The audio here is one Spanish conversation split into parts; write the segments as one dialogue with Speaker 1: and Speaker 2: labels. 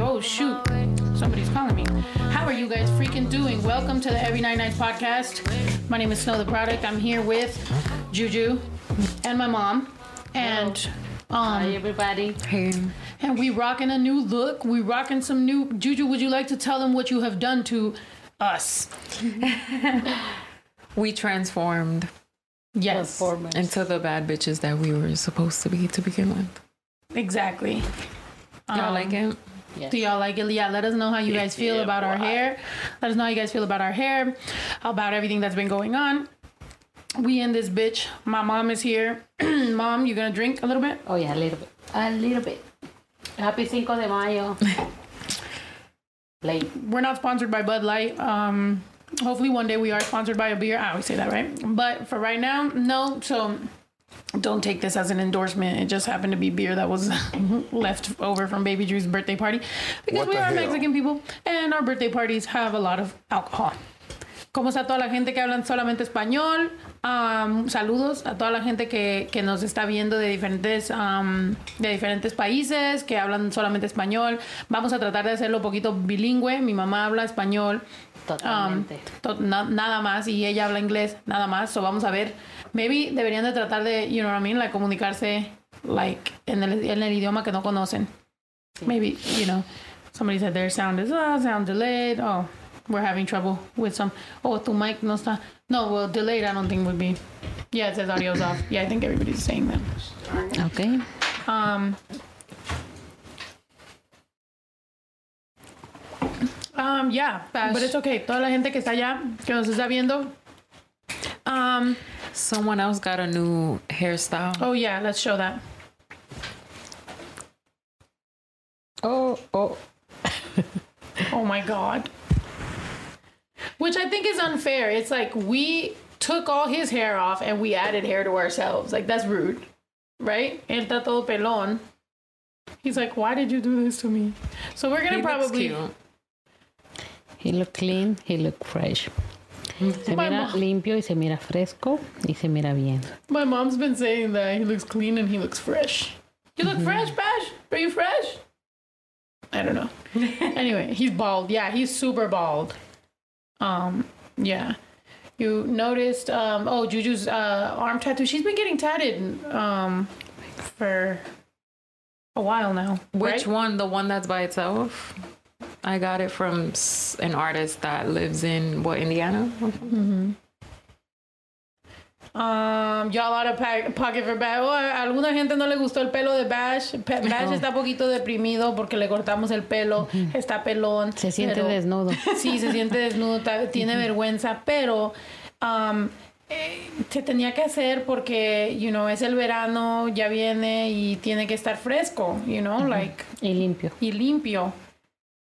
Speaker 1: oh, shoot. Somebody's calling me. How are you guys freaking doing? Welcome to the Every Nine Nights podcast. My name is Snow the Product. I'm here with Juju and my mom. And
Speaker 2: Hi
Speaker 1: um
Speaker 2: everybody.
Speaker 1: and we rocking a new look. We rocking some new Juju, would you like to tell them what you have done to us?
Speaker 3: We transformed
Speaker 1: Yes.
Speaker 3: into the bad bitches that we were supposed to be to begin with.
Speaker 1: Exactly.
Speaker 3: Y'all
Speaker 1: Um,
Speaker 3: like it?
Speaker 1: Do y'all like it? Yeah, let us know how you guys feel about our hair. Let us know how you guys feel about our hair, about everything that's been going on. We in this bitch. My mom is here. mom, you gonna drink a little bit?
Speaker 2: Oh yeah, a little bit. A little bit. Happy Cinco de Mayo. Late.
Speaker 1: We're not sponsored by Bud Light. Um, hopefully one day we are sponsored by a beer. I always say that, right? But for right now, no. So don't take this as an endorsement. It just happened to be beer that was left over from Baby Drew's birthday party because
Speaker 4: What
Speaker 1: we
Speaker 4: the
Speaker 1: are
Speaker 4: hell?
Speaker 1: Mexican people and our birthday parties have a lot of alcohol. ¿Cómo está toda la gente que hablan solamente español? Um, saludos a toda la gente que, que nos está viendo de diferentes, um, de diferentes países que hablan solamente español. Vamos a tratar de hacerlo un poquito bilingüe. Mi mamá habla español. Um,
Speaker 2: Totalmente.
Speaker 1: to- na- nada más y ella habla inglés nada más so vamos a ver maybe deberían de tratar de you know what I mean like comunicarse like en el, en el idioma que no conocen maybe you know somebody said their sound is ah sound delayed oh we're having trouble with some oh tu mic no está no well delayed I don't think would be yeah it says audio's off yeah I think everybody's saying that
Speaker 3: Okay.
Speaker 1: um Um, yeah, but it's okay. Toda la gente que está allá, que nos está viendo. Um,
Speaker 3: Someone else got a new hairstyle.
Speaker 1: oh yeah, let's show that.
Speaker 3: Oh, oh.
Speaker 1: Oh my god. Which I think is unfair. It's like we took all his hair off and we added hair to ourselves. Like that's rude. Right? El tato pelon. He's like, why did you do this to me? So we're gonna
Speaker 3: He
Speaker 1: probably
Speaker 3: probably. Cute.
Speaker 2: He look clean, he look fresh. Se
Speaker 1: My
Speaker 2: mira
Speaker 1: mom-
Speaker 2: limpio y se mira fresco y se mira bien.
Speaker 1: My mom's been saying that he looks clean and he looks fresh. You look
Speaker 2: Mm-hmm.
Speaker 1: fresh, Bash? Are you fresh? I don't know. anyway, he's bald. Yeah, he's super bald. Um, yeah. You noticed um oh Juju's uh arm tattoo. She's been getting tatted um for a while now. right?
Speaker 3: Which one? The one that's by itself? I got it from s- an artist that lives in what Indiana?
Speaker 1: Um, y'all out of pa- pocket for Bash. Oh, a alguna gente no le gustó el pelo de Bash. Pe- Bash está poquito deprimido porque le cortamos el pelo. Está pelón.
Speaker 2: Se siente
Speaker 1: pero-
Speaker 2: desnudo.
Speaker 1: Sí, se siente desnudo, ta- tiene vergüenza, pero um, eh, se tenía que hacer porque, you know, es el verano, ya viene y tiene que estar fresco, you know, like,
Speaker 2: Y limpio.
Speaker 1: y limpio.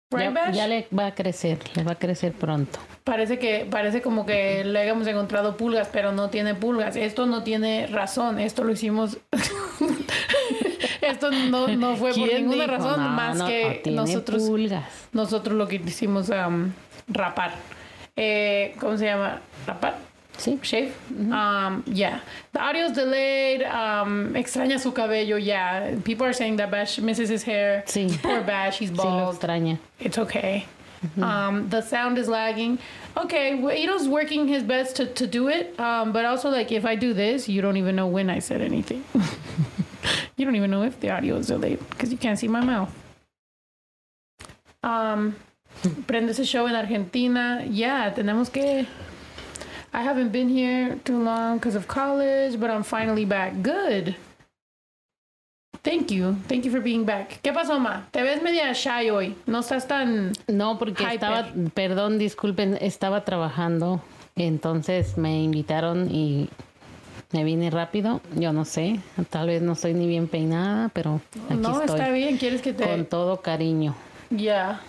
Speaker 1: Right,
Speaker 2: Ya,
Speaker 1: Bash?
Speaker 2: ya le va a crecer, le va a crecer pronto.
Speaker 1: Parece que, parece como que le hayamos encontrado pulgas, pero no tiene pulgas. Esto no tiene razón, esto lo hicimos. esto no, no fue por
Speaker 2: ¿Quién
Speaker 1: ninguna
Speaker 2: dijo?
Speaker 1: razón
Speaker 2: No,
Speaker 1: más
Speaker 2: no, no
Speaker 1: que
Speaker 2: tiene
Speaker 1: nosotros.
Speaker 2: pulgas.
Speaker 1: Nosotros lo que hicimos um, rapar. Eh, ¿Cómo se llama? Rapar.
Speaker 2: Sí.
Speaker 1: Shave. Um, yeah. The audio's delayed. Um, extraña su cabello. Yeah. People are saying that Bash misses his hair.
Speaker 2: Sí.
Speaker 1: Poor Bash. He's
Speaker 2: Sí lo
Speaker 1: bald.
Speaker 2: extraña.
Speaker 1: it's okay. Um, the sound is lagging. Okay. Well, Ito's working his best to, to do it. Um, but also, like, if I do this, you don't even know when I said anything. you don't even know if the audio is delayed because you can't see my mouth. Um, prende ese show en Argentina. Yeah, tenemos que. I haven't been here too long because of college, but I'm finally back. Good. Thank you. Thank you for being back. ¿Qué pasó, ma? Te ves media shy hoy. No estás tan.
Speaker 2: No, porque
Speaker 1: Hyper.
Speaker 2: estaba, perdón, disculpen, estaba trabajando. Entonces me invitaron y me vine rápido. Yo no sé, tal vez no estoy ni bien peinada, pero aquí
Speaker 1: no, está
Speaker 2: estoy.
Speaker 1: bien. ¿Quieres que te.?
Speaker 2: Con todo cariño,
Speaker 1: Ya.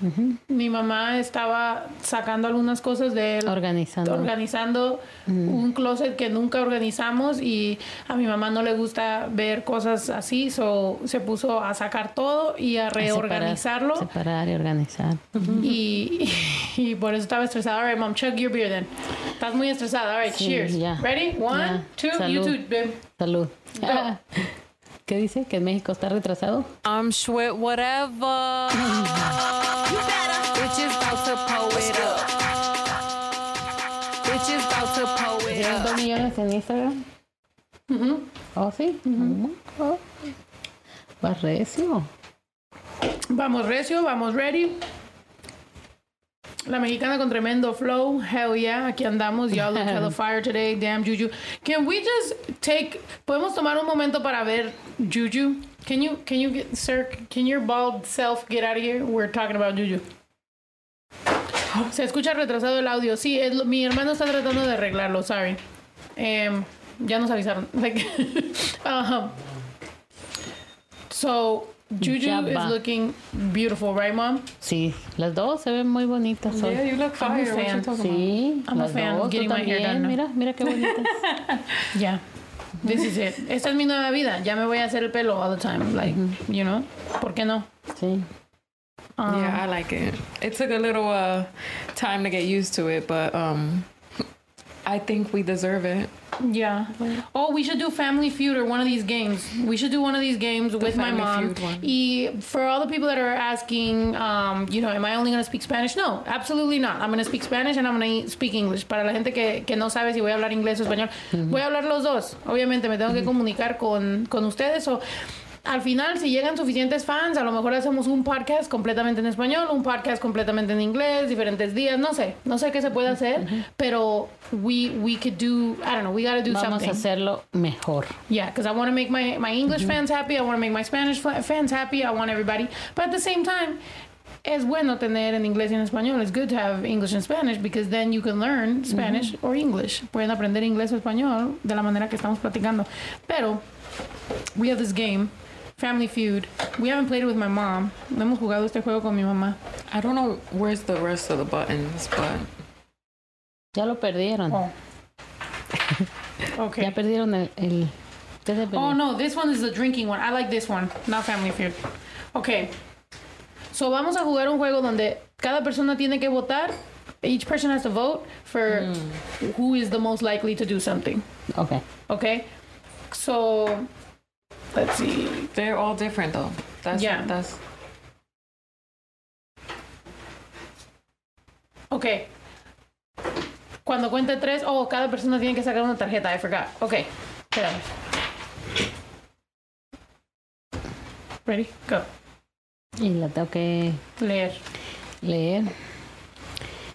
Speaker 1: Mi mamá estaba sacando algunas cosas de él.
Speaker 2: organizando.
Speaker 1: organizando un closet que nunca organizamos y a mi mamá no le gusta ver cosas así, so se puso a sacar todo y a
Speaker 2: a separar-
Speaker 1: reorganizarlo
Speaker 2: Separar y organizar.
Speaker 1: y, y por eso estaba estresada. All right, mom, chug your beer then. Estás muy estresada. All right,
Speaker 2: Sí,
Speaker 1: cheers.
Speaker 2: ya.
Speaker 1: Ready? One,
Speaker 2: Ya.
Speaker 1: two, you
Speaker 2: Salud.
Speaker 1: two, babe.
Speaker 2: Salud.
Speaker 1: Go.
Speaker 2: Ah,
Speaker 3: Um,
Speaker 2: ¿Qué dice? ¿Que en México está retrasado?
Speaker 3: I'm Schwit, whatever.
Speaker 2: millones en Instagram? ¿Oh, sí? Oh. Va recio.
Speaker 1: Vamos recio, vamos ready. La mexicana con tremendo flow. Hell yeah, aquí andamos. Y'all look hella fire today. Damn Juju. Can we just take? Podemos tomar un momento para ver Juju. Can you, can you get, sir? Can your bald self get out of here? We're talking about Juju. Se escucha retrasado el audio. Sí, es lo- mi hermano está tratando de arreglarlo. Sorry. Em, ya nos avisaron. Like, um, so Juju
Speaker 2: Ya
Speaker 1: is
Speaker 2: va.
Speaker 1: looking beautiful, right, mom?
Speaker 2: Sí, las dos se ven muy bonitas hoy.
Speaker 3: Yeah, you look
Speaker 1: I'm a
Speaker 3: fire. What
Speaker 1: fan.
Speaker 3: you talking about?
Speaker 2: Sí,
Speaker 1: I'm a
Speaker 2: las
Speaker 1: fan of
Speaker 2: dos, tú
Speaker 1: getting my hair
Speaker 2: también.
Speaker 1: done now.
Speaker 2: Mira, mira qué bonitas.
Speaker 1: Yeah. This is it. Esta es mi nueva vida. Ya me voy a hacer el pelo all the time. Like,
Speaker 3: Mm-hmm.
Speaker 1: you know? ¿Por qué no?
Speaker 2: Sí.
Speaker 1: Um,
Speaker 3: Yeah, I like it. It took a little uh, time to get used to it, but um, I think we deserve it.
Speaker 1: Yeah. Oh, we should do Family Feud or one of these games. We should do one of these games with my
Speaker 3: Family
Speaker 1: mom.
Speaker 3: Feud one.
Speaker 1: E, for all the people that are asking, um, you know, am I only going to speak Spanish? No, absolutely not. I'm going to speak Spanish and I'm going to speak English. Para la gente que, que no sabe si voy a hablar inglés o español, voy a hablar los dos. Obviamente me tengo que comunicar con, con ustedes o... Al final, si llegan suficientes fans, a lo mejor hacemos un podcast completamente en español, un podcast completamente en inglés, diferentes días, no sé, no sé qué se puede hacer, pero we we could do, I don't know, we gotta do
Speaker 2: Vamos
Speaker 1: something.
Speaker 2: a hacerlo mejor.
Speaker 1: Yeah, because I want to make my, my English fans happy. I want to make my Spanish fa- fans happy. I want everybody. But at the same time, es bueno tener en inglés y en español. It's good to have English and Spanish because then you can learn Spanish or English. Pueden aprender inglés o español de la manera que estamos platicando. Pero, we have this game, Family Feud. We haven't played it with my mom. No hemos jugado este juego con mi mamá.
Speaker 3: I don't know where's the rest of the buttons, but
Speaker 2: Ya lo perdieron.
Speaker 1: Oh.
Speaker 2: Ya
Speaker 1: Okay.
Speaker 2: perdieron el... el... ustedes
Speaker 1: Oh
Speaker 2: perdieron.
Speaker 1: no, this one is the drinking one. I like this one, not Family Feud. Okay. So vamos a jugar un juego donde cada persona tiene que votar. Each person has to vote for who is the most likely to do something.
Speaker 2: Ok.
Speaker 1: Okay? So let's see.
Speaker 3: they're all different though. That's
Speaker 1: Yeah.
Speaker 3: that's
Speaker 1: Okay. Cuando cuente tres, oh, cada persona tiene que sacar una tarjeta. I forgot. Okay. Espérame. Ready? Go.
Speaker 2: Y la tengo que
Speaker 1: Leer.
Speaker 2: leer.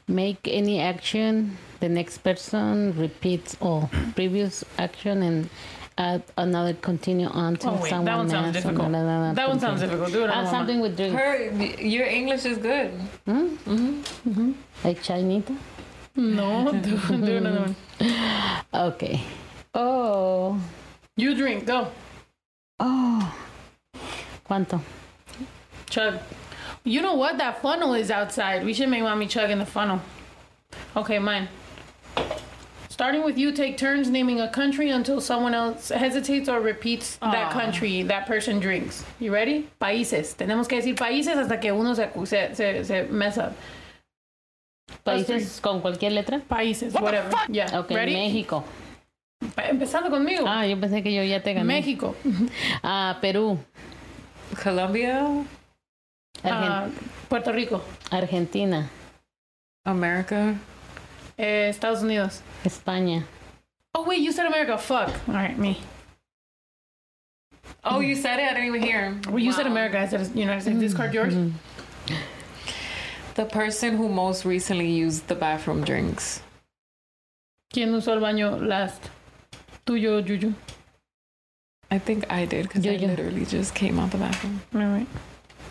Speaker 2: Make any action, the next person repeats all previous action and add another continue until
Speaker 1: Oh wait, that
Speaker 2: someone
Speaker 1: one sounds
Speaker 2: else-
Speaker 1: difficult.
Speaker 2: na, na, na,
Speaker 1: That one sounds
Speaker 2: continue.
Speaker 1: difficult. Do it on
Speaker 2: Add
Speaker 1: one.
Speaker 2: Ah, something with
Speaker 1: Mm.
Speaker 2: drink.
Speaker 3: her. Your English is good.
Speaker 2: Hmm?
Speaker 3: hmm
Speaker 2: Like Chinita.
Speaker 1: No, do, do another one.
Speaker 2: Okay. Oh.
Speaker 1: You drink, go.
Speaker 2: Oh. ¿Cuánto?
Speaker 1: Chug. You know what? That funnel is outside. We should make mommy chug in the funnel. Okay, mine. Starting with you, take turns naming a country until someone else hesitates or repeats that
Speaker 3: Aw.
Speaker 1: country that person drinks. You ready? Países. Tenemos que decir países hasta que uno se, acu- se, se, se mess up.
Speaker 2: Países con cualquier letra.
Speaker 1: Países, whatever. Yeah.
Speaker 2: Okay,
Speaker 1: ready?
Speaker 2: México.
Speaker 1: Pa- Empezando conmigo.
Speaker 2: Ah, yo pensé que yo ya te gané.
Speaker 1: México.
Speaker 2: Ah, Perú.
Speaker 3: Colombia,
Speaker 2: Argen-
Speaker 1: Ah, Puerto Rico.
Speaker 2: Argentina.
Speaker 3: America.
Speaker 1: Eh, Estados Unidos.
Speaker 2: España.
Speaker 1: Oh, wait, you said America. Fuck. All right, me.
Speaker 3: Oh, you said it. I didn't even hear.
Speaker 1: Well, you said
Speaker 3: Wow. Mm-hmm.
Speaker 1: America. I said United States. This card yours?
Speaker 3: The person who most recently used the bathroom drinks.
Speaker 1: ¿Quién usó el baño last? Tuyo, Yuyu.
Speaker 3: I think I did because I
Speaker 2: Yo-yo.
Speaker 3: literally just came out the bathroom.
Speaker 1: All right.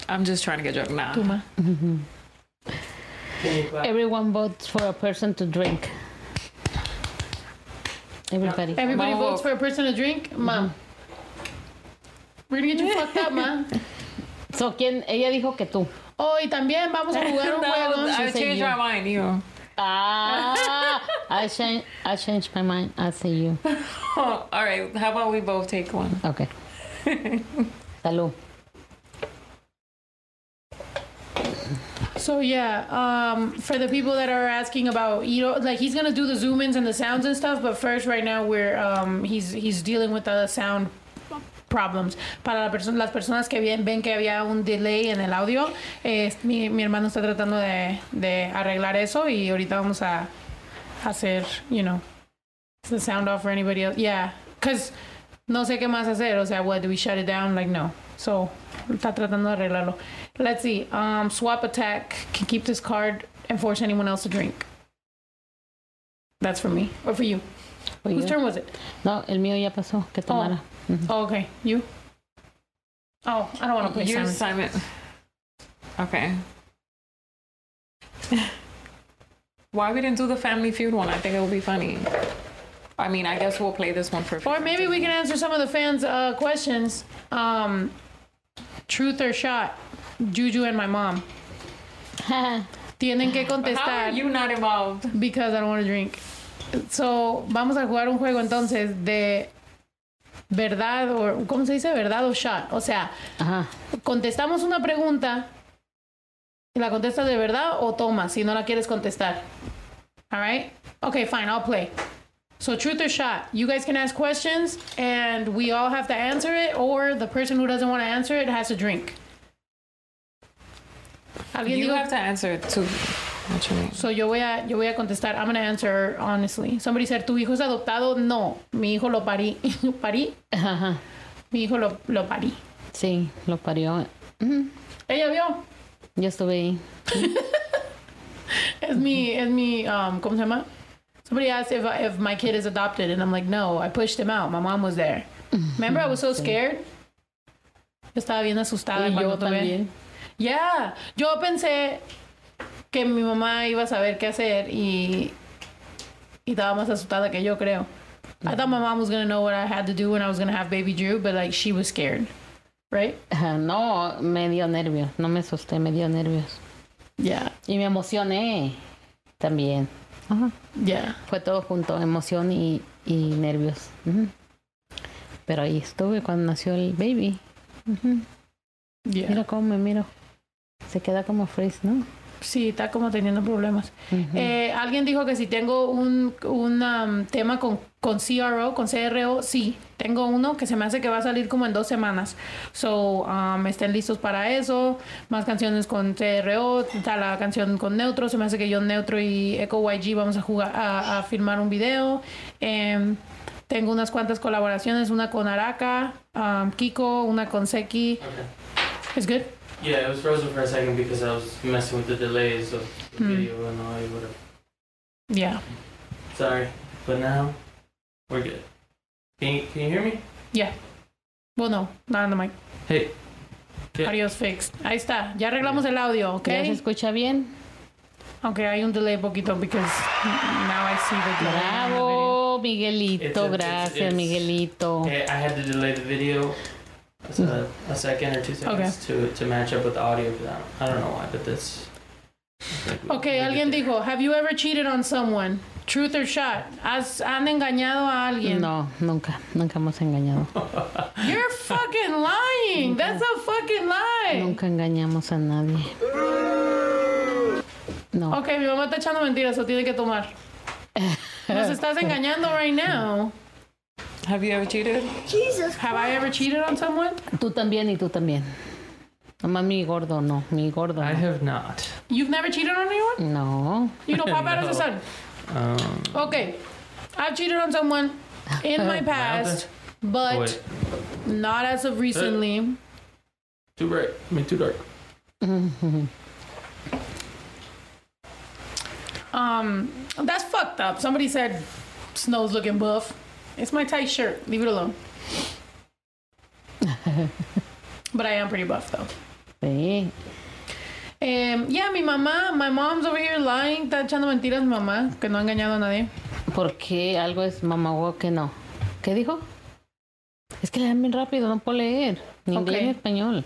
Speaker 3: I'm just trying to get drunk now.
Speaker 1: Tú, ma.
Speaker 2: Everyone votes for a person to drink. Everybody.
Speaker 1: Everybody
Speaker 3: Mom,
Speaker 1: votes for a person to drink?
Speaker 3: Mm-hmm.
Speaker 1: Mom. We're gonna get you fucked up, ma.
Speaker 2: So, ¿quién? Ella dijo que tú.
Speaker 1: Oh, y también vamos a jugar un
Speaker 3: No,
Speaker 1: juego.
Speaker 3: I
Speaker 2: say
Speaker 3: changed
Speaker 2: you.
Speaker 3: my mind. You.
Speaker 2: Ah, I, change, I changed my mind. I say you.
Speaker 3: All right. How about we both take one?
Speaker 2: Okay. Salud.
Speaker 1: So, yeah, um, for the people that are asking about, you know, like he's gonna do the zoom ins and the sounds and stuff, but first, right now, we're, um, he's, he's dealing with the sound problems. Para la perso- las personas que ven, ven que había un delay en el audio, eh, mi, mi hermano está tratando de, de arreglar eso y ahorita vamos a hacer, you know, Does it sound off for anybody else? Yeah. Because no sé qué más hacer. O sea, what? Do we shut it down? Like, no. So, está tratando de arreglarlo. Let's see. Um, swap attack. Can keep this card and force anyone else to drink. That's for me. Or for you.
Speaker 2: Oye,
Speaker 1: Whose turn was it?
Speaker 2: No, el mío ya pasó, que tomara.
Speaker 3: Mm-hmm.
Speaker 1: Oh, okay. You? Oh, I don't want to play
Speaker 3: Your
Speaker 1: Simon.
Speaker 3: assignment. Okay. Why we didn't do the Family Feud one? I think it would be funny. I mean, I guess we'll play this one for.
Speaker 1: Or maybe we can answer some of the fans' uh, questions. Um, truth or shot? Juju and my mom. Oh. Tienen que
Speaker 3: How are
Speaker 1: contestar
Speaker 3: you not involved?
Speaker 1: because I don't want to drink. So, vamos a jugar un juego entonces de verdad o ¿cómo se dice? Verdad o shot. O sea,
Speaker 2: Ajá.
Speaker 1: contestamos una pregunta y la contestas de verdad o tomas si no la quieres contestar. All right? Okay, fine, I'll play. So truth or shot, you guys can ask questions and we all have to answer it or the person who doesn't want to answer it has to drink. Alguien
Speaker 3: You
Speaker 1: dijo-
Speaker 3: have to answer it too. What you mean?
Speaker 1: So yo voy a yo voy a contestar. I'm gonna answer honestly. Somebody said, "Tu hijo es adoptado?" No, mi hijo lo parí. parí.
Speaker 2: Ajá.
Speaker 1: Mi hijo lo lo parí.
Speaker 2: Sí, lo parió.
Speaker 1: Ella vio.
Speaker 2: Yo estuve ahí.
Speaker 1: As me, as me, um, ¿cómo se llama? Somebody asked if if my kid is adopted, and I'm like, no, I pushed him out. My mom was there. Remember, I was so scared. Yo estaba bien asustada
Speaker 2: Y
Speaker 1: Ah, cuando
Speaker 2: yo
Speaker 1: tuve-
Speaker 2: también.
Speaker 1: Yeah, yo pensé que mi mamá iba a saber qué hacer y y estaba más asustada que yo creo. I thought my mom was gonna know what I had to do when I was gonna have baby Drew, but like she was scared, right?
Speaker 2: Ajá, No, me dio nervios. No me asusté, me dio nervios.
Speaker 1: Yeah,
Speaker 2: Y me emocioné también. Ajá.
Speaker 1: yeah.
Speaker 2: Fue todo junto, emoción y, y nervios. Ujú. Pero ahí estuve cuando nació el baby. Ujú.
Speaker 1: Yeah.
Speaker 2: Mira cómo me miro. Se queda como freeze, ¿no?
Speaker 1: Sí, está como teniendo problemas.
Speaker 2: Ujú.
Speaker 1: Eh, alguien dijo que si tengo un, un, um, tema con, con CRO, con CRO, sí, tengo uno que se me hace que va a salir como en dos semanas. So, um, estén listos para eso. Más canciones con CRO, está la canción con Neutro, se me hace que yo, Neutro y Echo YG vamos a jugar, a, a filmar un video. Em, tengo unas cuantas colaboraciones, una con Araka, um, Kiko, una con Seki.
Speaker 4: Okay.
Speaker 1: ¿Es good?
Speaker 4: Yeah, it was frozen for a second because I was messing with the delays of the
Speaker 1: Hmm.
Speaker 4: video and all. Whatever.
Speaker 1: Yeah.
Speaker 4: Sorry, but now we're good. Can you, can you hear me?
Speaker 1: Well, no, not on the mic.
Speaker 4: Hey, Yeah.
Speaker 1: Adiós, fix. Ahí está. Ya arreglamos el audio, ¿ok?
Speaker 2: ¿Ya se escucha bien?
Speaker 1: Aunque hay un delay poquito because now I see the delay.
Speaker 2: Bravo,
Speaker 4: It's
Speaker 2: Miguelito.
Speaker 4: a-
Speaker 2: Gracias,
Speaker 4: it's-
Speaker 2: Miguelito.
Speaker 4: Hey, I had to delay the video a, a second or two seconds to to match up with the audio. But I don't, I don't know why, but that's.
Speaker 1: Ok, alguien dijo, have you ever cheated on someone? Truth or shot? Has, han engañado a alguien?
Speaker 2: No, nunca, nunca hemos engañado.
Speaker 1: You're fucking lying. That's a fucking lie.
Speaker 2: Nunca engañamos a nadie. No.
Speaker 1: Ok, mi mamá está echando mentiras, o tiene que tomar. Nos estás engañando right now.
Speaker 3: Have you ever cheated?
Speaker 5: Jesus.
Speaker 1: Have I ever cheated on someone?
Speaker 2: Tú también y tú también. Nomás mi gordo, no. Mi gordo.
Speaker 4: I
Speaker 2: no.
Speaker 4: have not.
Speaker 1: You've never cheated on anyone?
Speaker 2: No.
Speaker 1: You don't pop out as a
Speaker 4: No.
Speaker 1: son.
Speaker 4: Um,
Speaker 1: Okay, I've cheated on someone in my past,
Speaker 2: Oh,
Speaker 1: but
Speaker 4: wait,
Speaker 1: not as of recently.
Speaker 4: too bright. I mean, too dark.
Speaker 1: Um, that's fucked up. Somebody said Snow's looking buff. It's my tight shirt. Leave it alone. but I am pretty buff though.
Speaker 2: Sí.
Speaker 1: Um, yeah, mi mamá, my mom's over here lying, está echando mentiras, mi mamá, que no ha engañado a nadie.
Speaker 2: ¿Por qué algo es mamagua que no? ¿Qué dijo? Es que le dan bien rápido, no puedo leer. Ni inglés ni
Speaker 1: Ok.
Speaker 2: español.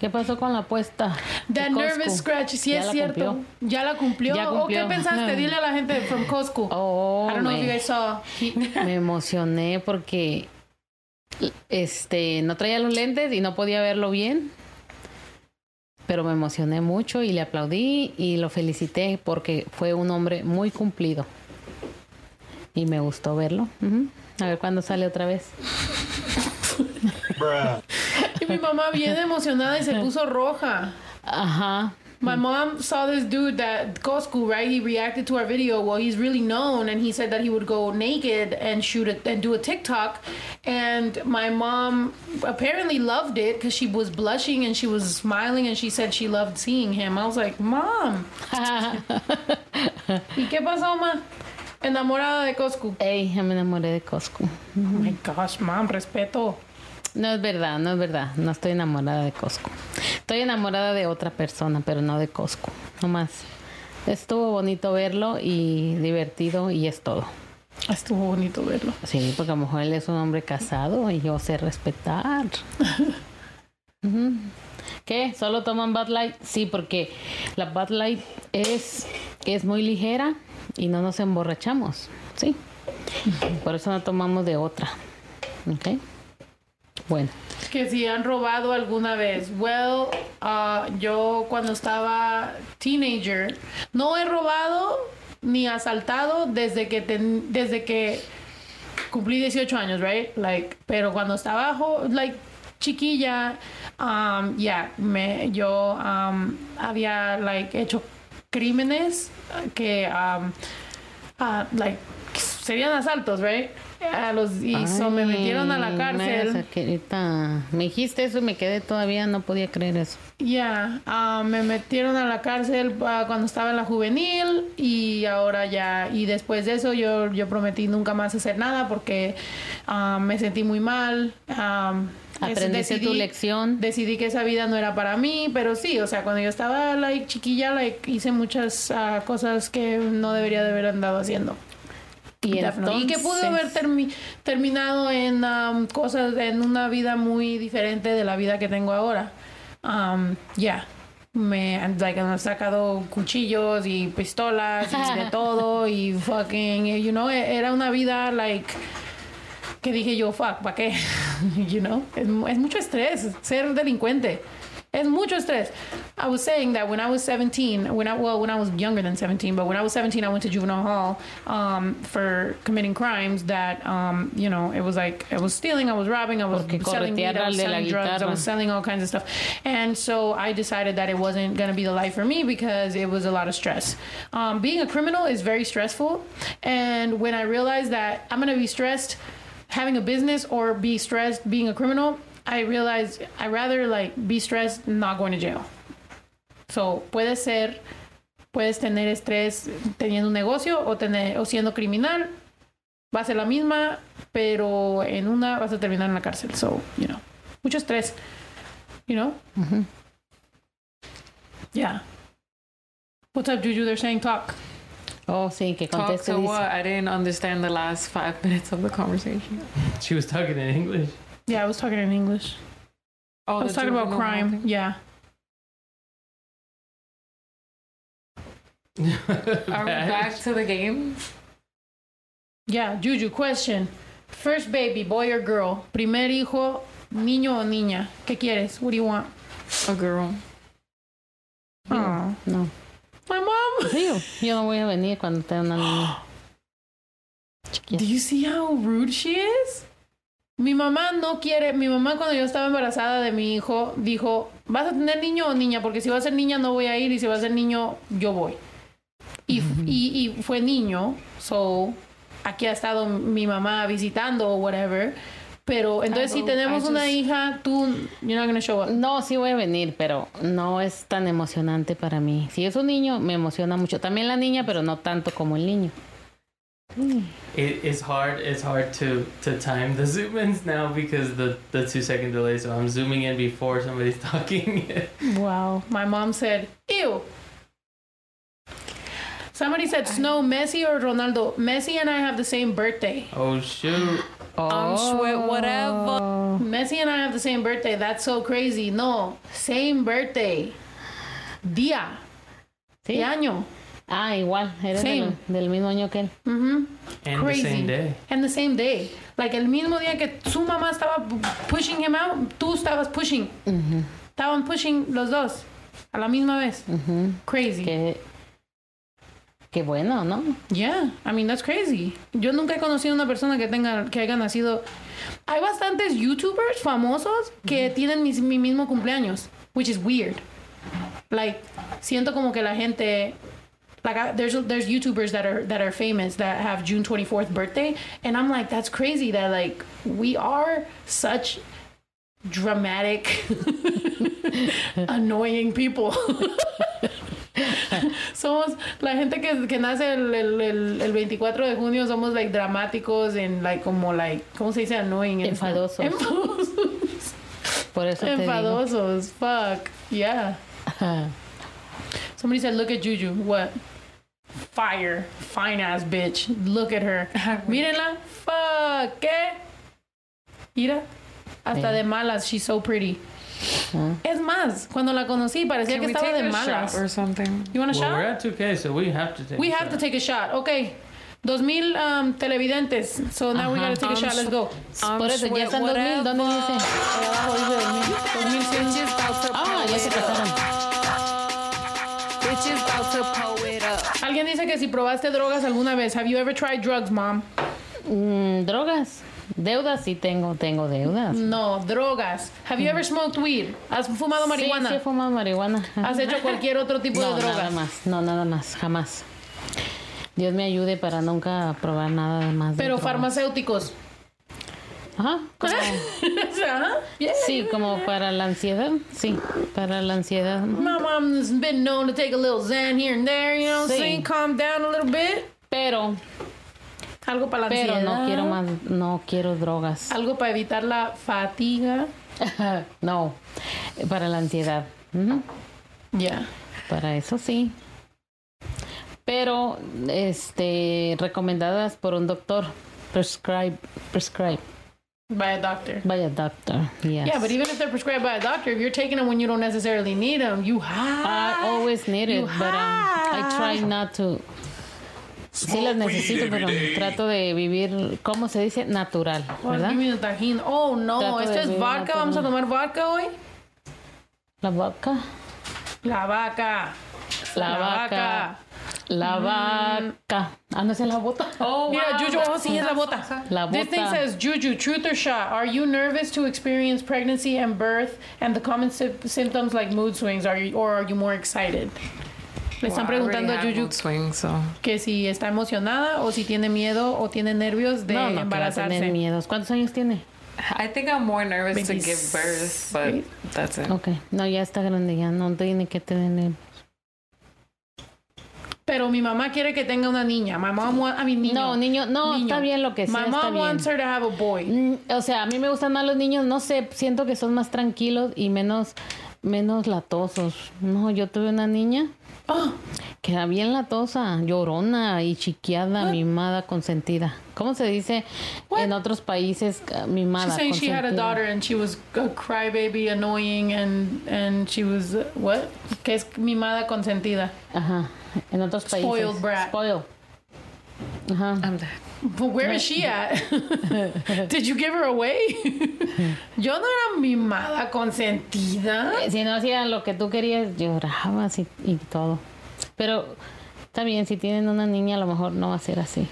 Speaker 2: ¿Qué pasó con la apuesta?
Speaker 1: That
Speaker 2: De Costco.
Speaker 1: nervous scratch, sí
Speaker 2: Ya
Speaker 1: es
Speaker 2: la
Speaker 1: cierto.
Speaker 2: cumplió.
Speaker 1: Ya la cumplió.
Speaker 2: Ya
Speaker 1: ¿O qué
Speaker 2: cumplió.
Speaker 1: pensaste? Dile a la gente from Costco.
Speaker 2: Oh,
Speaker 1: I don't know if
Speaker 2: me-
Speaker 1: you guys saw. He-
Speaker 2: Oh, Me emocioné porque este no traía los lentes y no podía verlo bien. Pero me emocioné mucho y le aplaudí y lo felicité porque fue un hombre muy cumplido. Y me gustó verlo. Ujú. A ver cuándo sale otra vez.
Speaker 1: Y mi mamá bien emocionada y se puso roja.
Speaker 2: Ajá.
Speaker 1: My mom saw this dude that Coscu, right? He reacted to our video. Well, he's really known, and he said that he would go naked and shoot it and do a TikTok. And my mom apparently loved it because she was blushing and she was smiling and she said she loved seeing him. I was like, Mom, ¿y qué pasó, ma? Enamorada de Coscu.
Speaker 2: Ey, ya me enamoré de Coscu.
Speaker 1: Oh my gosh, mom, respeto.
Speaker 2: No es verdad, no es verdad. No estoy enamorada de Cosco. Estoy enamorada de otra persona, pero no de Cosco. Nomás. Estuvo bonito verlo y divertido y es todo.
Speaker 1: Estuvo bonito verlo.
Speaker 2: Sí, porque a lo mejor él es un hombre casado y yo sé respetar. Ujú. ¿Qué? ¿Solo toman Bud Light? Sí, porque la Bud Light es, es muy ligera y no nos emborrachamos. Sí. Por eso no tomamos de otra. ¿Ok? Bueno.
Speaker 1: Que si han robado alguna vez. Well, ah, yo cuando estaba teenager no he robado ni asaltado desde que ten- desde que cumplí 18 años, right? Like, pero cuando estaba jo- like chiquilla, um, yeah, me yo um, había like hecho crímenes que um, ah, like serían asaltos, right? A los y so me
Speaker 2: Ay,
Speaker 1: metieron a la
Speaker 2: me
Speaker 1: cárcel.
Speaker 2: hagas aquelita. Me dijiste eso y me quedé todavía, no podía creer eso.
Speaker 1: Ya, ah, me metieron a la cárcel ah, cuando estaba en la juvenil y ahora ya, y después de eso yo, yo prometí nunca más hacer nada porque ah, me sentí muy mal. ah, es-
Speaker 2: Aprendiste tu
Speaker 1: decidí-
Speaker 2: lección.
Speaker 1: Decidí que esa vida no era para mí, pero sí, o sea, cuando yo estaba like, chiquilla, like, hice muchas ah, cosas que no debería de haber andado haciendo.
Speaker 2: y,
Speaker 1: Definitely. Y que pudo haber termi- terminado en um, cosas, en una vida muy diferente de la vida que tengo ahora. Um, ya. Me, and, like, han sacado cuchillos y pistolas y de todo y fucking, eh, you know, e- era una vida, like, que dije yo, fuck, ¿para qué? you know, es, mu- es mucho estrés ser delincuente. Es mucho estrés. I was saying that when I was 17, when I well, when I was younger than 17, but when I was 17, I went to juvenile hall um, for committing crimes that um, you know it was like I was stealing, I was robbing, I was
Speaker 2: Porque
Speaker 1: selling weed, I
Speaker 2: corretear al
Speaker 1: was
Speaker 2: de la
Speaker 1: selling drugs, I
Speaker 2: guitarra.
Speaker 1: was selling all kinds of stuff. And so I decided that it wasn't going to be the life for me because it was a lot of stress. Um, being a criminal is very stressful. And when I realized that I'm going to be stressed having a business or be stressed being a criminal, I realized I rather like be stressed not going to jail. So puede ser puedes tener estrés teniendo un negocio o tener o siendo criminal va a ser la misma, pero en una vas a terminar en la cárcel. So, you know, mucho estrés. You know? Yeah. What's up, Juju? They're saying talk.
Speaker 2: Oh, sí, que
Speaker 3: Talk
Speaker 2: conteste.
Speaker 3: to
Speaker 2: dice.
Speaker 3: what? I didn't understand the last five minutes of the conversation.
Speaker 4: She was talking in English.
Speaker 1: Yeah, I was talking in English.
Speaker 3: Oh,
Speaker 1: I was talking about crime. Yeah.
Speaker 3: Are we back to the game?
Speaker 1: Yeah, Juju, question. First baby, boy or girl? Primer hijo, niño o niña? ¿Qué quieres? What do you want?
Speaker 3: A girl.
Speaker 1: Aw.
Speaker 2: No.
Speaker 1: My mom.
Speaker 2: Sí, yo- yo no voy a venir cuando tenga una niña.
Speaker 1: Do
Speaker 2: Chiquilla.
Speaker 1: you see how rude she is? Mi mamá no quiere, mi mamá cuando yo estaba embarazada de mi hijo dijo, ¿vas a tener niño o niña? Porque si va a ser niña no voy a ir y si va a ser niño yo voy. Y, y, y fue niño, so aquí ha estado mi mamá visitando o whatever. Pero entonces si
Speaker 3: Claro,
Speaker 1: tenemos
Speaker 3: I
Speaker 1: una
Speaker 3: just-
Speaker 1: hija, tú, you're not gonna show up.
Speaker 2: No, sí voy a venir, pero no es tan emocionante para mí. Si es un niño, me emociona mucho. También la niña, pero no tanto como el niño.
Speaker 4: It, it's hard. It's hard to to time the zoom ins now because the the two second delay. So I'm zooming in before somebody's talking.
Speaker 1: Wow. My mom said, ew. Somebody said, Snow, Messi or Ronaldo? Messi and I have the same birthday.
Speaker 4: oh shoot!
Speaker 1: Oh.
Speaker 3: I'm sweat whatever.
Speaker 1: Messi and I have the same birthday. That's so crazy. No, same birthday. Día.
Speaker 2: Sí.
Speaker 4: Mm.
Speaker 1: De año.
Speaker 2: Ah, igual. Eres
Speaker 1: Sí.
Speaker 2: del, del mismo año que él.
Speaker 4: And
Speaker 1: Crazy.
Speaker 4: the same day.
Speaker 1: And the same day. Like el mismo día que su mamá estaba p- pushing him out, tú estabas pushing. Estaban pushing los dos. A la misma vez. Crazy.
Speaker 2: Que, que bueno, ¿no?
Speaker 1: Yeah, I mean that's crazy. Yo nunca he conocido una persona que tenga que haya nacido. Hay bastantes YouTubers famosos que tienen mis- mi, mismo cumpleaños, which is weird. like siento como que la gente like I, there's there's YouTubers that are that are famous that have June 24th birthday and I'm like that's crazy that like we are such dramatic annoying people somos la gente que, que nace el, el, el, el 24 de junio somos like dramáticos en like como like ¿cómo se dice annoying?
Speaker 2: Enfadosos.
Speaker 1: Enfadosos.
Speaker 2: Por eso te digo.
Speaker 1: Enfadosos. Fuck. Yeah.
Speaker 2: Ajá.
Speaker 1: Somebody said, "Look at Juju. What? Fire, fine ass bitch. Look at her. Mírenla. Fuck. ¿Qué? Mira. Hasta
Speaker 2: Sí.
Speaker 1: de malas. She's so pretty. Es más, cuando la conocí parecía
Speaker 3: Can
Speaker 1: que
Speaker 3: we
Speaker 1: estaba
Speaker 3: take
Speaker 1: de
Speaker 3: a shot
Speaker 1: malas.
Speaker 3: or something?
Speaker 1: You want a
Speaker 4: Well, we're
Speaker 1: shot?
Speaker 4: at 2K, so we have to take.
Speaker 1: We
Speaker 4: a
Speaker 1: have to
Speaker 4: shot.
Speaker 1: take a shot. Okay. 2000 um, televidentes. So now we
Speaker 2: Ajá.
Speaker 1: gotta take a
Speaker 3: Um,
Speaker 1: shot. Let's
Speaker 3: sh-
Speaker 1: go.
Speaker 2: Por eso ya están 2000. ¿Dónde dice?
Speaker 1: Abajo dice 2000. 2006.
Speaker 3: Bitches about to
Speaker 2: Ah, ya se casaron.
Speaker 3: Bitches about to pull it up.
Speaker 1: Alguien dice que si probaste drogas alguna vez. Have you ever tried drugs, mom?
Speaker 2: Mm, drogas. Deudas sí tengo, tengo deudas.
Speaker 1: No, drogas. Have you ever smoked weed? ¿Has fumado marihuana?
Speaker 2: Sí, sí he fumado marihuana.
Speaker 1: ¿Has hecho cualquier otro tipo
Speaker 2: No,
Speaker 1: de drogas?
Speaker 2: nada más. No, nada más. Jamás. Dios me ayude para nunca probar nada más. de
Speaker 1: Pero
Speaker 2: drogas.
Speaker 1: farmacéuticos.
Speaker 2: Ajá. como-
Speaker 1: O sea, yeah.
Speaker 2: sí, como para la ansiedad. Sí, para la ansiedad.
Speaker 1: My mom's been known to take a little Xan here and there, you know what I'm
Speaker 2: Sí.
Speaker 1: saying? Calm down a little bit.
Speaker 2: Pero,
Speaker 1: Algo para la
Speaker 2: pero no
Speaker 1: ansiedad.
Speaker 2: quiero más, no quiero drogas.
Speaker 1: Algo para evitar la fatiga.
Speaker 2: no, para la ansiedad. Ujú.
Speaker 1: Yeah.
Speaker 2: Para eso sí. Pero, este, recomendadas por un doctor. Prescribe, prescribe.
Speaker 1: By a doctor.
Speaker 2: By a doctor. Yes.
Speaker 1: Yeah, but even if they're prescribed by a doctor, if you're taking them when you don't necessarily need them, you
Speaker 2: I
Speaker 1: high.
Speaker 2: always need it, but um, I try not to. Sí las necesito, pero trato de vivir, ¿cómo se dice? Natural,
Speaker 1: Oh,
Speaker 2: ¿verdad?
Speaker 1: give me the tajín. Oh no,
Speaker 2: Trato
Speaker 1: esto
Speaker 2: de
Speaker 1: es
Speaker 2: vivir
Speaker 1: vodka. Vamos a tomar vodka hoy.
Speaker 2: La vaca.
Speaker 1: La vaca.
Speaker 2: La, vaca. La
Speaker 1: Mm.
Speaker 2: vaca. Ah, no, esa es la bota.
Speaker 3: Oh,
Speaker 1: Mira, Juju, oh, sí, es la bota.
Speaker 2: La
Speaker 1: This thing
Speaker 2: bota.
Speaker 1: says, Juju, truth or shot? Are you nervous to experience pregnancy and birth and the common sy- symptoms like mood swings? Are you, or are you more excited? Le están
Speaker 3: Well, I already
Speaker 1: preguntando a
Speaker 3: had
Speaker 1: Juju
Speaker 3: mood swing, so
Speaker 1: que si está emocionada o si tiene miedo o tiene nervios de
Speaker 2: No, no, que va a tener
Speaker 1: embarazarse.
Speaker 2: miedos. ¿Cuántos años tiene?
Speaker 3: I think I'm more nervous to give birth, but
Speaker 1: Veintiséis.
Speaker 3: that's it.
Speaker 2: Ok. No, ya está grande, ya no tiene que tener.
Speaker 1: Pero mi mamá quiere que tenga una niña. My mom wa- I mean, niño.
Speaker 2: No, niño, no,
Speaker 1: Niño.
Speaker 2: está bien lo que sea,
Speaker 1: My
Speaker 2: está
Speaker 1: mom
Speaker 2: bien.
Speaker 1: wants her to have a boy.
Speaker 2: Mm, O sea, a mí me gustan más los niños, no sé, siento que son más tranquilos y menos, menos latosos. No, yo tuve una niña
Speaker 1: Oh,
Speaker 2: que era bien latosa, llorona y chiquiada,
Speaker 1: Ah.
Speaker 2: mimada, consentida. ¿Cómo se dice en otros países eh,
Speaker 1: she's
Speaker 2: mimada?
Speaker 1: saying she had a
Speaker 2: consentida?
Speaker 1: daughter and she was a crybaby, annoying, and and she was uh, what? Que es mimada consentida.
Speaker 2: Ajá, en otros países.
Speaker 1: Spoiled brat.
Speaker 2: Spoiled. Ajá.
Speaker 3: I'm dead.
Speaker 1: But where is she at? Did you give her away? Yo no era mimada consentida.
Speaker 2: Si no hacían lo que tú querías, llorabas y, y todo. Pero está bien, si tienen una niña, a lo mejor no va a ser así.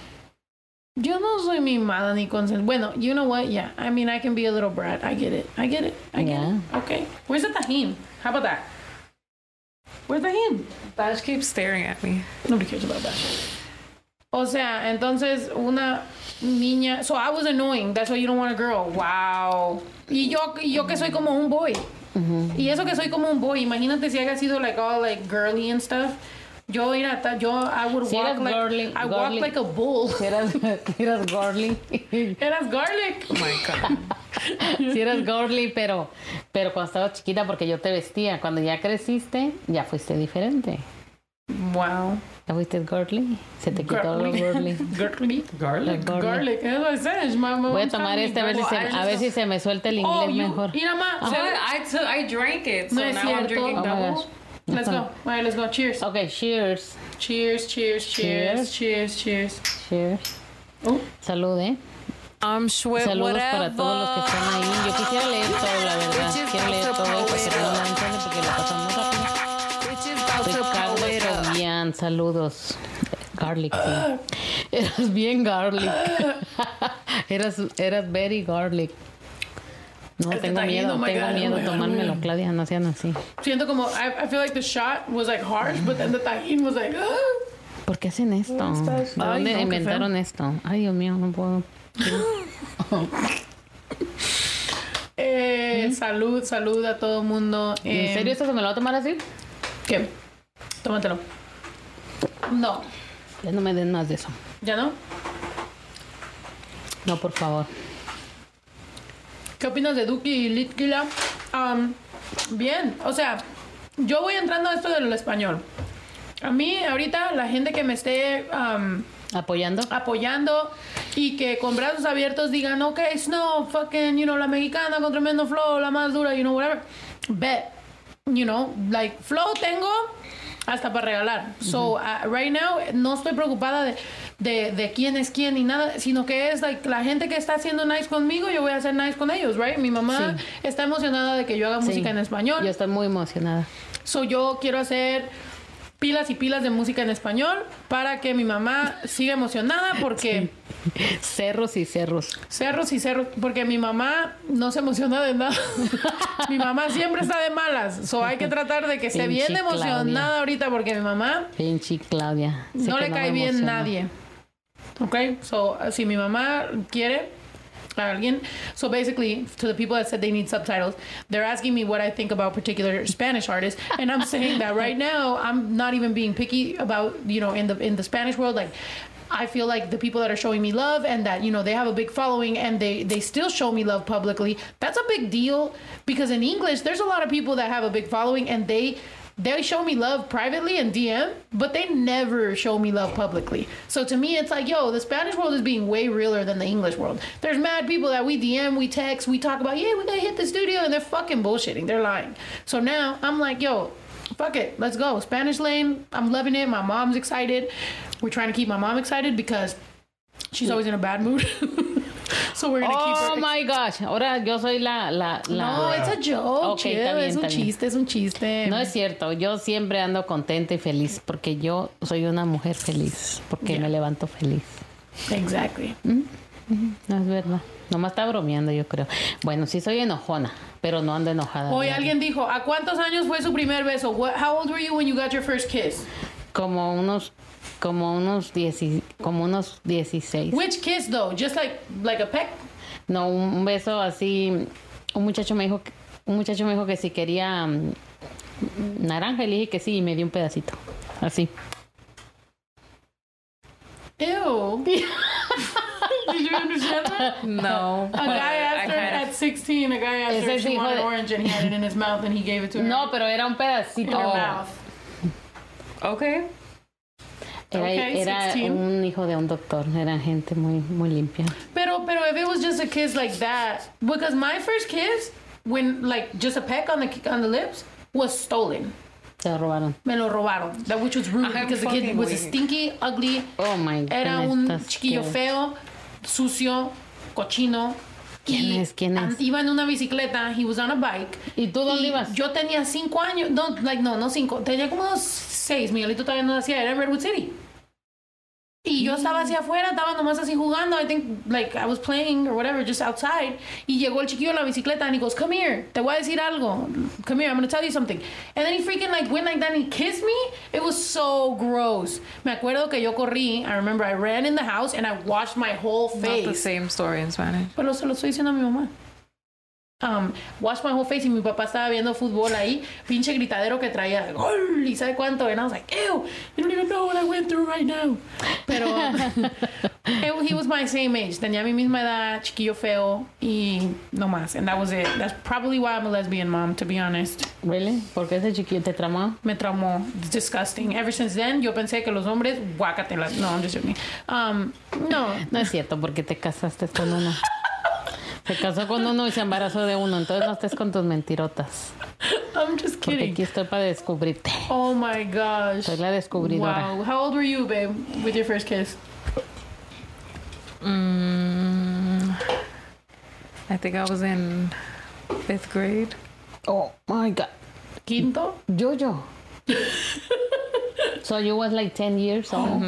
Speaker 1: Yo no soy mimada ni consentida. Bueno, you know what? Yeah, I mean, I can be a little brat. I get it. I get it. I get
Speaker 2: Yeah.
Speaker 1: it. Okay. Where's the tahin? How about that? Where's the tahin?
Speaker 3: Bash keeps staring at me.
Speaker 1: Nobody cares about that shit. O sea, entonces una niña. So I was annoying. That's why you don't want a girl. Wow. Y yo, y yo que soy como un boy. Y eso que soy como un boy. Imagínate si haya sido like all like girly and stuff. Yo era ta- yo I would
Speaker 2: Si
Speaker 1: walk
Speaker 2: eras
Speaker 1: like
Speaker 2: girly-
Speaker 1: I
Speaker 2: girly.
Speaker 1: walk like a bull.
Speaker 2: Si eras, si eras girly,
Speaker 1: Eras garlic.
Speaker 3: Oh my god.
Speaker 2: si eras girly, pero, pero cuando estabas chiquita, porque yo te vestía, cuando ya creciste, ya fuiste diferente.
Speaker 1: Wow.
Speaker 2: Ya fuiste girly, se te quitó lo
Speaker 1: Girly.
Speaker 2: girly.
Speaker 1: Girly.
Speaker 4: garlic.
Speaker 2: Girly.
Speaker 1: Garlic. That's what I said. My mom
Speaker 2: Voy a
Speaker 1: taught
Speaker 2: tomar
Speaker 1: me
Speaker 2: este a ver, si
Speaker 1: garlic.
Speaker 2: se,
Speaker 1: Well, I
Speaker 2: a ver
Speaker 1: just-
Speaker 2: si se me suelta el
Speaker 1: Oh,
Speaker 2: inglés
Speaker 1: you,
Speaker 2: mejor.
Speaker 1: mira, ma,
Speaker 3: So I took, I drank it, so
Speaker 1: No es
Speaker 3: now I'm
Speaker 1: cierto.
Speaker 3: drinking
Speaker 2: Oh my
Speaker 3: double.
Speaker 2: gosh.
Speaker 1: Let's go. All right, let's go. Cheers.
Speaker 2: Ok, cheers.
Speaker 1: Cheers, cheers, cheers, cheers, cheers.
Speaker 2: Cheers.
Speaker 1: Oh.
Speaker 2: Salud, eh.
Speaker 3: I'm sure
Speaker 2: Saludos para todos los que están ahí. Yo quisiera leer todo, la verdad. Quiero leer todo porque no me entiende porque lo pasamos rápido. Ricardo Fabián, saludos. Garlic, sí. Eras bien garlic. Eras, eras very garlic. No,
Speaker 1: Este
Speaker 2: tengo
Speaker 1: tajín,
Speaker 2: miedo,
Speaker 1: oh my
Speaker 2: tengo
Speaker 1: God,
Speaker 2: miedo
Speaker 1: oh my God,
Speaker 2: tomármelo,
Speaker 1: oh my
Speaker 2: Claudia, no sean así.
Speaker 1: Siento como, I, I feel like the shot was like harsh, but then the tajín was like, ah.
Speaker 2: ¿Por qué hacen esto?
Speaker 1: Ay,
Speaker 2: ¿De
Speaker 1: no,
Speaker 2: dónde
Speaker 1: qué feo.
Speaker 2: inventaron esto? Ay, Dios mío, no puedo.
Speaker 1: Eh, Salud, salud a todo mundo.
Speaker 2: Mm-hmm. ¿En
Speaker 1: Eh,
Speaker 2: serio esto se me lo va a tomar así?
Speaker 1: ¿Qué? Tómatelo. No,
Speaker 2: Ya no me den más de eso.
Speaker 1: ¿ya no?
Speaker 2: No, por favor.
Speaker 1: ¿Qué opinas de Duki y Litkila? Am, bien, o sea, yo voy entrando a esto del español. A mí, ahorita, la gente que me esté am,
Speaker 2: ¿Apoyando?
Speaker 1: Ah, apoyando y que con brazos abiertos digan, ok, no, fucking, you know, la mexicana con tremendo flow, la más dura, you know, whatever. Bet, you know, like, flow tengo hasta para regalar. So, uh, right now, no estoy preocupada de, de, de quién es quién ni nada, sino que es, like, la gente que está haciendo nice conmigo, yo voy a hacer nice con ellos, right? Mi mamá
Speaker 2: Sí.
Speaker 1: está emocionada de que yo haga
Speaker 2: Sí.
Speaker 1: música en español.
Speaker 2: Yo estoy muy emocionada.
Speaker 1: So yo quiero hacer pilas y pilas de música en español para que mi mamá siga emocionada porque
Speaker 2: Cerros y cerros.
Speaker 1: cerros y cerros, porque mi mamá no se emociona de nada. mi mamá siempre está de malas. So hay que tratar de que esté
Speaker 2: Pinche
Speaker 1: bien
Speaker 2: Claudia.
Speaker 1: emocionada ahorita porque mi mamá
Speaker 2: Pinche Claudia. Sé
Speaker 1: no
Speaker 2: que
Speaker 1: le cae
Speaker 2: me
Speaker 1: bien
Speaker 2: emociona.
Speaker 1: nadie. Ok, so uh, si mi mamá quiere a alguien, so basically to the people that said they need subtitles, they're asking me what I think about particular Spanish artists, and I'm saying that right now I'm not even being picky about you know in the in the Spanish world like. I feel like the people that are showing me love and that you know they have a big following and they they still show me love publicly. That's a big deal because in English there's a lot of people that have a big following and they they show me love privately and DM, but they never show me love publicly. So to me, it's like, yo, the Spanish world is being way realer than the English world. There's mad people that we DM, we text, we talk about, yeah, we gotta hit the studio, and they're fucking bullshitting. They're lying. So now I'm like, yo, fuck it, let's go. Spanish lane, I'm loving it. My mom's excited. We're trying to keep my mom excited because she's always in a bad mood. so we're gonna
Speaker 2: Oh
Speaker 1: keep her.
Speaker 2: my gosh. Ahora yo soy la. la, la...
Speaker 1: no, it's a joke.
Speaker 2: Ok,
Speaker 1: chill.
Speaker 2: está bien,
Speaker 1: es un
Speaker 2: está bien.
Speaker 1: chiste, es un chiste.
Speaker 2: No es cierto, yo siempre ando contenta y feliz porque yo soy una mujer feliz, porque
Speaker 1: Yeah.
Speaker 2: me levanto feliz.
Speaker 1: exactly.
Speaker 2: No es verdad. Nomás está bromeando, yo creo. Bueno, sí soy enojona, pero no ando enojada.
Speaker 1: Hoy
Speaker 2: ¿no?
Speaker 1: alguien dijo, ¿a cuántos años fue su primer beso? What- how old were you when you got your first kiss?
Speaker 2: Como unos, como unos, dieci- como unos 16.
Speaker 1: Which kiss though? Just like like a peck?
Speaker 2: No, un, un beso así. Un muchacho me dijo, que- un muchacho me dijo que si quería mm, naranja, y le dije que sí y me dio un pedacito. Así.
Speaker 1: Ew. Did you understand that?
Speaker 3: No.
Speaker 1: A guy asked
Speaker 3: I
Speaker 1: her
Speaker 3: had
Speaker 1: at 16, a guy asked
Speaker 2: Ese
Speaker 1: her if
Speaker 2: es
Speaker 1: she
Speaker 2: hijo
Speaker 1: wanted
Speaker 2: de-
Speaker 1: orange and he had it in his mouth and he gave it to her
Speaker 2: No, pero era un
Speaker 1: in
Speaker 2: pedacito.
Speaker 1: her mouth.
Speaker 3: okay.
Speaker 2: Era,
Speaker 1: Ok,
Speaker 2: era
Speaker 1: 16.
Speaker 2: un hijo de un doctor, era gente muy, muy limpia.
Speaker 1: Pero, pero if it was just a kiss like that, because my first kiss, when like just a peck on the on the lips, was stolen.
Speaker 2: Se lo robaron.
Speaker 1: Me lo robaron. That which was rude
Speaker 3: I'm
Speaker 1: because the kid
Speaker 3: fucking
Speaker 1: was
Speaker 3: weak.
Speaker 1: stinky, ugly,
Speaker 2: Oh my god.
Speaker 1: Era un chiquillo
Speaker 2: que-
Speaker 1: feo, sucio, cochino.
Speaker 2: ¿Quién
Speaker 1: y
Speaker 2: es? ¿Quién es?
Speaker 1: an- Iba en una bicicleta, he was on a bike.
Speaker 2: ¿Y tú dónde ibas?
Speaker 1: Yo tenía cinco años, no, like, no, no cinco, tenía como unos seis, Miguelito todavía no nacía, era en Redwood City. Y
Speaker 2: Mm.
Speaker 1: yo estaba hacia afuera, estaba nomás así jugando, I think, like, I was playing or whatever, just outside. Y llegó el chiquillo en la bicicleta and he goes, come here, te voy a decir algo. Come here, I'm gonna tell you something. And then he freaking, like, went like that and he kissed me. It was so gross. Me acuerdo que yo corrí, I remember I ran in the house and I washed my whole
Speaker 2: pues
Speaker 3: Not the
Speaker 1: face.
Speaker 3: same story in Spanish.
Speaker 1: Pero se Pues lo estoy diciendo a mi mamá. Um, wash my whole face y mi papá estaba viendo fútbol ahí, pinche gritadero que traía, gol y sabe cuánto, and I was like, ew, you don't even know what I went through right now. Pero eh, he was my same age, tenía mi misma edad, chiquillo feo y no más, and that was it. That's probably why I'm a lesbian mom, to be honest.
Speaker 2: Really? ¿Por qué ese chiquillo te tramó?
Speaker 1: Me traumó, It's disgusting. Ever since then, yo pensé que los hombres, guácatelas. No, I'm just joking. Um, no,
Speaker 2: No es cierto, porque te casaste con uno. Se casó con uno y se embarazó de uno, entonces no estés con tus mentirotas.
Speaker 1: I'm just
Speaker 2: Porque
Speaker 1: kidding.
Speaker 2: aquí estoy para descubrirte.
Speaker 1: Oh my gosh.
Speaker 2: Soy la descubridora.
Speaker 1: Wow. How old were you, babe, with your first kiss?
Speaker 3: I think I was in fifth grade.
Speaker 2: Oh my god.
Speaker 1: Quinto?
Speaker 2: Yo, yo. so you was like 10 years old.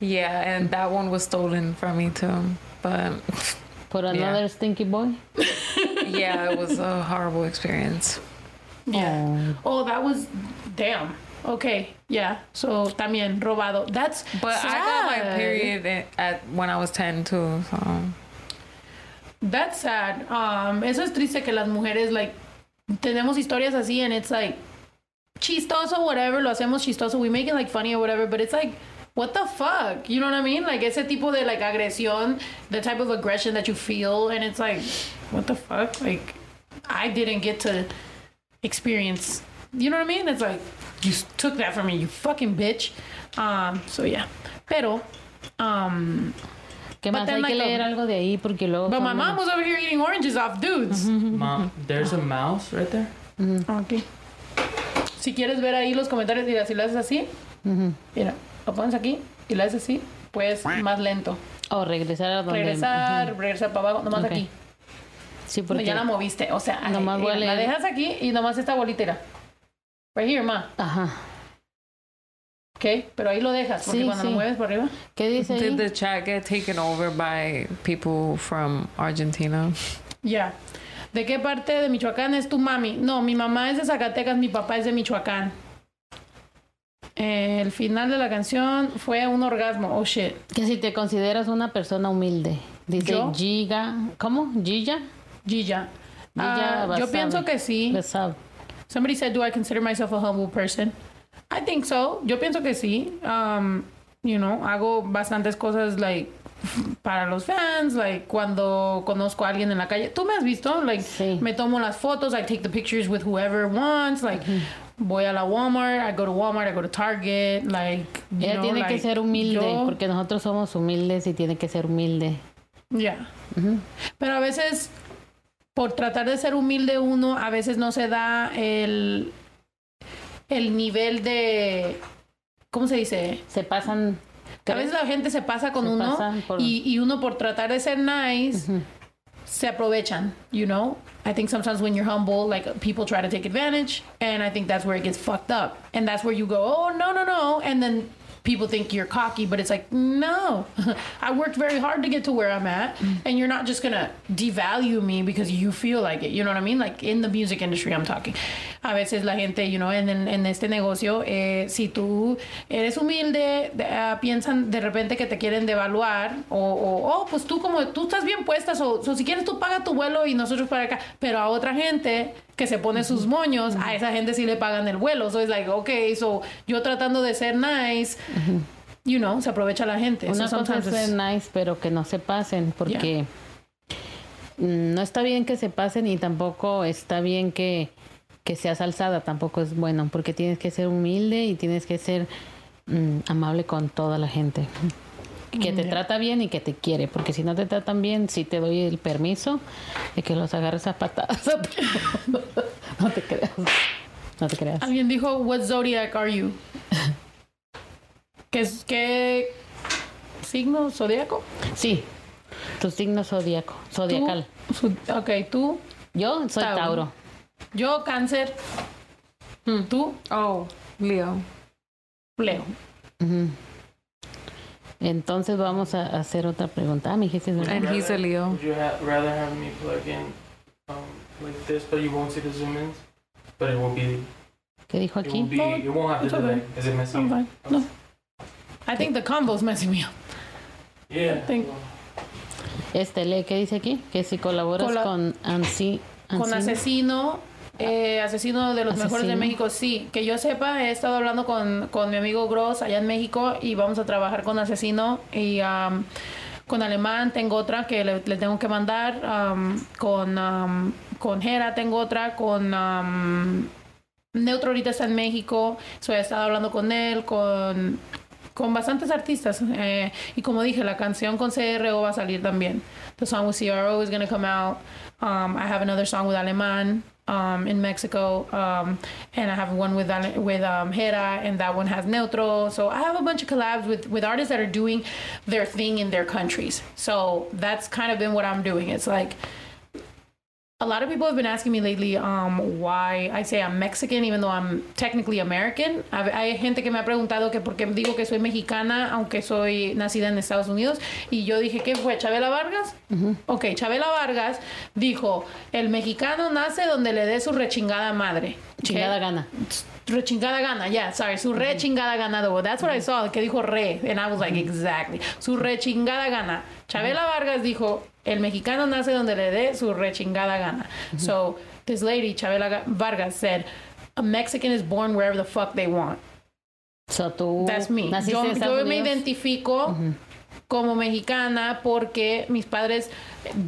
Speaker 3: Yeah, and that one was stolen from me too. But
Speaker 2: For
Speaker 3: Yeah.
Speaker 2: another stinky boy.
Speaker 3: yeah, it was a horrible experience.
Speaker 1: Yeah. Oh, that was damn. Okay. Yeah. So también robado. That's
Speaker 3: But I got my
Speaker 1: sad.
Speaker 3: period at, at when I was ten too. So
Speaker 1: That's sad. Um, eso es triste que las mujeres like tenemos historias así and it's like chistoso whatever, lo hacemos chistoso, we make it like funny or whatever, but it's like what the fuck? You know what I mean? Like ese tipo de like agresión, the type of aggression that you feel and it's like what the fuck? Like I didn't get to experience. You know what I mean? It's like you s- took that from me, you fucking bitch. Um, so yeah. Pero um
Speaker 2: ¿Qué
Speaker 1: But
Speaker 2: más?
Speaker 1: then,
Speaker 2: Hay que
Speaker 1: like,
Speaker 2: leer
Speaker 1: um,
Speaker 2: algo de ahí porque luego.
Speaker 1: but my
Speaker 2: son
Speaker 1: mom was over here eating oranges off dudes.
Speaker 4: Mom, there's a mouse right there.
Speaker 2: Ah,
Speaker 1: Ok. Si quieres ver ahí los comentarios, mira, si lo haces así, mira, lo pones aquí y lo haces así, pues más lento.
Speaker 2: O Oh, regresar a donde.
Speaker 1: Regresar, regresar para abajo, nomás
Speaker 2: Ok.
Speaker 1: aquí.
Speaker 2: Sí,
Speaker 1: No,
Speaker 2: porque.
Speaker 1: ya la moviste, o sea, ahí,
Speaker 2: Nomás voy a
Speaker 1: mira, la
Speaker 2: leer.
Speaker 1: dejas aquí y nomás esta bolita. mira. Right here, ma.
Speaker 2: Ajá.
Speaker 1: Ok, pero ahí lo dejas, porque
Speaker 2: Sí,
Speaker 1: cuando
Speaker 2: sí.
Speaker 1: lo mueves para arriba.
Speaker 2: ¿Qué dice ahí?
Speaker 3: did the chat get taken over by people from Argentina?
Speaker 1: Ya. ¿De qué parte de Michoacán es tu mami? No, mi mamá es de Zacatecas, mi papá es de Michoacán. El final de la canción fue un orgasmo. Oh shit.
Speaker 2: Que si te consideras una persona humilde. Dice
Speaker 1: ¿Yo?
Speaker 2: Giga. ¿Cómo? Giga.
Speaker 1: Gilla.
Speaker 2: Gilla
Speaker 1: Ah, yo
Speaker 2: Basabe.
Speaker 1: pienso que sí.
Speaker 2: Lo sabe.
Speaker 1: Somebody said, do I consider myself a humble person? I think so. Yo pienso que sí. Um, you know, hago bastantes cosas, like, para los fans, like, cuando conozco a alguien en la calle. Tú me has visto, like,
Speaker 2: Sí.
Speaker 1: me tomo las fotos, I take the pictures with whoever wants, like, voy a la Walmart, I go to Walmart, I go to Target, like, you
Speaker 2: Ella
Speaker 1: know,
Speaker 2: tiene que
Speaker 1: like,
Speaker 2: ser humilde
Speaker 1: yo-
Speaker 2: porque nosotros somos humildes y tiene que ser humilde.
Speaker 1: Ya. Pero a veces, por tratar de ser humilde uno, a veces no se da el, el nivel de... ¿Cómo se dice?
Speaker 2: Se pasan.
Speaker 1: A veces la gente se pasa con
Speaker 2: ¿Eh? Se
Speaker 1: uno
Speaker 2: pasan por-
Speaker 1: y, y uno por tratar de ser nice se aprovechan, you know? I think sometimes when you're humble, like people try to take advantage and I think that's where it gets fucked up. And that's where you go, "Oh, no, no, no." And then people think you're cocky, but it's like, "No. I worked very hard to get to where I'm at
Speaker 2: Mm.
Speaker 1: and you're not just going to devalue me because you feel like it." You know what I mean? Like in the music industry I'm talking. A veces la gente, you know, en, en- en este negocio, eh, si tú eres humilde, de- ah, piensan de repente que te quieren devaluar o, o, oh, pues tú como tú estás bien puestas o, o si quieres tú paga tu vuelo y nosotros para acá. Pero a otra gente que se pone sus moños, a esa gente sí le pagan el vuelo. So it's like, okay, so yo tratando de ser nice, you know, se aprovecha la gente.
Speaker 2: Una
Speaker 1: So
Speaker 2: cosa es
Speaker 1: sometimes it's-
Speaker 2: ser nice, pero que no se pasen, porque mm, no está bien que se pasen y tampoco está bien que, que seas alzada, tampoco es bueno, porque tienes que ser humilde y tienes que ser mm, amable con toda la gente. Que te trata bien y que te quiere, porque si no te tratan bien, sí te doy el permiso de que los agarres a patadas. a todos. no te creas. No te creas.
Speaker 1: Alguien dijo, what zodiac are you? ¿Qué, es- qué signo zodiaco?
Speaker 2: Sí, tu signo zodiaco,
Speaker 1: Tú-
Speaker 2: zodiacal.
Speaker 1: su- Ok, tú.
Speaker 2: Yo soy
Speaker 1: Tauro.
Speaker 2: Tauro.
Speaker 1: Yo, cáncer. Tú,
Speaker 3: Oh, Leo.
Speaker 1: Leo.
Speaker 2: Ujú. Entonces vamos a hacer otra pregunta. Ah, me dijiste, ¿verdad?
Speaker 3: And he's a Leo.
Speaker 1: Oh.
Speaker 4: Would you ha- rather have me plug in um, like this, but you won't see the zoom ins? But it won't be.
Speaker 2: ¿Qué dijo
Speaker 4: It won't
Speaker 2: aquí?
Speaker 4: be. It won't have
Speaker 1: It's
Speaker 4: to do
Speaker 1: okay.
Speaker 4: that. Is it messy?
Speaker 1: I'm fine. No. I think the combo's messing me up.
Speaker 4: Yeah.
Speaker 1: Thank-
Speaker 2: Este, lee, ¿qué dice aquí? Que si colaboras
Speaker 1: Cola-
Speaker 2: con Ansi.
Speaker 1: Con
Speaker 2: Ansi-
Speaker 1: asesino. eh, asesino de los mejores de
Speaker 2: Asesino.
Speaker 1: México, sí. Que yo sepa, he estado hablando con, con mi amigo Gross allá en México y vamos a trabajar con Asesino y am, con Alemán tengo otra que le, le tengo que mandar. am, con, am, con Jera tengo otra. Con am, Neutro ahorita está en México. So, he estado hablando con él, con, con bastantes artistas. eh, y como dije, la canción con CRO va a salir también. The song with CRO is going to come out. Um, I have another song with Alemán um, in Mexico. Um, and I have one with Ale- with um, Hera, and that one has Neutro. So I have a bunch of collabs with, with artists that are doing their thing in their countries. So that's kind of been what I'm doing. It's like a lot of people have been asking me lately um, why I say I'm Mexican even though I'm technically American. Hab- Hay gente que me ha preguntado que por qué digo que soy mexicana aunque soy nacida en Estados Unidos y yo dije que fue Chabela Vargas. Ok, Chabela Vargas dijo, el mexicano nace donde le dé su rechingada madre.
Speaker 2: Chingada
Speaker 1: Ok?
Speaker 2: gana.
Speaker 1: rechingada gana, yeah, sorry, su rechingada gana the word. That's what I saw, que dijo re, and I was like, exactly. Su rechingada gana. Chabela Vargas dijo, el mexicano nace donde le dé su rechingada gana. So, this lady, Chabela Ga- Vargas, said, a Mexican is born wherever the fuck they want.
Speaker 2: So, tú
Speaker 1: That's me.
Speaker 2: naciste
Speaker 1: Yo,
Speaker 2: en Estados
Speaker 1: yo me
Speaker 2: Unidos.
Speaker 1: identifico como mexicana porque mis padres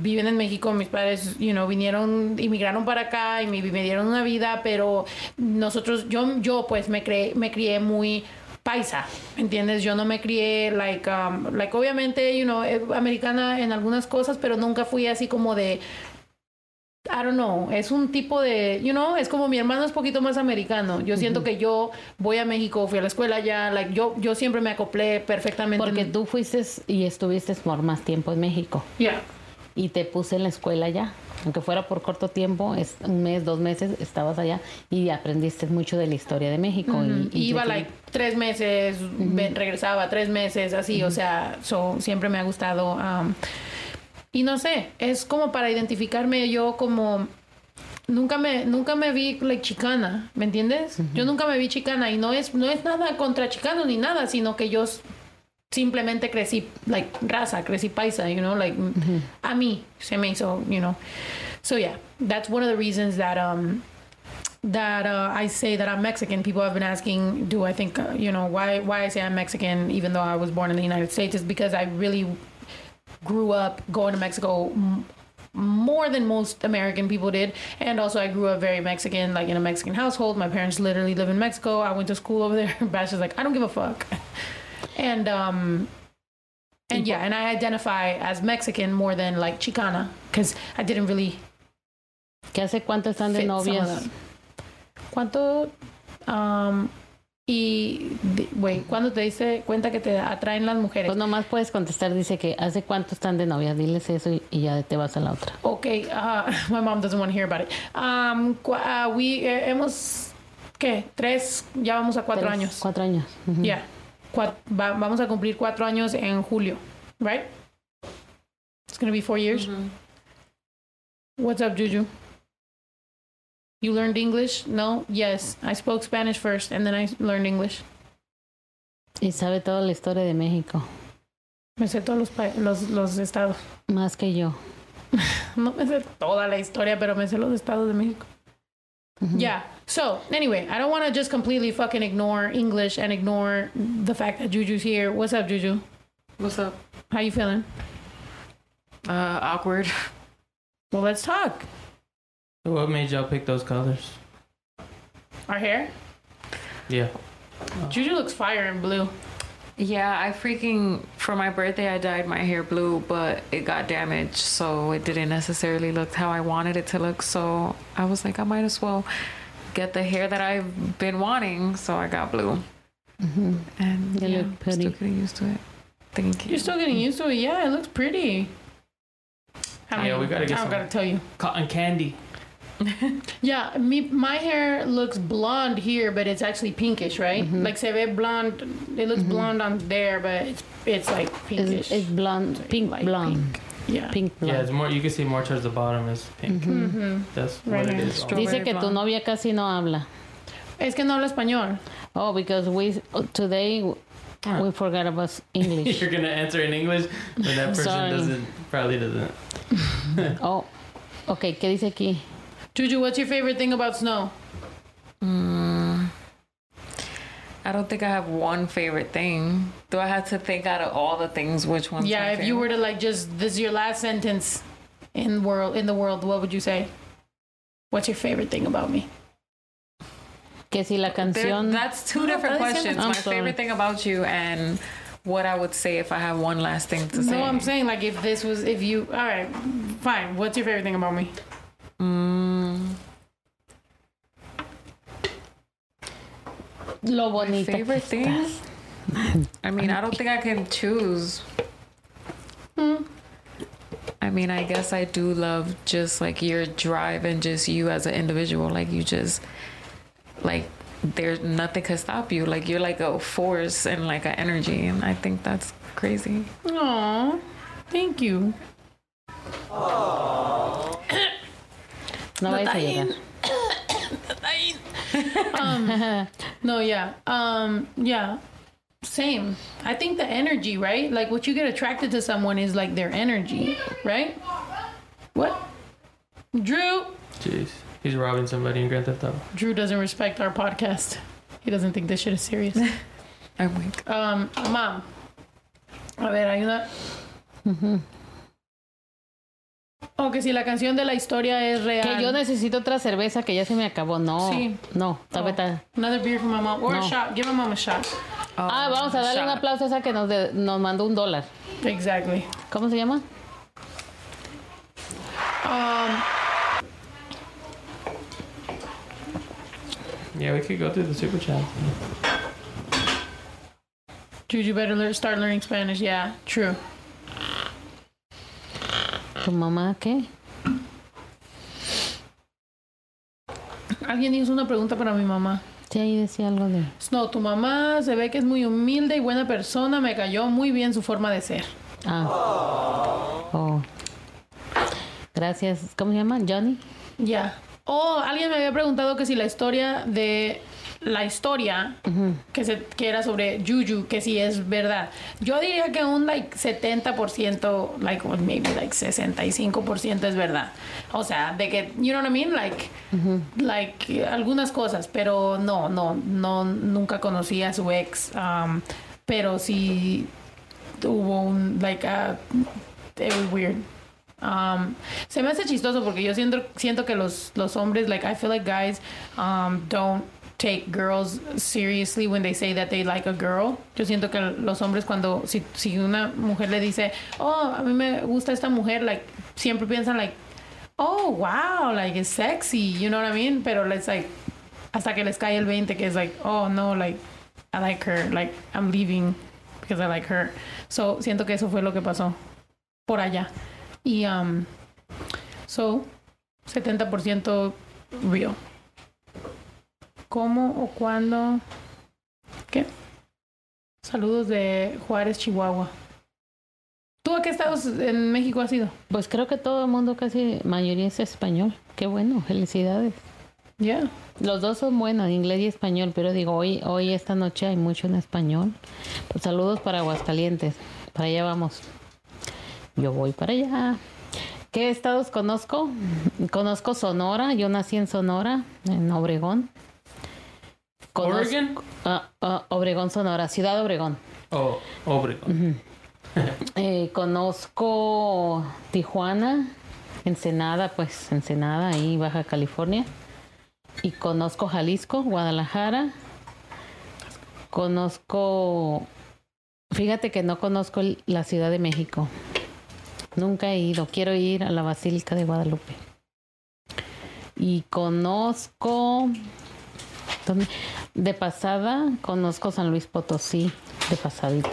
Speaker 1: viven en México, mis padres, you know, vinieron, inmigraron para acá y me, me dieron una vida, pero nosotros, yo, yo pues me, cre, me crié muy paisa, ¿me ¿entiendes? Yo no me crié, like, um, like obviamente, you know, eh, americana en algunas cosas, pero nunca fui así como de I don't know, es un tipo de, you know, es como mi hermano es poquito más americano. Yo siento que yo voy a México, fui a la escuela ya, like yo yo siempre me acoplé perfectamente.
Speaker 2: Porque
Speaker 1: en-
Speaker 2: tú fuiste y estuviste por más tiempo en México.
Speaker 1: Yeah.
Speaker 2: y te puse en la escuela ya. Aunque fuera por corto tiempo, es un mes, dos meses, estabas allá y aprendiste mucho de la historia de México. y- y,
Speaker 1: Iba
Speaker 2: de-
Speaker 1: like tres meses, ven- regresaba tres meses, así, o sea, so, siempre me ha gustado. um, y no sé, es como para identificarme yo como nunca me nunca me vi like chicana, ¿me entiendes? Yo nunca me vi chicana y no es no es nada contra chicano ni nada, sino que yo s- simplemente crecí like raza, crecí paisa, you know, like a mí se me hizo, you know. So yeah, that's one of the reasons that um that uh, I say that I'm Mexican. People have been asking, do I think uh, you know why why I say I'm Mexican, even though I was born in the United States, is because I really grew up going to Mexico. M- more than most American people did, and also I grew up very Mexican, like in a Mexican household. My parents literally live in Mexico. I went to school over there. Bash is like, I don't give a fuck, and um, and yeah, and I identify as Mexican more than like Chicana because I didn't really
Speaker 2: ¿Qué hace cuánto están de
Speaker 1: fit some of
Speaker 2: novias?
Speaker 1: them. ¿Cuánto? um, y, de- güey, ¿cuándo te diste cuenta que te atraen las mujeres?
Speaker 2: Pues nomás puedes contestar, dice que hace cuánto están de novias, diles eso y, y ya te vas a la otra.
Speaker 1: Ok, uh, my mom doesn't want to hear about it. Um, cu- ah, we, eh, hemos, ¿qué? Tres, ya vamos a cuatro
Speaker 2: Tres,
Speaker 1: años.
Speaker 2: Cuatro años.
Speaker 1: Ya.
Speaker 2: Ujú.
Speaker 1: Cua- va- vamos a cumplir cuatro años en julio, right? It's gonna be four years. What's up, Juju? You learned English? No? Yes. I spoke Spanish first and then I learned English.
Speaker 2: Y sabe toda la historia de México,
Speaker 1: Me sé todos los, pa- los, los estados.
Speaker 2: más que yo.
Speaker 1: No me sé toda la historia, pero me sé los estados de México.
Speaker 2: Ujú.
Speaker 1: Yeah. So, anyway, I don't want to just completely fucking ignore English and ignore the fact that Juju's here. What's up, Juju?
Speaker 3: What's up?
Speaker 1: How you feeling?
Speaker 3: Uh, awkward.
Speaker 1: Well, let's talk.
Speaker 4: What made y'all pick those colors?
Speaker 1: Our hair?
Speaker 4: Yeah. Oh.
Speaker 1: Juju looks fire in blue.
Speaker 3: Yeah, I freaking for my birthday I dyed my hair blue, but it got damaged, so it didn't necessarily look how I wanted it to look. So I was like, I might as well get the hair that I've been wanting. So I got blue,
Speaker 2: Ujú.
Speaker 3: and
Speaker 2: Mm-hmm. You
Speaker 3: yeah,
Speaker 2: look
Speaker 3: I'm
Speaker 2: pretty.
Speaker 3: still getting used to it. Thank you.
Speaker 1: You're still getting used to it. Yeah, it looks pretty. I
Speaker 4: Yeah, we gotta get
Speaker 1: I don't
Speaker 4: some-
Speaker 1: gotta tell you.
Speaker 4: Cotton candy.
Speaker 1: Yeah, me, my hair looks blonde here, but it's actually pinkish, right?
Speaker 4: Mm-hmm.
Speaker 1: Like, se ve blonde. It looks blonde on there, but it's, it's like pinkish.
Speaker 2: Es, es blonde, pink,
Speaker 1: Light
Speaker 2: blonde,
Speaker 1: yeah.
Speaker 2: pink,
Speaker 4: Yeah,
Speaker 2: blonde.
Speaker 4: it's more. You can see more towards the bottom is pink.
Speaker 1: Mhm.
Speaker 4: That's
Speaker 1: Right
Speaker 4: what it
Speaker 1: here.
Speaker 4: is.
Speaker 3: Strawberry.
Speaker 2: Dice que tu
Speaker 3: blonde.
Speaker 2: novia casi no habla.
Speaker 1: Es que no habla español.
Speaker 2: Oh, because we today we forgot about English.
Speaker 4: You're gonna answer in English, but that person
Speaker 2: Sorry.
Speaker 4: doesn't. Probably doesn't.
Speaker 2: Oh, ok, ¿qué dice aquí?
Speaker 1: Juju, what's your favorite thing about snow?
Speaker 3: Mm, I don't think I have one favorite thing. Do I have to think out of all the things which one's
Speaker 1: yeah,
Speaker 3: my
Speaker 1: if you
Speaker 3: favorite?
Speaker 1: were to like just this is your last sentence in world in the world, what would you say? What's your favorite thing about me?
Speaker 2: Que si la
Speaker 3: There,
Speaker 2: canción...
Speaker 3: that's two
Speaker 1: No,
Speaker 3: different
Speaker 1: that is-
Speaker 3: questions.
Speaker 2: I'm
Speaker 3: my
Speaker 2: sorry.
Speaker 3: favorite thing about you and what I would say if I have one last thing to say.
Speaker 1: No, I'm saying like if this was if you all right, fine. What's your favorite thing about me?
Speaker 3: Mm,
Speaker 2: Lo
Speaker 3: my
Speaker 2: bonita.
Speaker 3: favorite thing?
Speaker 2: Hmm.
Speaker 3: I mean, I don't think I can choose. I I mean, I guess I do love just like your drive and just you as an individual. Like you just like there's nothing could stop you. Like you're like a force and like an energy, and I think that's crazy.
Speaker 1: Aw, thank you.
Speaker 2: No vayas a
Speaker 1: Natain.
Speaker 2: llorar.
Speaker 1: No, yeah. Um, yeah. Same. I think the energy, right? Like what you get attracted to someone is like their energy, right? What? Drew.
Speaker 4: Jeez. He's robbing somebody in Grand Theft Auto.
Speaker 1: Drew doesn't respect our podcast. He doesn't think this shit is serious.
Speaker 3: I'm weak.
Speaker 1: Um, mom. A ver, hay una. O Oh, que si la canción de la historia es real.
Speaker 2: Que yo necesito otra cerveza que ya se me acabó. No,
Speaker 1: Sí.
Speaker 2: no, está veta.
Speaker 1: Another beer for my mom. Or a
Speaker 2: No.
Speaker 1: shot. Give my mom a shot.
Speaker 2: Ah, vamos a darle un
Speaker 3: shot.
Speaker 2: aplauso a esa que nos, de- nos mandó un dólar.
Speaker 1: Exactly.
Speaker 2: ¿Cómo se llama?
Speaker 1: Um,
Speaker 4: Yeah, we could go through the super chat.
Speaker 1: dude, you better lear- start learning Spanish. Yeah, true.
Speaker 2: ¿Tu mamá qué?
Speaker 1: Alguien hizo una pregunta para mi mamá.
Speaker 2: Sí, ahí decía algo de.
Speaker 1: Snow, tu mamá se ve que es muy humilde y buena persona. Me cayó muy bien su forma de ser.
Speaker 2: Ah. Oh. Gracias. ¿Cómo se llama? Johnny.
Speaker 1: Ya. Oh, alguien me había preguntado que si la historia de la historia que, se, que era sobre Juju, que si es verdad. Yo diría que un like 70%, like or maybe like 65% es verdad. O sea, de que you know what I mean, like like eh, algunas cosas, pero no, no, no nunca conocí a su ex, um, pero sí hubo un like a it was weird. Um, se me hace chistoso porque yo siento, siento que los, los hombres, like, I feel like guys um, don't take girls seriously when they say that they like a girl. Yo siento que los hombres cuando, si, si una mujer le dice, oh, a mí me gusta esta mujer, like, siempre piensan, like, oh, wow, like, it's sexy, you know what I mean? Pero it's like, hasta que les cae el 20, que es like, oh, no, like, I like her, like, I'm leaving because I like her. So, siento que eso fue lo que pasó por allá. Y, um, so, 70% real. ¿Cómo o cuándo? ¿Qué? Saludos de Juárez, Chihuahua. ¿Tú a qué estados en México has ido?
Speaker 2: Pues creo que todo el mundo, casi mayoría es español. Qué bueno, felicidades.
Speaker 1: Yeah.
Speaker 2: Los dos son buenos, inglés y español, pero digo, hoy, hoy esta noche hay mucho en español. Pues saludos para Aguascalientes. Para allá vamos. Yo voy para allá. ¿Qué estados conozco? Conozco Sonora. Yo nací en Sonora, en Obregón. Conozco-
Speaker 4: Oregon?
Speaker 2: Ah, ah, Obregón, Sonora, Ciudad Obregón.
Speaker 4: Oh, Obregón.
Speaker 1: Mm-hmm.
Speaker 2: Eh, conozco Tijuana, Ensenada, pues Ensenada, ahí Baja California. Y conozco Jalisco, Guadalajara. Conozco, fíjate que no conozco el- la Ciudad de México. Nunca he ido, quiero ir a la Basílica de Guadalupe. Y conozco, ¿dónde? de pasada, conozco San Luis Potosí, de pasadita.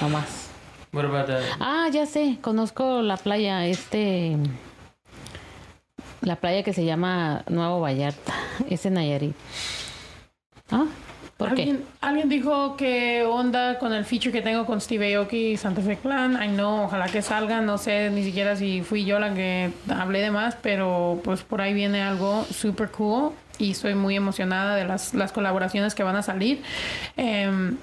Speaker 2: No más.
Speaker 4: What about that?
Speaker 2: Ah, ya sé, conozco la playa, este. La playa que se llama Nuevo Vallarta. Es en Nayarit. Ah, ¿por qué?
Speaker 1: ¿Alguien, alguien dijo que onda con el feature que tengo con Steve Aoki y Santa Fe Clan. Ay, no, ojalá que salga. No sé ni siquiera si fui yo la que hablé de más, pero pues por ahí viene algo super cool y estoy muy emocionada de las, las colaboraciones que van a salir. Em,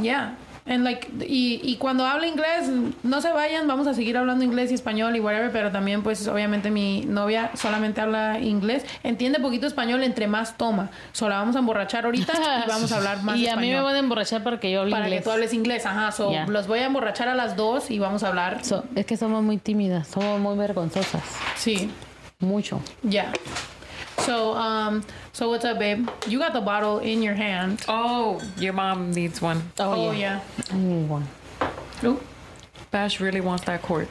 Speaker 1: Yeah. And like, y, y cuando hablo inglés, no se vayan, vamos a seguir hablando inglés y español y whatever, pero también pues obviamente mi novia solamente habla inglés, entiende poquito español entre más toma. So la vamos a emborrachar ahorita y vamos a hablar más
Speaker 2: Y a
Speaker 1: español.
Speaker 2: mí me van a emborrachar para que yo hable
Speaker 1: para
Speaker 2: inglés.
Speaker 1: que tú hables inglés, ajá. So
Speaker 2: Ya.
Speaker 1: los voy a emborrachar a las dos y vamos a hablar.
Speaker 2: So- es que somos muy tímidas, somos muy vergonzosas.
Speaker 1: Sí.
Speaker 2: Mucho.
Speaker 1: Yeah. So um so what's up, babe? You got the bottle in your hand.
Speaker 3: Oh, your mom needs one.
Speaker 1: Oh, yeah.
Speaker 2: I need one.
Speaker 1: Oop.
Speaker 3: Bash really wants that cork.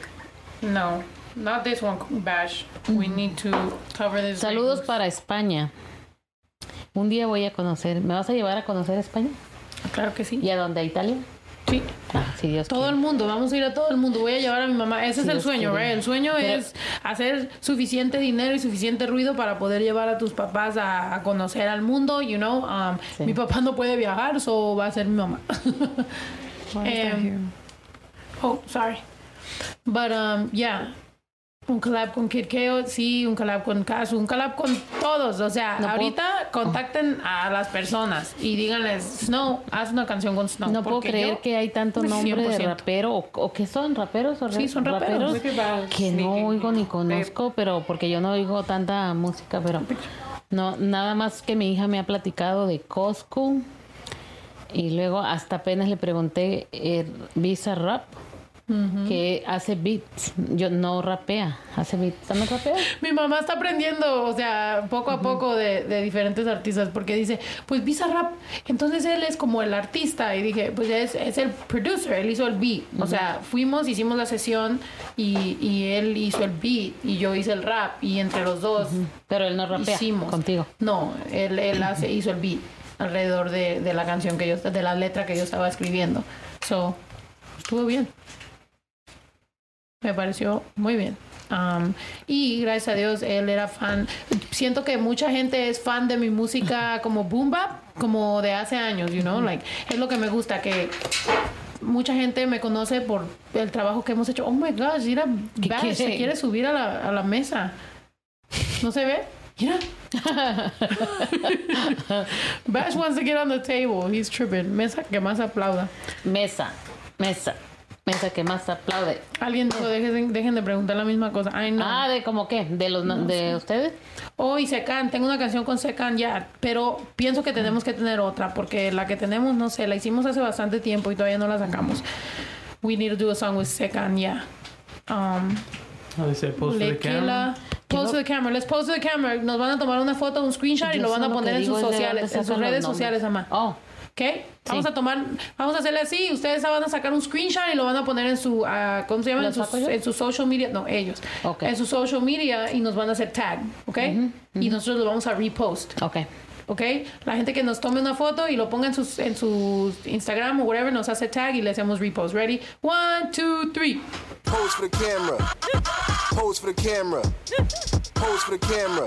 Speaker 1: No. Not this one, Bash. We need to cover this.
Speaker 2: Mm. Saludos para España. Un día voy a conocer. ¿Me vas a llevar a conocer España?
Speaker 1: Claro que sí.
Speaker 2: ¿Y a dónde? ¿A Italia?
Speaker 1: Sí.
Speaker 2: Ah, si Dios
Speaker 1: Todo el
Speaker 2: quiere.
Speaker 1: mundo, vamos a ir a todo el mundo. Voy a llevar a mi mamá. Ese
Speaker 2: Si
Speaker 1: es el
Speaker 2: Dios
Speaker 1: sueño,
Speaker 2: quiere.
Speaker 1: ¿verdad? El sueño
Speaker 2: Pero-
Speaker 1: es hacer suficiente dinero y suficiente ruido para poder llevar a tus papás a, a conocer al mundo, you know. Um,
Speaker 2: Sí.
Speaker 1: Mi papá no puede viajar, so va a ser mi mamá.
Speaker 3: Why is
Speaker 2: Eh,
Speaker 3: that
Speaker 1: Um,
Speaker 3: here?
Speaker 1: Oh, sorry. But um, yeah. Un collab con Kid Keo, sí, un collab con Casu, un collab con todos. O sea,
Speaker 2: No puedo-
Speaker 1: ahorita contacten a las personas y díganles, Snow, haz una canción con Snow.
Speaker 2: No puedo
Speaker 1: porque
Speaker 2: creer
Speaker 1: yo-
Speaker 2: que hay tanto nombre de
Speaker 1: 100%.
Speaker 2: rapero o, o que son raperos o
Speaker 1: Sí, son raperos.
Speaker 3: Look at Val
Speaker 2: que no
Speaker 3: sneaking.
Speaker 2: oigo ni conozco, pero porque yo no oigo tanta música, pero no nada más que mi hija me ha platicado de Costco y luego hasta apenas le pregunté eh, Visa Rap que hace beats, yo no rapea, hace beats, ¿no rapea?
Speaker 1: Mi mamá está aprendiendo, o sea, poco a poco de, de diferentes artistas, porque dice, pues Bizarrap, entonces él es como el artista, y dije, pues es, es el producer, él hizo el beat, o sea, fuimos, hicimos la sesión, y, y él hizo el beat, y yo hice el rap, y entre los dos
Speaker 2: Pero él no rapea
Speaker 1: hicimos.
Speaker 2: contigo.
Speaker 1: No, él, él hace, hizo el beat alrededor de, de la canción que yo, de la letra que yo estaba escribiendo, so, estuvo bien. Me pareció muy bien. Am, y gracias a Dios él era fan. Siento que mucha gente es fan de mi música como boom bap, como de hace años, you know, like es lo que me gusta que mucha gente me conoce por el trabajo que hemos hecho. Oh my gosh, mira,
Speaker 2: ¿Qué
Speaker 1: Bash
Speaker 2: quiere?
Speaker 1: se quiere subir a la, a la mesa. ¿No se ve? Mira. Bash wants to get on the table. He's tripping. Mesa que más aplauda.
Speaker 2: Mesa, mesa, mesa que más aplaude.
Speaker 1: Alguien dijo, dejen, dejen de preguntar la misma cosa. Ay, no.
Speaker 2: Ah, de como qué, de los de ustedes.
Speaker 1: Hoy Secan, tengo una canción con Secan ya, pero pienso que tenemos que tener otra porque la que tenemos, no sé, la hicimos hace bastante tiempo y todavía no la sacamos. We need to do a song with Secan, yeah. Um,
Speaker 4: How they say post to the camera.
Speaker 1: Lequila. Post to the camera, let's post to the camera. Nos van a tomar una foto, un screenshot y
Speaker 2: Yo
Speaker 1: lo van a
Speaker 2: solo
Speaker 1: poner
Speaker 2: que
Speaker 1: en sus
Speaker 2: digo es de dónde
Speaker 1: sociales, en sus
Speaker 2: sacan los
Speaker 1: redes
Speaker 2: nombres.
Speaker 1: sociales, amá.
Speaker 2: Oh,
Speaker 1: ¿Ok? Vamos a tomar, vamos a hacerle así, ustedes van a sacar un screenshot y lo van a poner en su, ah, ¿cómo se llama?
Speaker 2: ¿Lo
Speaker 1: En sus,
Speaker 2: saco yo?
Speaker 1: en sus social media, no, ellos.
Speaker 2: Ok.
Speaker 1: En su social media y nos van a hacer tag, ¿ok? Y nosotros lo vamos a repost,
Speaker 2: ok.
Speaker 1: ¿ok? La gente que nos tome una foto y lo ponga en sus, en su Instagram o whatever, nos hace tag y le hacemos repost. ¿Ready? One, two, three.
Speaker 5: Pose for the camera. Pose for the camera. Pose for the camera.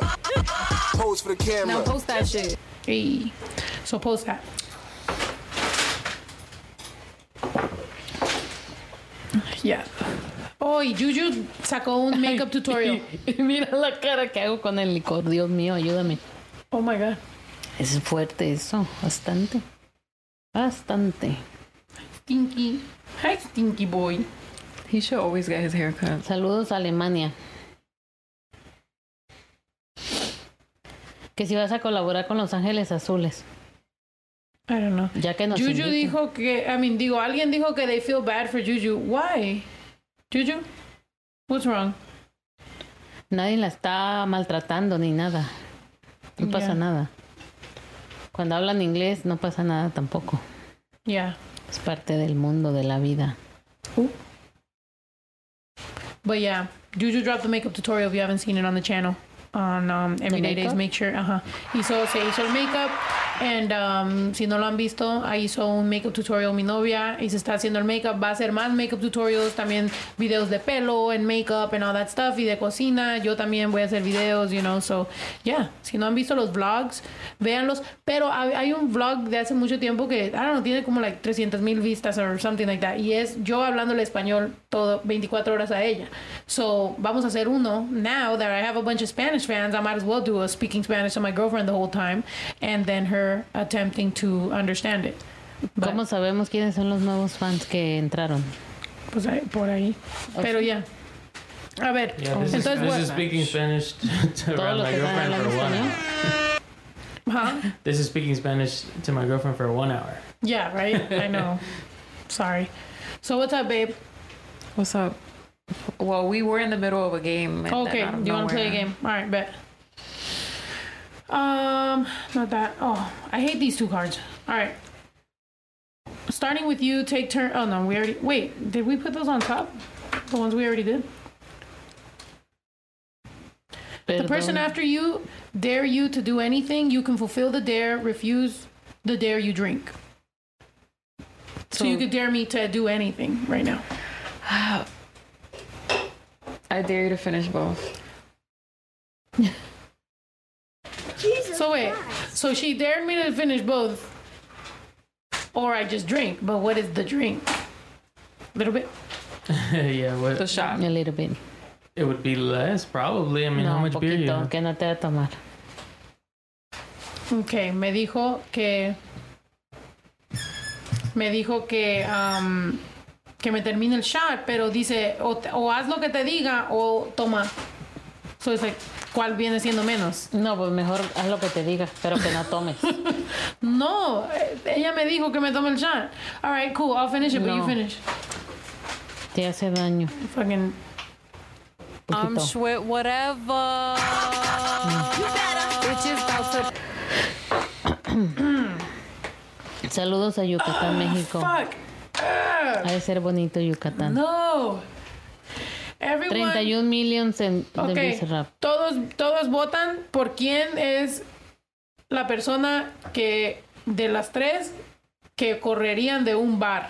Speaker 5: Pose for the
Speaker 3: Now
Speaker 5: camera.
Speaker 3: post that shit.
Speaker 1: Hey. So post that. Yeah. Oh, y Juju sacó un makeup tutorial.
Speaker 2: Mira la cara que hago con el licor, Dios mío, ayúdame.
Speaker 1: Oh my god.
Speaker 2: Es fuerte eso, bastante. Bastante.
Speaker 1: Stinky. Hi, Stinky Boy.
Speaker 3: He should always get his hair cut.
Speaker 2: Saludos a Alemania. Que si vas a colaborar con Los Ángeles Azules,
Speaker 1: I don't know.
Speaker 2: ya que nos
Speaker 1: Juju
Speaker 2: invitan.
Speaker 1: dijo que, I mean, digo, alguien dijo que they feel bad for Juju. Why? Juju? What's wrong?
Speaker 2: nadie la está maltratando ni nada. No
Speaker 1: Ya.
Speaker 2: pasa nada. Cuando hablan inglés no pasa nada tampoco.
Speaker 1: Yeah.
Speaker 2: Es parte del mundo de la vida.
Speaker 1: But yeah, Juju dropped the makeup tutorial if you haven't seen it on the channel on um, Everyday Days.
Speaker 2: makeup?
Speaker 1: Make sure, ajá. Hizo, se hizo el makeup and um, si no lo han visto, ahí hizo un makeup tutorial mi novia y se está haciendo el makeup. Va a hacer más makeup tutorials, también videos de pelo and makeup and all that stuff y de cocina. Yo también voy a hacer videos, you know. So yeah, si no han visto los vlogs, véanlos. Pero hay hay un vlog de hace mucho tiempo que, I don't know, tiene como like 300 mil vistas or something like that. Y es yo hablándole español todo 24 horas a ella. So, vamos a hacer uno. Now that I have a bunch of Spanish fans, I might as well do a speaking Spanish to my girlfriend the whole time and then her attempting to understand it. But,
Speaker 2: ¿Cómo sabemos quiénes son los nuevos fans que entraron?
Speaker 1: Pues ahí- por ahí. Pero ya. A ver,
Speaker 4: Yeah, this, is,
Speaker 1: entonces,
Speaker 4: this is
Speaker 1: bueno,
Speaker 4: speaking Spanish to, to
Speaker 2: Todos
Speaker 4: around
Speaker 2: los
Speaker 4: my
Speaker 2: que están
Speaker 4: girlfriend
Speaker 2: hablando
Speaker 4: for one.
Speaker 2: español.
Speaker 4: hour.
Speaker 1: Huh?
Speaker 4: This is speaking Spanish to my girlfriend for one hour.
Speaker 1: Yeah, right? I know. Sorry. So, what's up, babe?
Speaker 3: What's up? Well, we were in the middle of a game. and then
Speaker 1: Okay,
Speaker 3: out of
Speaker 1: do you want to play a
Speaker 3: nowhere-
Speaker 1: game? All right, bet. Um, not that. Oh, I hate these two cards. All right. Starting with you, take turn. Oh no, we already. Wait, did we put those on top? The ones we already did. The person
Speaker 2: Perdón.
Speaker 1: after you dare you to do anything. You can fulfill the dare. Refuse the dare you drink. So you could dare me to do anything right now.
Speaker 3: I dare you to finish both.
Speaker 6: Jesus.
Speaker 1: So wait, so she dared me to finish both, or I just drink. But what is the drink? little bit.
Speaker 4: yeah,
Speaker 3: The
Speaker 4: what,
Speaker 3: shot.
Speaker 2: A little bit.
Speaker 4: it would be less probably. I mean,
Speaker 2: no,
Speaker 4: how
Speaker 2: un
Speaker 4: much beer you
Speaker 2: poquito,
Speaker 4: have?
Speaker 2: que no te va a tomar.
Speaker 1: Okay, me dijo que me dijo que um, que me termine el shot, pero dice o, te- o haz lo que te diga o toma. So it's like, ¿cuál viene siendo menos?
Speaker 2: No, pues mejor haz lo que te diga, pero que no tomes.
Speaker 1: No, eh, ella me dijo que me tome el shot. All right, cool, I'll finish it, but you
Speaker 2: No.
Speaker 1: finish.
Speaker 2: te hace daño.
Speaker 1: Fucking
Speaker 3: I'm
Speaker 2: Poquito.
Speaker 3: Schwit, whatever. Which is about to
Speaker 2: Saludos a Yucatán, México.
Speaker 1: Ah, fuck.
Speaker 2: Ha de ser bonito Yucatán.
Speaker 1: No. Everyone
Speaker 2: 31 millions en, de
Speaker 1: Ok,
Speaker 2: Bizarrap.
Speaker 1: todos, todos votan por quién es la persona que de las tres que correrían de un bar.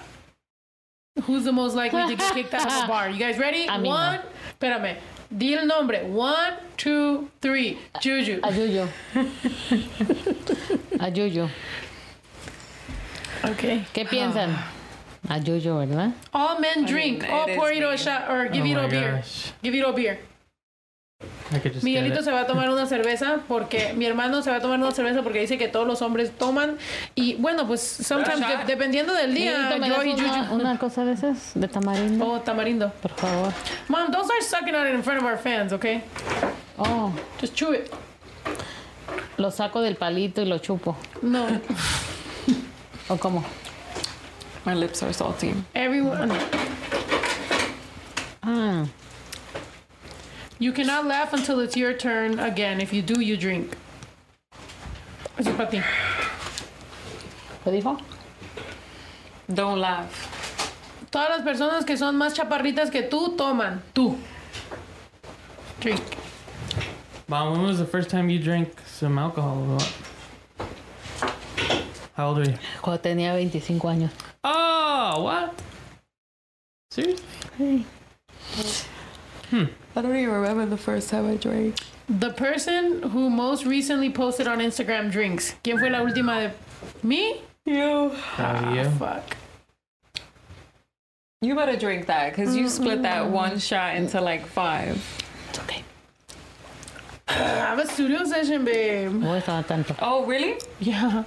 Speaker 1: Who's the most likely to get kicked out of a bar? You guys ready?
Speaker 2: A mí no.
Speaker 1: One, espérame, di el nombre. One, two, three. Juju.
Speaker 2: A Yuyo. A Yuyo.
Speaker 1: Okay.
Speaker 2: ¿Qué piensan? A Yuyo, ¿verdad?
Speaker 1: All men drink.
Speaker 3: mean,
Speaker 1: All
Speaker 3: it
Speaker 1: pour
Speaker 3: is
Speaker 1: it a
Speaker 3: me.
Speaker 1: shot or give
Speaker 4: Oh
Speaker 1: it
Speaker 4: my
Speaker 1: a beer.
Speaker 4: gosh.
Speaker 1: Give it a beer.
Speaker 4: I could just get
Speaker 1: Miguelito
Speaker 4: it.
Speaker 1: se va a tomar una cerveza porque mi hermano se va a tomar una cerveza porque dice que todos los hombres toman y bueno pues sometimes de- dependiendo del día
Speaker 2: Miguelito, ¿me
Speaker 1: yo
Speaker 2: das
Speaker 1: y
Speaker 2: una,
Speaker 1: Juju
Speaker 2: una cosa de esas? ¿De tamarindo?
Speaker 1: oh tamarindo
Speaker 2: Por favor.
Speaker 1: mom don't start sucking on it in front of our fans okay
Speaker 2: Oh,
Speaker 1: just chew it
Speaker 2: lo saco del palito y lo chupo.
Speaker 1: no
Speaker 2: ¿O cómo?
Speaker 3: My lips are salty.
Speaker 1: everyone
Speaker 2: Ah,
Speaker 1: you cannot laugh until it's your turn again if you do you drink eso es para ti
Speaker 2: ¿lo dijo?
Speaker 3: Don't laugh.
Speaker 1: todas las personas que son más chaparritas que tú toman tú drink
Speaker 4: Mom, when was the first time you drank some alcohol? How old are you?
Speaker 2: Cuando tenía 25 años.
Speaker 4: Oh, what? Seriously?
Speaker 3: I don't even remember the first time I drank.
Speaker 1: The person who most recently posted on Instagram drinks. ¿Quién fue la última de me?
Speaker 3: You.
Speaker 4: Oh, you?
Speaker 1: Fuck.
Speaker 3: You better drink that because you split that one shot into like five.
Speaker 2: It's okay.
Speaker 1: Have a studio session, babe.
Speaker 2: No estaba tanto.
Speaker 3: Oh, really?
Speaker 1: Yeah.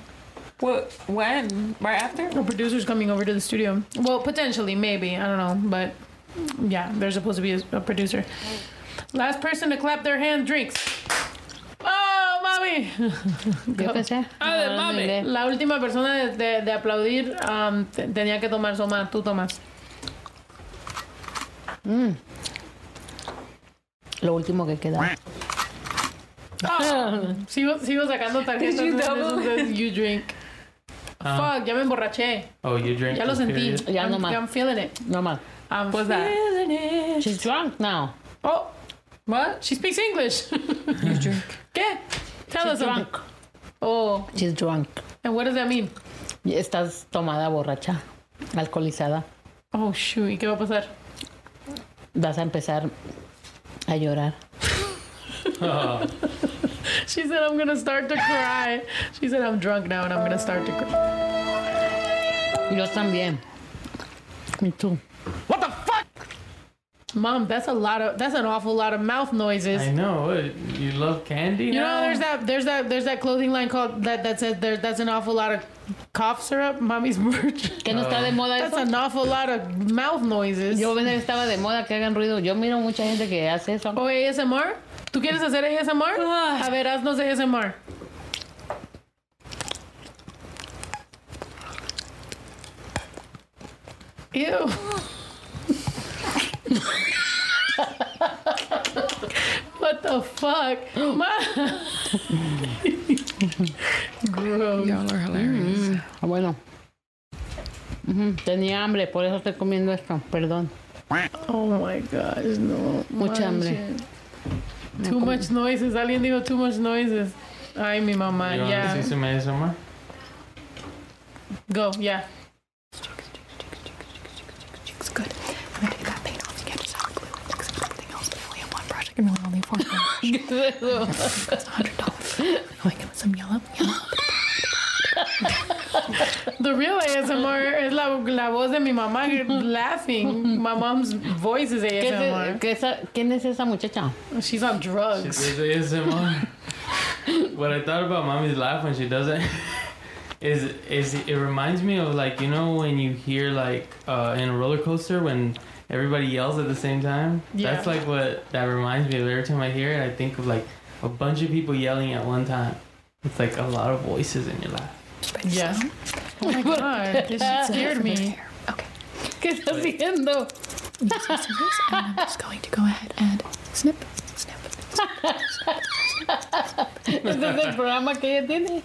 Speaker 3: What? When? Right after?
Speaker 1: The producer's coming over to the studio. Well, potentially, maybe. I don't know. But yeah, there's supposed to be a, a producer. Last person to clap their hand drinks. Oh, mommy.
Speaker 2: Yo qué sé.
Speaker 1: Ah, de
Speaker 2: Hablando
Speaker 1: mame.
Speaker 2: inglés.
Speaker 1: La última persona de, de- de aplaudir um, te- tenía que tomar Soma. Tú tomas.
Speaker 2: Lo último que queda.
Speaker 1: Ah, sigo, sigo sacando tarjetas.
Speaker 3: Did you
Speaker 1: de
Speaker 3: double?
Speaker 1: esos de You drink.
Speaker 4: Ah.
Speaker 1: Fuck, ya me emborraché.
Speaker 4: Oh, you drink.
Speaker 1: Ya lo sentí.
Speaker 4: period?
Speaker 2: Ya
Speaker 1: I'm,
Speaker 2: no más.
Speaker 1: I'm feeling it.
Speaker 2: No más.
Speaker 1: I'm
Speaker 3: What's that?
Speaker 1: feeling it.
Speaker 2: She's drunk now.
Speaker 1: Oh,
Speaker 3: What?
Speaker 1: she speaks English.
Speaker 3: You drink.
Speaker 1: ¿Qué? Tell us
Speaker 2: She's
Speaker 1: something.
Speaker 2: drunk.
Speaker 1: Oh,
Speaker 2: She's drunk.
Speaker 1: and what does that mean?
Speaker 2: Y Estás tomada, borracha, alcoholizada.
Speaker 1: Oh, shoot. ¿Y qué va a pasar?
Speaker 2: Vas a empezar a llorar.
Speaker 4: Oh,
Speaker 1: She said, I'm gonna start to cry. She said, I'm drunk now and I'm gonna start to cry.
Speaker 2: Yo también. Me too.
Speaker 1: Mom, that's a lot of, that's an awful lot of mouth noises.
Speaker 4: I know. What, You love candy?
Speaker 1: You know,
Speaker 4: now?
Speaker 1: there's that, there's that, there's that clothing line called that. That says there, that's an awful lot of cough syrup. Mommy's merch.
Speaker 2: ¿Qué no está de moda
Speaker 1: That's
Speaker 2: eso?
Speaker 1: an awful lot of mouth noises.
Speaker 2: Yo ven, estaba de moda que hagan ruido. Yo miro mucha gente que hace eso.
Speaker 1: ¿O ASMR? ¿Tú quieres hacer ASMR? A ver, haznos ASMR. Ew. What the fuck? Ma- Gross.
Speaker 3: Y'all are hilarious.
Speaker 2: Ah, Bueno. Ujú, Tenía hambre, por eso estoy comiendo esto. Perdón.
Speaker 1: Oh my gosh, no.
Speaker 2: Mucha hambre.
Speaker 1: Manches. Too much noises. Alguien dijo too much noises. Ay, mi mamá,
Speaker 4: You
Speaker 1: ya.
Speaker 4: want to see some ASMR?
Speaker 1: Go, yeah. phone. It's hundred dollars. Oh my god, some yellow. The real ASMR es la, la voz de mi mamá laughing. My mom's voice is
Speaker 2: ¿Qué es-
Speaker 1: ASMR.
Speaker 2: qué es- ¿Quién es esa muchacha?
Speaker 1: She's on
Speaker 4: She
Speaker 1: drugs.
Speaker 4: did the ASMR. what I thought about mommy's laugh when she does it is is it reminds me of like you know when you hear like uh, in a roller coaster when everybody yells at the same time.
Speaker 1: Yeah.
Speaker 4: That's like what that reminds me of. Every time I hear it, I think of like a bunch of people yelling at one time. It's like a lot of voices in your laugh.
Speaker 1: Yeah. Oh my god, this shit scared me.
Speaker 7: Okay.
Speaker 2: ¿Qué está haciendo?
Speaker 7: Use my scissors, and I'm just going to go ahead and snip, snip.
Speaker 2: Este es el programa que ella tiene.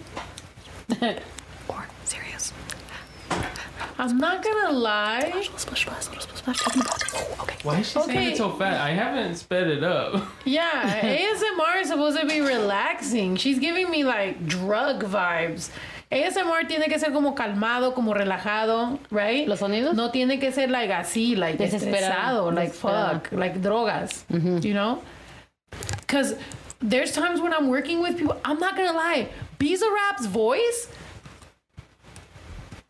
Speaker 7: Or serious.
Speaker 1: I'm not gonna lie.
Speaker 7: Little splash, splash, little splash, splash. Taking a bath. Oh, okay.
Speaker 4: Why is she saying
Speaker 1: Okay.
Speaker 4: it so fast? I haven't sped it up.
Speaker 1: Yeah, ASMR is supposed to be relaxing. She's giving me like drug vibes. ASMR tiene que ser como calmado, como relajado, right?
Speaker 2: ¿Los sonidos?
Speaker 1: No tiene que ser like así, like
Speaker 2: Desesperado,
Speaker 1: desesperado, like
Speaker 2: desesperado.
Speaker 1: fuck, like drogas, you know? Because there's times when I'm working with people, I'm not gonna lie, Bizarrap's voice.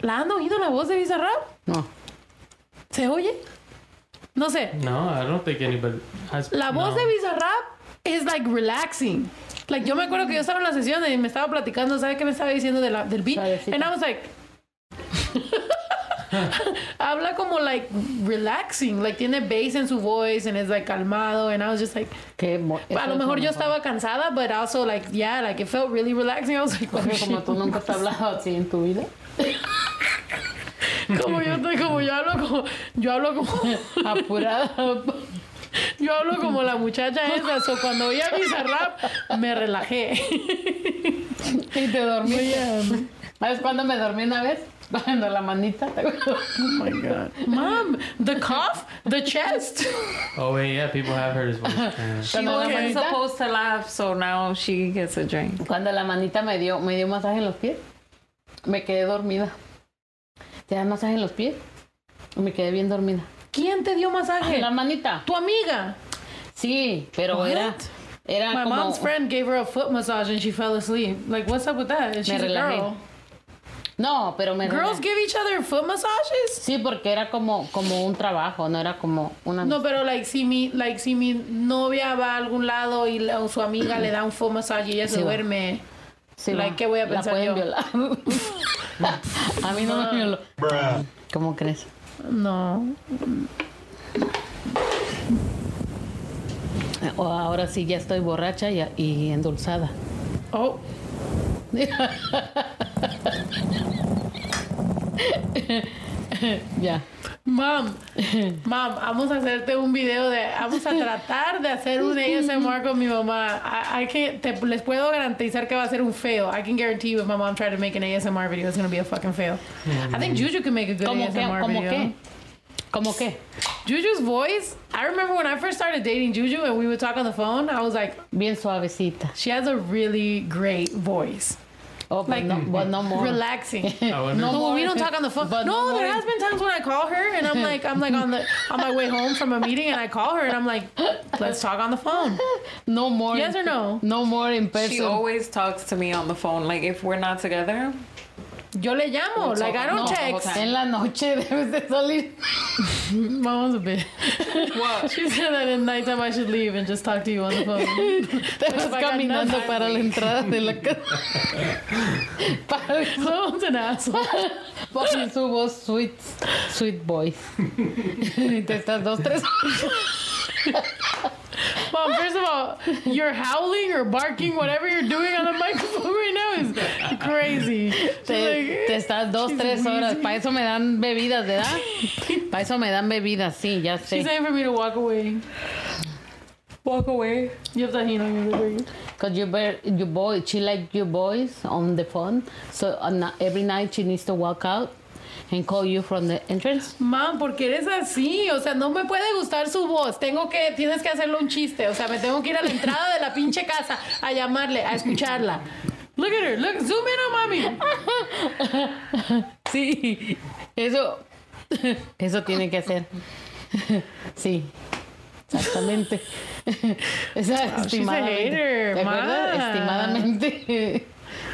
Speaker 1: ¿La han oído la voz de Bizarrap?
Speaker 2: No.
Speaker 1: ¿Se oye? No sé.
Speaker 4: No, I don't think anybody has.
Speaker 1: La voz
Speaker 4: no.
Speaker 1: de Bizarrap es like relaxing. Like yo me acuerdo que yo estaba en la sesión y me estaba platicando, ¿sabe qué me estaba diciendo de la- del beat?
Speaker 2: Suavecito.
Speaker 1: And I was like Habla como like relaxing, like tiene bass en su voice and it's like calmado and I was just like
Speaker 2: Qué mo-
Speaker 1: a
Speaker 2: eso
Speaker 1: lo
Speaker 2: es
Speaker 1: mejor yo estaba cansada, but also like yeah, like it felt really relaxing. I was like, oh,
Speaker 2: Porque como
Speaker 1: shit.
Speaker 2: tú nunca has hablado así en tu vida.
Speaker 1: como yo como yo hablo como yo hablo como
Speaker 2: Apurada.
Speaker 1: Yo hablo como la muchacha esa, so cuando oía Bizarrap me relajé.
Speaker 2: Y te dormí. ¿Sabes cuándo me dormí una vez? Cuando la manita. ¿te acuerdas?
Speaker 1: Oh my god. Mom, the cough, the chest.
Speaker 4: Oh wait, yeah, people have heard his voice. Yeah.
Speaker 3: She
Speaker 2: Cuando la
Speaker 3: wasn't
Speaker 2: manita,
Speaker 3: supposed to laugh, so now she gets a drink.
Speaker 2: cuando la manita me dio, me dio masaje en los pies, me quedé dormida. ¿Te dan masaje en los pies? Y Me quedé bien dormida.
Speaker 1: ¿Quién te dio masaje?
Speaker 2: La manita.
Speaker 1: Tu amiga.
Speaker 2: Sí, pero
Speaker 1: What?
Speaker 2: era era
Speaker 1: My
Speaker 2: Ah, como
Speaker 1: mom's friend gave her a foot massage and she fell asleep. Like, what's up with that? She's a
Speaker 2: relajé.
Speaker 1: girl.
Speaker 2: No, pero me
Speaker 1: Girls give each other foot massages?
Speaker 2: Sí, porque era como como un trabajo, no era como una
Speaker 1: No, pero like si mi, like, si mi novia va a algún lado y la- su amiga le da un foot massage y ella se
Speaker 2: Sí, va.
Speaker 1: duerme.
Speaker 2: Sí,
Speaker 1: like, ¿qué voy a pensar
Speaker 2: La pueden
Speaker 1: yo?
Speaker 2: violar. a mí no me violó. ¿Cómo crees?
Speaker 1: No.
Speaker 2: O ahora sí ya estoy borracha y, y endulzada.
Speaker 1: Oh.
Speaker 2: Ya.
Speaker 1: Mom, mom, vamos a hacerte un video de, vamos a tratar de hacer un ASMR con mi mamá. I, I can't, te, les puedo garantizar que va a ser un fail. I can guarantee you if my mom tried to make an ASMR video, it's gonna be a fucking fail. I think Juju can make a good
Speaker 2: ¿Cómo qué?
Speaker 1: ASMR
Speaker 2: ¿Cómo
Speaker 1: video.
Speaker 2: qué? ¿Cómo qué?
Speaker 1: Juju's voice. I remember when I first started dating Juju and we would talk on the phone. I was like,
Speaker 2: Bien suavecita.
Speaker 1: she has a really great voice,
Speaker 2: Oh, but
Speaker 1: Like-
Speaker 2: no, but no more.
Speaker 1: relaxing.
Speaker 4: I wonder-
Speaker 1: No,
Speaker 2: more.
Speaker 1: we don't talk on the phone.
Speaker 2: But
Speaker 1: no,
Speaker 2: no
Speaker 1: there
Speaker 2: more.
Speaker 1: has been times when I call her and I'm like, I'm like on the on my way home from a meeting and I call her and I'm like, let's talk on the phone.
Speaker 2: No more.
Speaker 1: Yes or no?
Speaker 2: No more in
Speaker 3: She
Speaker 2: person.
Speaker 3: always talks to me on the phone. Like if we're not together,
Speaker 1: Yo le llamo. Like I don't
Speaker 3: No, the whole
Speaker 1: text.
Speaker 3: time.
Speaker 2: En la noche debes de salir.
Speaker 1: Mom's a bitch.
Speaker 3: What?
Speaker 1: She said that at nighttime I should leave and just talk to you on the phone.
Speaker 2: Te vas
Speaker 1: vayan
Speaker 2: caminando
Speaker 1: dando.
Speaker 2: para la entrada de la casa. para
Speaker 1: Mom's an asshole.
Speaker 2: Ponen su voz sweet, sweet voice. y te estás dos, tres.
Speaker 1: Mom, first of all, you're howling or barking, whatever you're doing on the microphone right now is crazy. She's
Speaker 2: Te, te
Speaker 1: like,
Speaker 2: estás dos,
Speaker 1: She's
Speaker 2: tres horas.
Speaker 1: wheezy.
Speaker 2: Para eso me dan bebidas, ¿verdad? Para eso me dan bebidas, sí, ya
Speaker 1: she's
Speaker 2: sé.
Speaker 1: saying for me to walk away.
Speaker 3: walk away.
Speaker 1: You have to hang on your baby.
Speaker 2: Because you, bear- you boy, she like your voice on the phone. So on, a- every night she needs to walk out and call you from the entrance.
Speaker 1: Mam, porque eres así, o sea, no me puede gustar su voz. Tengo que, tienes que hacerle un chiste, o sea, me tengo que ir a la entrada de la pinche casa a llamarle, a escucharla. Look at her, look, zoom in on mami.
Speaker 2: Sí, eso, eso tiene que hacer. Sí, exactamente. Esa
Speaker 1: Ah, she's a
Speaker 2: estimadamente.
Speaker 1: hater,
Speaker 2: ¿Te acuerdas?
Speaker 1: ma.
Speaker 2: Estimadamente.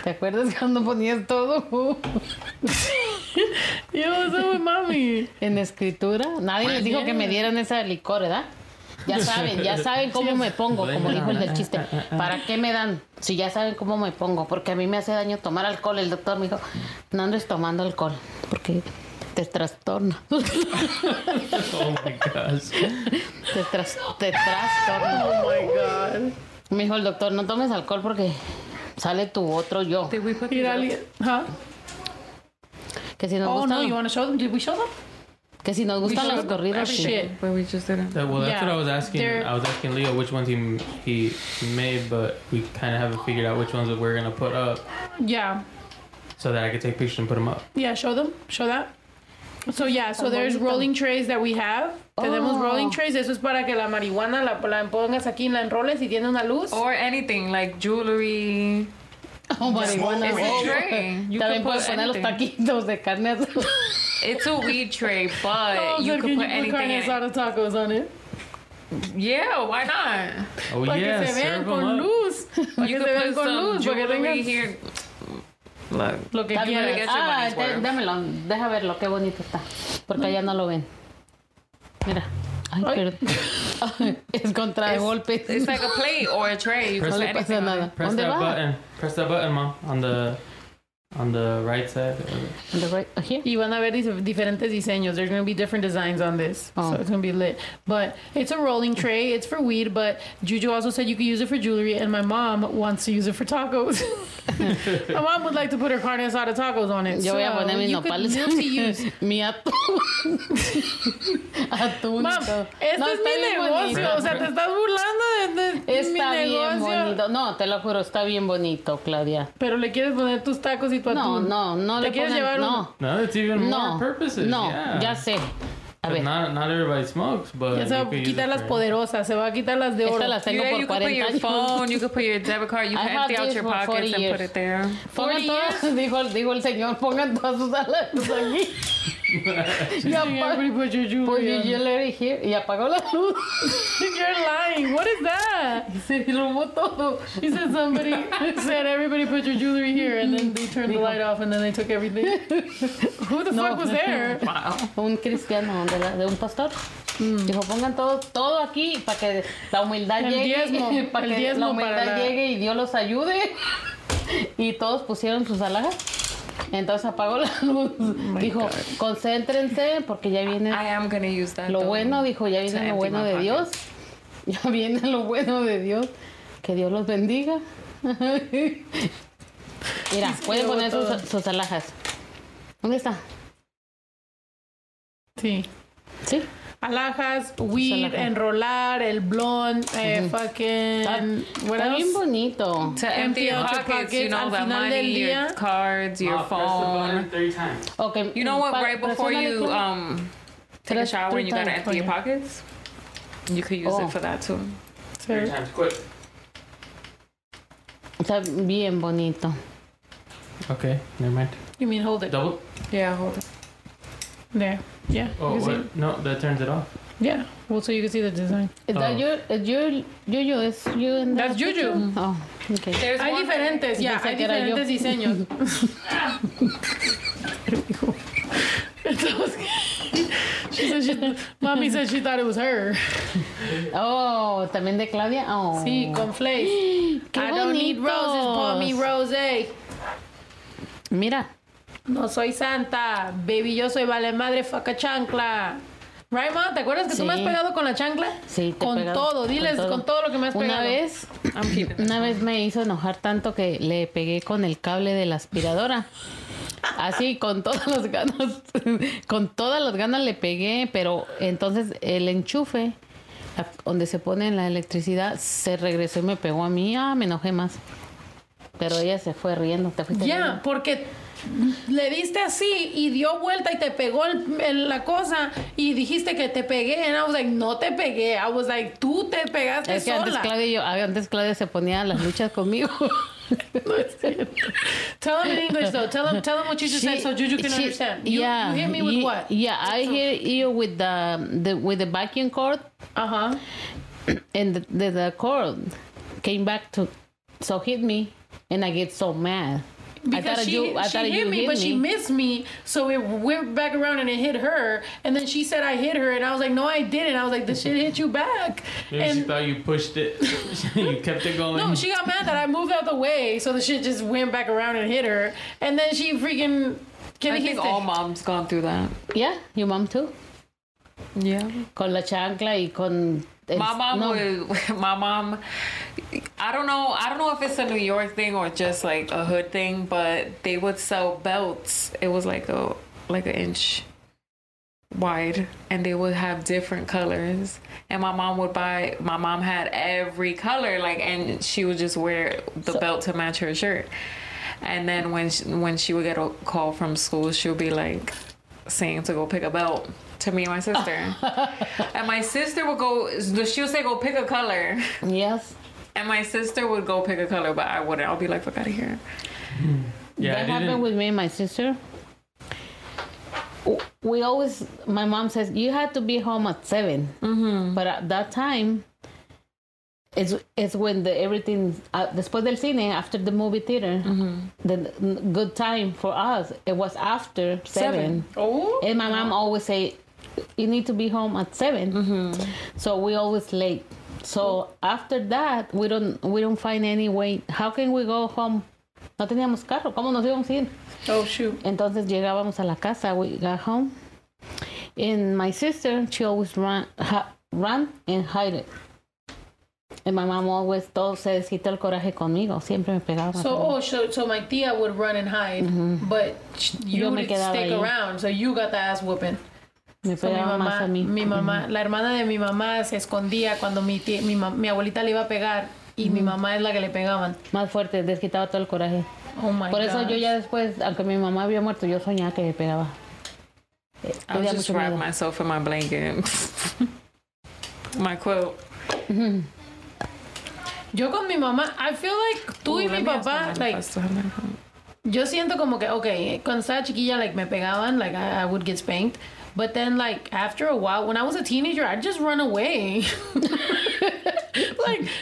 Speaker 2: ¿Te acuerdas cuando ponías todo
Speaker 1: Yo no sé, mami.
Speaker 2: en escritura? Nadie les dijo que me dieran esa licor, ¿verdad? Ya saben, ya saben cómo me pongo, como dijo el del chiste. ¿Para qué me dan? Si ya saben cómo me pongo, porque a mí me hace daño tomar alcohol. El doctor me dijo, no andes tomando alcohol, porque te trastorna.
Speaker 4: Oh my gosh.
Speaker 2: Te, tras- te trastorna.
Speaker 1: Oh my god.
Speaker 2: Me dijo el doctor, no tomes alcohol porque sale tu otro yo.
Speaker 3: Did we put
Speaker 1: Ir
Speaker 3: these
Speaker 1: a
Speaker 3: up?
Speaker 1: alguien. Huh?
Speaker 2: Que si nos
Speaker 1: Oh
Speaker 2: gustan,
Speaker 1: no, you want to show them? Did we show them?
Speaker 2: que si nos gustan los corridos.
Speaker 1: Shit.
Speaker 3: But we just didn't.
Speaker 4: That- well, that's
Speaker 1: Yeah,
Speaker 4: what I was asking.
Speaker 1: they're-
Speaker 4: I was asking Leo which ones he he made, but we kind of haven't figured out which ones that we're gonna put up
Speaker 1: Yeah.
Speaker 4: so that I could take pictures and put them up.
Speaker 1: Yeah, show them. Show that. So yeah, so there's rolling trays that we have. Tenemos rolling trays. Eso es para que la marihuana la, la pongas aquí, la enroles y tiene una luz.
Speaker 3: Or anything like jewelry.
Speaker 2: Oh, marihuana.
Speaker 3: It's a tray.
Speaker 2: También
Speaker 3: You can put
Speaker 2: puedes poner los
Speaker 3: anything.
Speaker 2: taquitos de carne asada.
Speaker 3: It's a weed tray, but
Speaker 1: Oh,
Speaker 3: you
Speaker 1: so can
Speaker 3: can put
Speaker 1: you put
Speaker 3: anything
Speaker 1: carne
Speaker 3: in it.
Speaker 1: asada tacos on it?
Speaker 3: Yeah, why not?
Speaker 4: Oh
Speaker 1: Para
Speaker 4: yeah,
Speaker 1: que se vean
Speaker 4: serve
Speaker 1: con
Speaker 4: 'em up.
Speaker 1: luz. Para que
Speaker 3: You
Speaker 1: se
Speaker 3: can
Speaker 1: vean
Speaker 3: put
Speaker 1: con
Speaker 3: some
Speaker 1: luz. Para que
Speaker 3: jewelry
Speaker 1: tengan
Speaker 3: here. Look.
Speaker 1: lo que
Speaker 2: Está bien.
Speaker 3: gotta
Speaker 1: quieras.
Speaker 3: get your
Speaker 2: Ah,
Speaker 3: money's
Speaker 2: te-
Speaker 3: worth.
Speaker 2: dámelo. Deja verlo, qué bonito está. Porque allá no lo ven. Mira. Ay,
Speaker 1: Ay.
Speaker 2: perdón. Ay, es contra golpes.
Speaker 3: It's like a plate or a tray. You can
Speaker 4: Press
Speaker 2: no
Speaker 3: put
Speaker 2: le pasa
Speaker 3: anything on it.
Speaker 2: nada.
Speaker 4: Press
Speaker 2: ¿Dónde
Speaker 4: that
Speaker 2: va?
Speaker 4: button. Press that button, mom. On the on the right side.
Speaker 2: On the right- oh, here.
Speaker 1: Y van a ver dif- diferentes diseños. There's going to be different designs on this.
Speaker 2: Oh.
Speaker 1: So it's going to be lit. But it's a rolling tray. It's for weed, but Juju also said you could use it for jewelry, and my mom wants to use it for tacos. my mom would like to put her carne asada tacos on it.
Speaker 2: Yo voy a
Speaker 1: So
Speaker 2: poner mis
Speaker 1: you could
Speaker 2: nopales.
Speaker 1: multi-use.
Speaker 2: Mi atún. atún.
Speaker 1: Mom,
Speaker 2: y todo.
Speaker 1: este
Speaker 2: No,
Speaker 1: es
Speaker 2: está
Speaker 1: mi
Speaker 2: bien bonito.
Speaker 1: negocio. O sea, te estás burlando de, de- de
Speaker 2: Está
Speaker 1: mi
Speaker 2: bien
Speaker 1: negocio.
Speaker 2: bonito. No, te lo juro, está bien bonito, Claudia.
Speaker 1: Pero le quieres poner tus tacos y tu
Speaker 2: No,
Speaker 1: atún.
Speaker 2: no, no
Speaker 1: ¿Te
Speaker 2: le
Speaker 1: quieres
Speaker 2: pongan-
Speaker 1: llevar
Speaker 2: no,
Speaker 1: uno?
Speaker 4: No, it's even
Speaker 2: no,
Speaker 4: more purposes.
Speaker 2: no,
Speaker 4: yeah. Pues
Speaker 2: ya sé. A
Speaker 4: But
Speaker 2: ver,
Speaker 4: Not not everybody smokes, but
Speaker 1: Ya se va a
Speaker 4: you could use
Speaker 1: quitar
Speaker 4: it
Speaker 1: las
Speaker 4: for-
Speaker 1: poderosas. Se va a quitar las de oro.
Speaker 2: esta las tengo
Speaker 3: Yeah,
Speaker 2: por
Speaker 3: you can put
Speaker 2: 40
Speaker 3: your
Speaker 2: años.
Speaker 3: phone, you can put your debit card,
Speaker 2: I
Speaker 3: you can
Speaker 2: have
Speaker 3: empty out
Speaker 2: this
Speaker 3: your
Speaker 2: for 40
Speaker 3: pockets and
Speaker 2: years.
Speaker 3: put it there.
Speaker 2: Pongan
Speaker 1: 40
Speaker 2: todas, dijo, el- dijo el señor, pongan todas sus alarmas aquí. y, apagó,
Speaker 1: Everybody put your jewelry
Speaker 2: pues,
Speaker 1: on.
Speaker 2: yo le dije, y apagó la luz.
Speaker 1: You're lying. What is that?
Speaker 2: Y se derrumbó todo.
Speaker 1: He said somebody said everybody put your jewelry here, and then they turned the light off, and then they took everything. Who the fuck was there?
Speaker 3: Wow.
Speaker 2: Un cristiano, de, la- de un pastor. Dijo, pongan todo, todo aquí para que la humildad
Speaker 1: Mm. El
Speaker 2: llegue.
Speaker 1: diezmo,
Speaker 2: para
Speaker 1: el
Speaker 2: que la
Speaker 1: diezmo para
Speaker 2: humildad
Speaker 1: la-
Speaker 2: llegue y Dios los ayude. Y todos pusieron sus alhajas. Entonces apagó la luz.
Speaker 1: Oh
Speaker 2: dijo, concéntrense porque ya viene
Speaker 3: I am gonna use that.
Speaker 2: lo
Speaker 3: though.
Speaker 2: bueno. Dijo, ya
Speaker 3: to
Speaker 2: viene lo
Speaker 3: empty
Speaker 2: bueno
Speaker 3: my
Speaker 2: de
Speaker 3: pocket.
Speaker 2: Dios. Ya viene lo bueno de Dios. Que Dios los bendiga. Mira, pueden
Speaker 1: llevó
Speaker 2: poner
Speaker 1: todo.
Speaker 2: sus, sus alhajas. ¿Dónde está?
Speaker 1: Sí.
Speaker 2: Sí.
Speaker 1: Alhajas, weed,
Speaker 2: alhajas.
Speaker 1: enrolar, el blonde, eh, fucking. What
Speaker 2: Está bien
Speaker 1: else?
Speaker 2: bonito.
Speaker 3: To empty, your pockets, you know,
Speaker 1: al
Speaker 3: the
Speaker 1: final
Speaker 3: money,
Speaker 1: del
Speaker 3: your
Speaker 1: día.
Speaker 3: cards, your
Speaker 4: Mom, Ah, press the
Speaker 3: phone.
Speaker 4: button three times.
Speaker 2: Okay.
Speaker 3: You know what?
Speaker 2: pa-
Speaker 3: Right before
Speaker 2: personally,
Speaker 3: you
Speaker 2: Claudia,
Speaker 3: um take a
Speaker 2: Tres-
Speaker 3: shower and you gotta
Speaker 2: tres
Speaker 3: empty your pockets, you could use
Speaker 2: Oh.
Speaker 3: it for that too.
Speaker 4: Three times, quick.
Speaker 1: uh,
Speaker 2: Está bien bonito.
Speaker 4: Okay, never mind.
Speaker 1: You mean hold it?
Speaker 4: Double.
Speaker 3: Yeah, hold it.
Speaker 1: There. Yeah.
Speaker 4: Oh,
Speaker 1: you can
Speaker 4: what? No, that turns it off.
Speaker 1: see- Yeah. Well, so you can see the design.
Speaker 2: Is
Speaker 4: Oh.
Speaker 2: that your, is your, Juju, is you in that
Speaker 1: That's Juju.
Speaker 2: picture? Oh, okay.
Speaker 3: There's
Speaker 1: Hay
Speaker 3: one.
Speaker 1: diferentes, ya,
Speaker 2: Pensé
Speaker 1: hay
Speaker 2: que era yo.
Speaker 1: diferentes diseños. Entonces, she said she, mommy said she thought it was her.
Speaker 2: Oh, también de Claudia. Oh.
Speaker 1: Sí, con flakes.
Speaker 2: Qué
Speaker 1: I don't need roses, pour me
Speaker 2: bonitos.
Speaker 1: rose.
Speaker 2: Mira.
Speaker 1: No soy santa, baby, yo soy vale madre, faca chancla. Right, ma? ¿Te acuerdas que tú
Speaker 2: Sí.
Speaker 1: me has pegado con la chancla?
Speaker 2: Sí, te he
Speaker 1: con
Speaker 2: pegado,
Speaker 1: todo,
Speaker 2: con
Speaker 1: diles, con
Speaker 2: todo.
Speaker 1: todo. lo que me has pegado.
Speaker 2: Una vez,
Speaker 3: I'm keeping it.
Speaker 2: una vez me hizo enojar tanto que le pegué con el cable de la aspiradora. Así, con todas las ganas, con todas las ganas le pegué, pero entonces el enchufe, la- donde se pone la electricidad, se regresó y me pegó a mí. Ah, me enojé más. Pero ella se fue riendo, te fuiste
Speaker 1: Ya,
Speaker 2: riendo.
Speaker 1: porque le diste así y dio vuelta y te pegó el- el- la cosa y dijiste que te pegué. And I was like, no te pegué. I was like, tú te pegaste
Speaker 2: Es que antes
Speaker 1: sola.
Speaker 2: Claudia, y yo, ah, antes Claudia se ponía a las luchas conmigo.
Speaker 1: Tell him in English though. Tell him, tell him what you just said so Juju can
Speaker 2: she-
Speaker 1: understand. You,
Speaker 2: yeah,
Speaker 1: you hit me with
Speaker 2: ye-
Speaker 1: what?
Speaker 2: Yeah, I hear you with the, the with the vacuum cord
Speaker 1: Uh huh.
Speaker 2: and the, the, the chord came back to so hit me and I get so mad.
Speaker 1: Because
Speaker 2: I thought
Speaker 1: she,
Speaker 2: you I
Speaker 1: she
Speaker 2: thought
Speaker 1: hit
Speaker 2: you
Speaker 1: me,
Speaker 2: hit
Speaker 1: but
Speaker 2: me.
Speaker 1: she missed me, so it went back around and it hit her. And then she said I hit her, and I was like, no, I didn't. I was like, the shit hit you back.
Speaker 4: Maybe she
Speaker 1: and
Speaker 4: thought you pushed it. you kept it going.
Speaker 1: no, she got mad that I moved out the way, so the shit just went back around and hit her. And then she freaking.
Speaker 3: I think all
Speaker 1: my-
Speaker 3: moms gone through that.
Speaker 2: yeah, your mom too.
Speaker 3: Yeah.
Speaker 2: Con la chancla y con el-
Speaker 3: My mom
Speaker 2: no.
Speaker 3: was my mom. I don't know. I don't know if it's a New York thing or just like a hood thing, but they would sell belts. It was like a like an inch wide, and they would have different colors. And my mom would buy. My mom had every color, like, and she would just wear the belt to match her shirt. And then when she, when she would get a call from school, she would be like saying to go pick a belt to me and my sister. And my sister would go, she would say, go pick a color.
Speaker 2: Yes.
Speaker 3: And my sister would go pick a color, but I wouldn't. I'll be like, fuck out of here.
Speaker 4: yeah,
Speaker 2: that
Speaker 4: I didn't-
Speaker 2: happened with me and my sister. W- We always, my mom says, you had to be home at 7 Mm-hmm. But at that time, it's it's when the everything uh, después del cine after the movie theater, the n- good time for us it was after seven.
Speaker 1: oh,
Speaker 2: And my mom always say, you need to be home at 7 So we always late. So after that, we don't we don't find any way. How can we go home? No teníamos carro. ¿Cómo nos íbamos a ir?
Speaker 1: oh shoot.
Speaker 2: Entonces llegábamos a la casa. We got home, and my sister she always run ha, run and hide it. And my mom always todo se desquita el coraje conmigo. Siempre me pegaba.
Speaker 1: So oh, so, so my tia would run and hide, but sh- Mm-hmm. you
Speaker 2: Yo me
Speaker 1: would stick
Speaker 2: quedaba ahí.
Speaker 1: around. So you got the ass whooping.
Speaker 2: me
Speaker 1: So mi
Speaker 2: pegaba más
Speaker 1: mamá,
Speaker 2: a mí.
Speaker 1: mi mamá, la hermana de mi mamá se escondía cuando mi tía- mi, ma- mi abuelita le iba a pegar y mi mamá es la que le pegaban.
Speaker 2: Más fuerte, desquitaba todo el coraje.
Speaker 1: Oh my
Speaker 2: Por eso
Speaker 1: gosh.
Speaker 2: yo ya después, aunque mi mamá había muerto, yo soñaba que me pegaba. Eh,
Speaker 3: I would
Speaker 2: tenía
Speaker 3: just
Speaker 2: mucho
Speaker 3: wrap
Speaker 2: miedo.
Speaker 3: myself in my blanket, my quilt.
Speaker 1: Yo con mi mamá, I feel like tú y
Speaker 3: Ooh,
Speaker 1: mi
Speaker 3: let me ask my
Speaker 1: papá,
Speaker 3: mom if I
Speaker 1: like,
Speaker 3: still have my quilt.
Speaker 1: yo siento como que, okay, cuando estaba chiquilla, like, me pegaban, like, I, I would get spanked. But then, like, after a while, when I was a teenager, I'd just run away. like,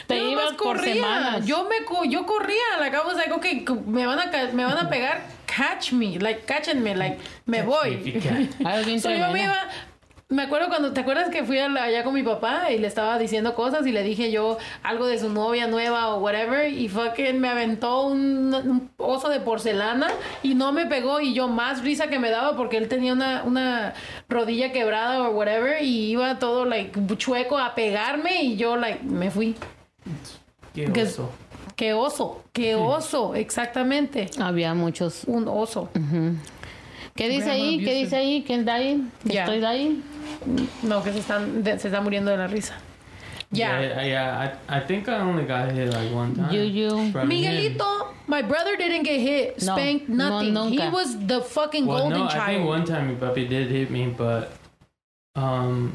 Speaker 2: Te
Speaker 1: yo nomás
Speaker 2: ibas por semanas.
Speaker 1: Yo, me, co- yo corría. Like, I was like, okay, c- me van a, ca- me van a pegar, catch me. Like, cáchenme, like, me voy.
Speaker 4: If you can.
Speaker 2: Algo bien
Speaker 1: So, yo me
Speaker 2: tremendo.
Speaker 1: iba. Me acuerdo cuando, ¿te acuerdas que fui a la- allá con mi papá y le estaba diciendo cosas y le dije yo algo de su novia nueva o whatever y fucking me aventó un, un oso de porcelana y no me pegó y yo más risa que me daba porque él tenía una, una rodilla quebrada o whatever y iba todo like chueco a pegarme y yo like me fui.
Speaker 4: Qué
Speaker 1: Que-
Speaker 4: oso.
Speaker 1: Qué oso, qué oso, exactamente.
Speaker 2: Había muchos.
Speaker 1: Un oso.
Speaker 2: ¿Qué dice
Speaker 1: Grandma
Speaker 2: ahí? ¿Qué
Speaker 1: abusive.
Speaker 2: dice ahí? ¿Que el dying? ¿Que
Speaker 1: Ya.
Speaker 2: estoy dying?
Speaker 1: No, que se están, de- se está muriendo de la risa. ya.
Speaker 4: Yeah, I- yeah. I, I think I only got hit like one time.
Speaker 2: You, you.
Speaker 4: from him.
Speaker 1: Miguelito, my brother didn't get hit,
Speaker 2: No,
Speaker 1: spanked,
Speaker 2: no,
Speaker 1: nothing. he
Speaker 2: nunca.
Speaker 1: was the fucking
Speaker 4: Well,
Speaker 1: golden
Speaker 4: no,
Speaker 1: child.
Speaker 4: I think one time your puppy did hit me, but um,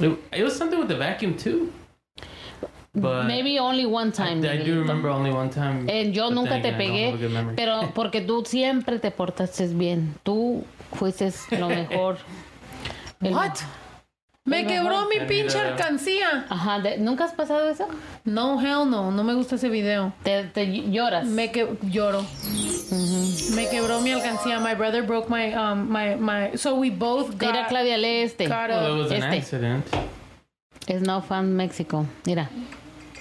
Speaker 4: it, it was something with the vacuum too. But
Speaker 2: Maybe only one
Speaker 4: I,
Speaker 2: time.
Speaker 4: I do
Speaker 2: Miguelito.
Speaker 4: remember only one time.
Speaker 2: Eh, yo
Speaker 4: but
Speaker 2: nunca
Speaker 4: then
Speaker 2: te
Speaker 4: again, I don't have a good
Speaker 2: pegué,
Speaker 4: memory.
Speaker 2: pero porque tú siempre te portaste bien. Tú fuiste lo mejor. El-
Speaker 1: What? Me quebró mi
Speaker 4: Mira.
Speaker 1: pinche alcancía.
Speaker 2: Ajá, de- ¿nunca has pasado eso?
Speaker 1: No, hell no, no me gusta ese video.
Speaker 2: Te, te lloras.
Speaker 1: Me que lloro. Me quebró mi alcancía. My brother broke my um my my. So we both got.
Speaker 2: Mira, Claudia, lee este.
Speaker 1: got a-
Speaker 4: Well, it was an
Speaker 2: Este.
Speaker 4: accident.
Speaker 2: Es no fan México. Mira,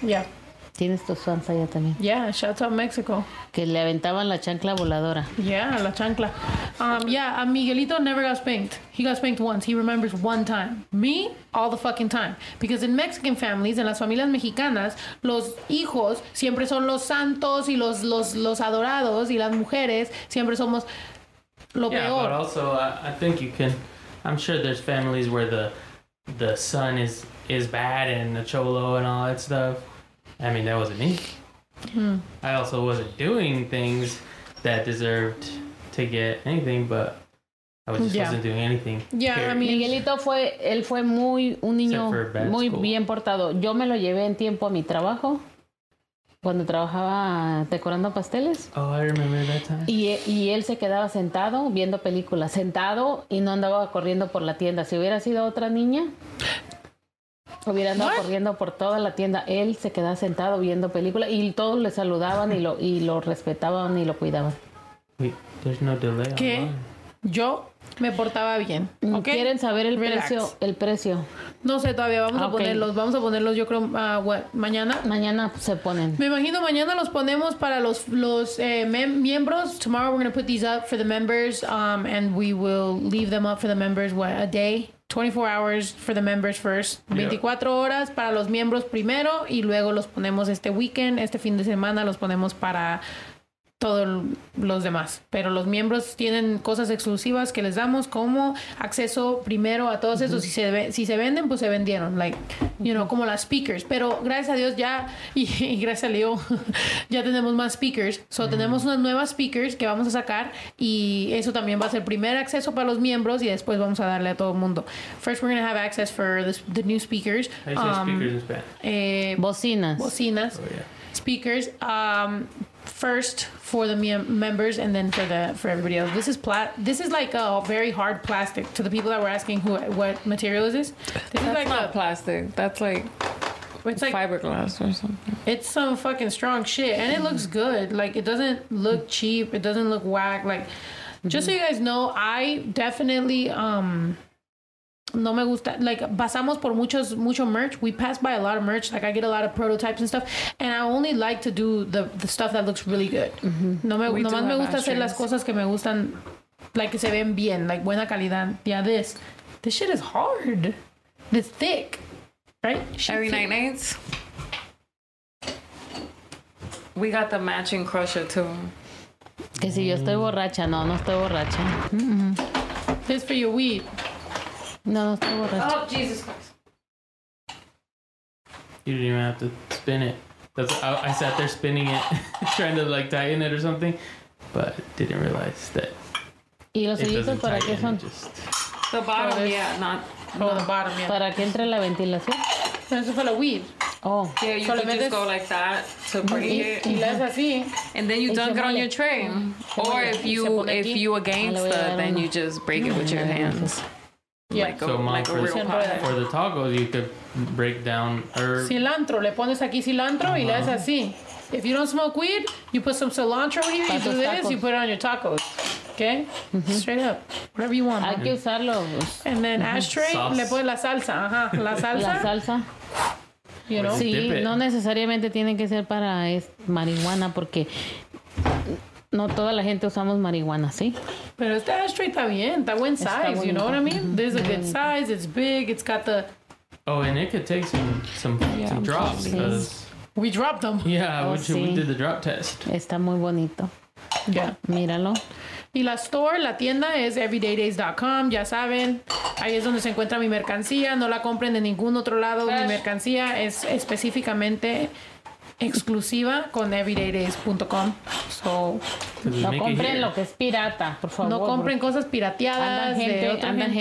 Speaker 1: yeah,
Speaker 2: tienes tus fans allá también.
Speaker 1: yeah. Shout out Mexico.
Speaker 2: Que le aventaban la chancla voladora.
Speaker 1: Yeah, la chancla. Um, yeah, uh, Miguelito never got spanked. He got spanked once. He remembers one time. Me, all the fucking time. Because in Mexican families, en las familias mexicanas, los hijos siempre son los santos y los, los, los adorados y las mujeres siempre somos lo
Speaker 4: Yeah,
Speaker 1: peor.
Speaker 4: but also uh, I, I think you can. I'm sure there's families where the the son is is bad and the cholo and all that stuff. I mean, that wasn't me.
Speaker 1: Hmm.
Speaker 4: I also wasn't doing things that deserved to get anything, but I was just
Speaker 1: Yeah.
Speaker 4: wasn't doing anything.
Speaker 1: Yeah, I
Speaker 4: Period.
Speaker 1: mean-
Speaker 2: Miguelito fue, él fue muy, un niño
Speaker 4: Except for bad
Speaker 2: muy
Speaker 4: school.
Speaker 2: bien portado. Yo me lo llevé en tiempo a mi trabajo, cuando trabajaba decorando pasteles.
Speaker 4: Oh, I remember that time.
Speaker 2: Y, e- y él se quedaba sentado viendo películas, sentado y no andaba corriendo por la tienda. Si hubiera sido otra niña, Hubiera andado corriendo por toda la tienda. Él se quedaba sentado viendo películas y todos le saludaban y lo, y lo respetaban y lo cuidaban.
Speaker 4: Wait, there's no delay. on
Speaker 1: que
Speaker 4: mine.
Speaker 1: yo me portaba bien. ¿ok?
Speaker 2: Mm, ¿Quieren saber el
Speaker 1: Relax.
Speaker 2: precio? El precio.
Speaker 1: No sé todavía, vamos
Speaker 2: Ah,
Speaker 1: a
Speaker 2: ok.
Speaker 1: ponerlos, vamos a ponerlos yo creo ah, bueno, mañana.
Speaker 2: Mañana se ponen.
Speaker 1: Me imagino mañana los ponemos para los los eh, mem- miembros. Tomorrow we're gonna put these up for the members, um, and we will leave them up for the members what a day, 24 hours for the members first,
Speaker 4: Yeah.
Speaker 1: 24 horas para los miembros primero y luego los ponemos este weekend, este fin de semana los ponemos para todos los demás. Pero los miembros tienen cosas exclusivas que les damos como acceso primero a todos esos. Si se, ve- si se venden, pues se vendieron. Like, you know, como las speakers. Pero gracias a Dios ya, y, y gracias a Leo, ya tenemos más speakers. So, tenemos unas nuevas speakers que vamos a sacar y eso también va a ser primer acceso para los miembros y después vamos a darle a todo el mundo. First, we're going to have access for the, the new speakers.
Speaker 4: I say
Speaker 1: Um,
Speaker 4: speakers in Spanish.
Speaker 1: eh,
Speaker 2: Bocinas.
Speaker 1: bocinas
Speaker 4: Oh yeah.
Speaker 1: speakers um first for the mem- members and then for the for everybody else this is plat this is like a very hard plastic to the people that were asking who what material is this this is
Speaker 3: That's
Speaker 1: like
Speaker 3: not
Speaker 1: a,
Speaker 3: plastic. That's like
Speaker 1: it's like
Speaker 3: fiberglass or something.
Speaker 1: it's some fucking strong shit and it looks good like it doesn't look cheap it doesn't look whack like just so you guys know i definitely um no me gusta like pasamos por muchos mucho merch we pass by a lot of merch like i get a lot of prototypes and stuff and i only like to do the the stuff that looks really good no me
Speaker 3: Mm-hmm. We do
Speaker 1: nomás me
Speaker 3: have
Speaker 1: gusta hacer las
Speaker 3: ashtrays.
Speaker 1: cosas que me gustan like que se ven bien like buena calidad yeah this this shit is hard it's thick right Shit
Speaker 3: Every
Speaker 1: thick.
Speaker 3: night nights. We got the matching crusher too.
Speaker 2: Que si yo estoy borracha. No, no estoy borracha.
Speaker 1: this for your weed
Speaker 2: No, no estoy borracha.
Speaker 3: Oh Jesus Christ!
Speaker 4: You didn't even have to spin it. That's I, I sat there spinning it, trying to like tighten it or something, but didn't realize that
Speaker 2: ¿Y los
Speaker 4: it
Speaker 2: hoyitos
Speaker 4: doesn't
Speaker 2: para qué
Speaker 4: tighten.
Speaker 2: son?
Speaker 4: It just
Speaker 3: The bottom,
Speaker 1: there's-
Speaker 3: yeah, not.
Speaker 1: Oh, the bottom, yeah.
Speaker 2: ¿Para que entre la ventilación?
Speaker 1: Eso fue la weed.
Speaker 2: Oh.
Speaker 3: Yeah, you
Speaker 1: So le
Speaker 3: could
Speaker 1: metes-
Speaker 3: just go like that to break it,
Speaker 1: Y le haces así.
Speaker 3: and then you
Speaker 2: y
Speaker 3: dunk
Speaker 2: se
Speaker 3: it on
Speaker 2: muele.
Speaker 3: your Mm-hmm. tray. Or
Speaker 2: muele.
Speaker 3: if
Speaker 2: Y se
Speaker 3: you
Speaker 2: pone
Speaker 3: if
Speaker 2: aquí.
Speaker 3: you a
Speaker 2: Ah, le voy a
Speaker 3: gangster,
Speaker 2: dar
Speaker 3: then
Speaker 2: uno.
Speaker 3: you just break it with your hands,
Speaker 1: Yeah.
Speaker 3: like a,
Speaker 4: So, Mom,
Speaker 3: like a
Speaker 4: for-
Speaker 3: real
Speaker 1: Siempre
Speaker 3: pie.
Speaker 4: for the tacos. You could break down or
Speaker 1: cilantro. Le pones aquí cilantro y le haces así. If you don't smoke weed, you put some cilantro here,
Speaker 2: Pa'
Speaker 1: you do
Speaker 2: tus
Speaker 1: this,
Speaker 2: tacos. Mm-hmm.
Speaker 1: you put it on your tacos. Okay? Straight up. Whatever you want.
Speaker 2: Hay que usarlo. pues.
Speaker 1: And then ashtray,
Speaker 4: Sauce.
Speaker 1: le pones la salsa. Ajá, la
Speaker 2: Mm-hmm. La
Speaker 1: salsa.
Speaker 2: salsa.
Speaker 1: you know?
Speaker 4: Pues
Speaker 2: Sí,
Speaker 4: Dip it.
Speaker 2: no necesariamente tiene que ser para es- marihuana porque no toda la gente usamos marihuana, ¿sí?
Speaker 1: Pero este ashtray está bien. Está buen
Speaker 2: Está
Speaker 1: size. you know what I
Speaker 2: bonito. Mm-hmm.
Speaker 1: mean? This is a good size. It's big. It's got the...
Speaker 4: oh, and it could take some some, some drops because
Speaker 1: We dropped them.
Speaker 4: yeah,
Speaker 2: Oh,
Speaker 4: we, ju- we
Speaker 2: sí.
Speaker 4: did the drop test.
Speaker 2: Está muy bonito.
Speaker 1: Yeah.
Speaker 2: Míralo.
Speaker 1: Y la store, la tienda es everydaydays.com, ya saben. Ahí es donde se encuentra mi mercancía. No la compren de ningún otro lado. Mi mercancía es específicamente exclusiva con everydaydays.com. So,
Speaker 4: 'Cause we
Speaker 2: No
Speaker 4: make it
Speaker 2: compren
Speaker 4: here.
Speaker 2: lo que es pirata, por favor.
Speaker 1: no compren cosas
Speaker 2: porque
Speaker 1: pirateadas
Speaker 2: Anda
Speaker 1: de
Speaker 2: gente,
Speaker 1: otra
Speaker 2: anda
Speaker 1: gente.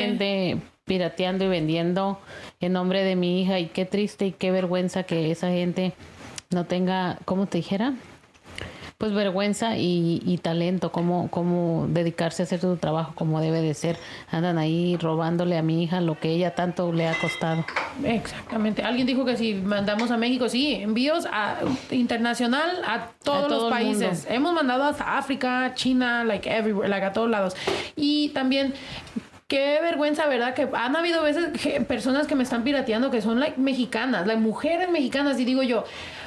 Speaker 2: gente pirateando y vendiendo en nombre de mi hija y qué triste y qué vergüenza que esa gente no tenga, ¿cómo te dijera? Pues vergüenza y, y talento, cómo, cómo dedicarse a hacer su trabajo como debe de ser. Andan ahí robándole a mi hija lo que ella tanto le ha costado.
Speaker 1: Exactamente. Alguien dijo que si mandamos a México, sí, envíos a, internacional a todos
Speaker 2: A todo
Speaker 1: los
Speaker 2: el
Speaker 1: países. Hemos mandado hasta África, China, like everywhere, like a todos lados. Y también qué vergüenza, ¿verdad? Que han habido veces que- personas que me están pirateando que son like mexicanas, like mujeres mexicanas y digo yo,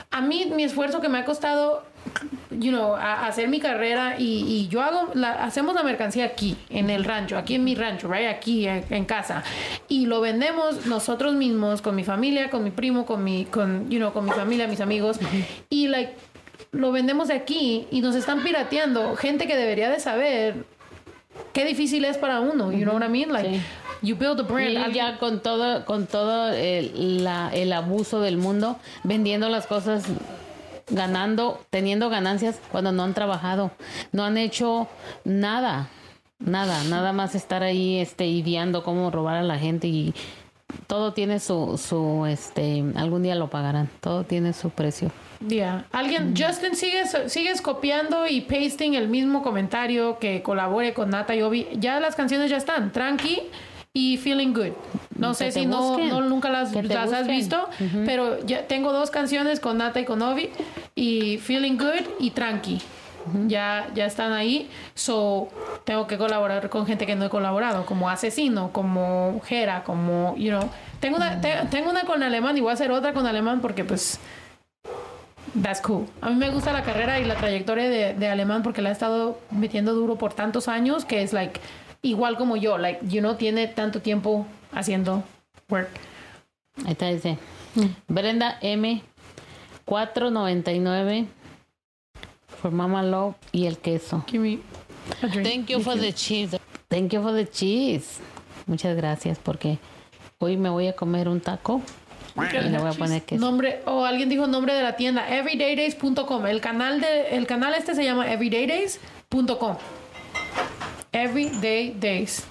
Speaker 1: a mí mi esfuerzo que me ha costado you know, a- hacer mi carrera y, y yo hago, la, hacemos la mercancía aquí, en el rancho, aquí en mi rancho, right? aquí en, en casa. Y lo vendemos nosotros mismos, con mi familia, con mi primo, con mi, con, you know, con mi familia, mis amigos. Y, like, lo vendemos de aquí y nos están pirateando gente que debería de saber qué difícil es para uno, you know what I mean? Like,
Speaker 2: Sí.
Speaker 1: you build a brand.
Speaker 2: Y él
Speaker 1: alguien-
Speaker 2: ya con todo, con todo el, la- el abuso del mundo, vendiendo las cosas, ganando, teniendo ganancias cuando no han trabajado, no han hecho nada, nada, nada más estar ahí este ideando cómo robar a la gente y todo tiene su, su este algún día lo pagarán, todo tiene su precio.
Speaker 1: Yeah.
Speaker 2: Mm.
Speaker 1: Alguien, Justin, sigues, sigues copiando y pasting el mismo comentario que colabore con Nata y Obi. Ya las canciones ya están. Tranqui y Feeling Good. No
Speaker 2: Que
Speaker 1: sé
Speaker 2: te
Speaker 1: si no,
Speaker 2: busquen.
Speaker 1: no nunca las,
Speaker 2: Que te
Speaker 1: las has
Speaker 2: busquen.
Speaker 1: visto, pero ya tengo dos canciones con Nata y con Ovi y Feeling Good y Tranqui. Ya, ya están ahí, so tengo que colaborar con gente que no he colaborado, como Asesino, como Jera, como, you know. Tengo
Speaker 2: Mm.
Speaker 1: una, te- tengo una con alemán y voy a hacer otra con alemán porque, pues, That's cool. A mí me gusta la carrera y la trayectoria de, de alemán porque la ha estado metiendo duro por tantos años que es like igual como yo, like you know tiene tanto tiempo haciendo work.
Speaker 2: Ahí está, dice.
Speaker 1: Mm.
Speaker 2: Brenda M. 499 for Mama Love y el queso.
Speaker 1: Give me a drink.
Speaker 8: Thank you for the cheese.
Speaker 2: Thank you for the cheese. Muchas gracias porque hoy me voy a comer un taco. Y le voy a poner queso.
Speaker 1: Nombre o alguien dijo nombre de la tienda everydaydays.com. El canal de el canal este se llama everydaydays.com. Everyday Days.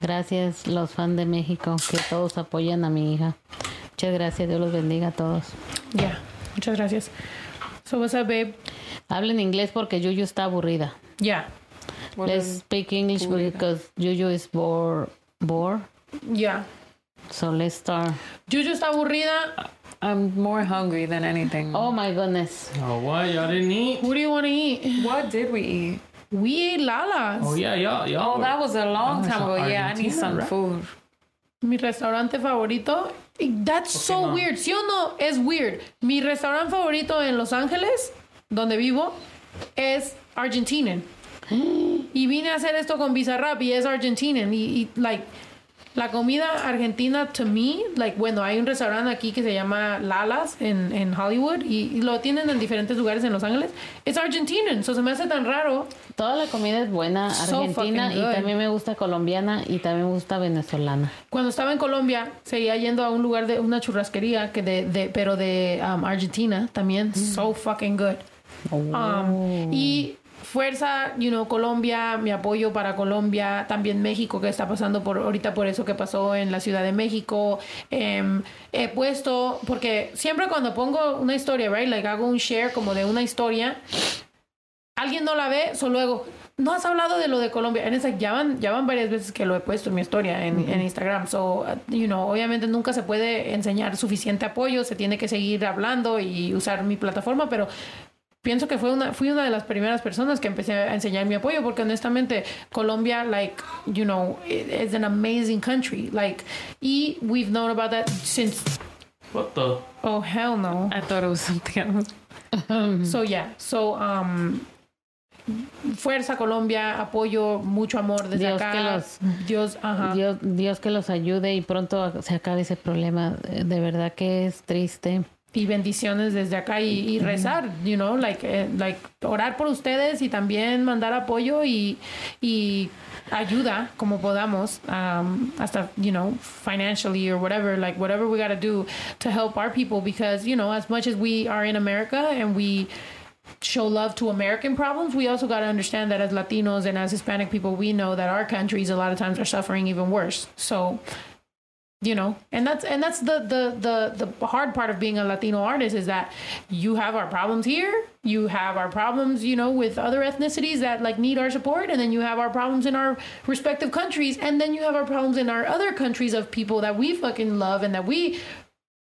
Speaker 2: Gracias los fans de México que todos apoyan a mi hija. Muchas gracias, Dios los bendiga a todos.
Speaker 1: Yeah. Muchas gracias. So what's up, babe?
Speaker 2: Hablen inglés porque Yuyu está aburrida.
Speaker 1: Yeah.
Speaker 3: What
Speaker 2: Let's
Speaker 3: is-
Speaker 2: speak English
Speaker 3: aburrida.
Speaker 2: because Yuyu is bored. bored.
Speaker 1: Yeah.
Speaker 2: So let's start.
Speaker 1: Juju está aburrida.
Speaker 3: I'm more hungry than anything.
Speaker 2: Oh my goodness.
Speaker 4: Oh, what? Y'all didn't eat?
Speaker 1: Who do you want to eat?
Speaker 3: What did we eat?
Speaker 1: We ate Lala's.
Speaker 4: Oh, yeah, y'all. y'all
Speaker 3: Oh, that was a long
Speaker 4: Oh,
Speaker 3: time
Speaker 4: so
Speaker 3: ago. Yeah, I need
Speaker 4: Argentina,
Speaker 3: some
Speaker 4: right?
Speaker 3: food.
Speaker 1: Mi restaurante favorito. That's so
Speaker 4: no.
Speaker 1: weird. ¿Sí o no? Es weird. Mi restaurante favorito en Los Ángeles, donde vivo, es Argentinian. Y vine a hacer esto con Bizarrap y es Argentinian. Y, y, like, la comida argentina, to me, like, bueno, hay un restaurante aquí que se llama Lalas en, en Hollywood y, y lo tienen en diferentes lugares en Los Ángeles. Es Argentinian, so se me hace tan raro.
Speaker 2: Toda la comida es buena,
Speaker 1: So
Speaker 2: argentina
Speaker 1: fucking
Speaker 2: y
Speaker 1: good.
Speaker 2: también me gusta colombiana y también me gusta venezolana.
Speaker 1: Cuando estaba en Colombia, seguía yendo a un lugar de una churrasquería, que de, de- pero de um, Argentina también. So fucking good. Um, y fuerza, you know, Colombia, mi apoyo para Colombia, también México, que está pasando por ahorita por eso que pasó en la Ciudad de México. Em, he puesto, porque siempre cuando pongo una historia, right, like hago un share como de una historia, alguien no la ve, solo luego, no has hablado de lo de Colombia. En esa, ya van, ya van varias veces que lo he puesto en mi historia en, en Instagram. So, uh, you know, obviamente nunca se puede enseñar suficiente apoyo, se tiene que seguir hablando y usar mi plataforma, pero pienso que fue una, fui una de las primeras personas que empecé a enseñar mi apoyo, porque honestamente, Colombia, like, you know, it- it's an amazing country. Like, y we've known about that since,
Speaker 4: What the?
Speaker 1: oh, hell no.
Speaker 3: I thought it was something else.
Speaker 1: So yeah, so um fuerza Colombia, apoyo, mucho amor desde
Speaker 2: Dios
Speaker 1: acá.
Speaker 2: que los-
Speaker 1: Dios, ajá.
Speaker 2: Dios, Dios que los ayude y pronto se acabe ese problema. Eh, De verdad que es triste.
Speaker 1: Y bendiciones desde acá y, y rezar, you know, like eh, like orar por ustedes y también mandar apoyo y y ayuda como podamos um, hasta you know financially or whatever like whatever we got to do to help our people because you know as much as we are in America and we show love to American problems, we also got to understand that as Latinos and as Hispanic people, we know that our countries a lot of times are suffering even worse. So, you know, and that's and that's the the the the hard part of being a Latino artist is that you have our problems here, you have our problems, you know, with other ethnicities that like need our support, and then you have our problems in our respective countries, and then you have our problems in our other countries of people that we fucking love and that we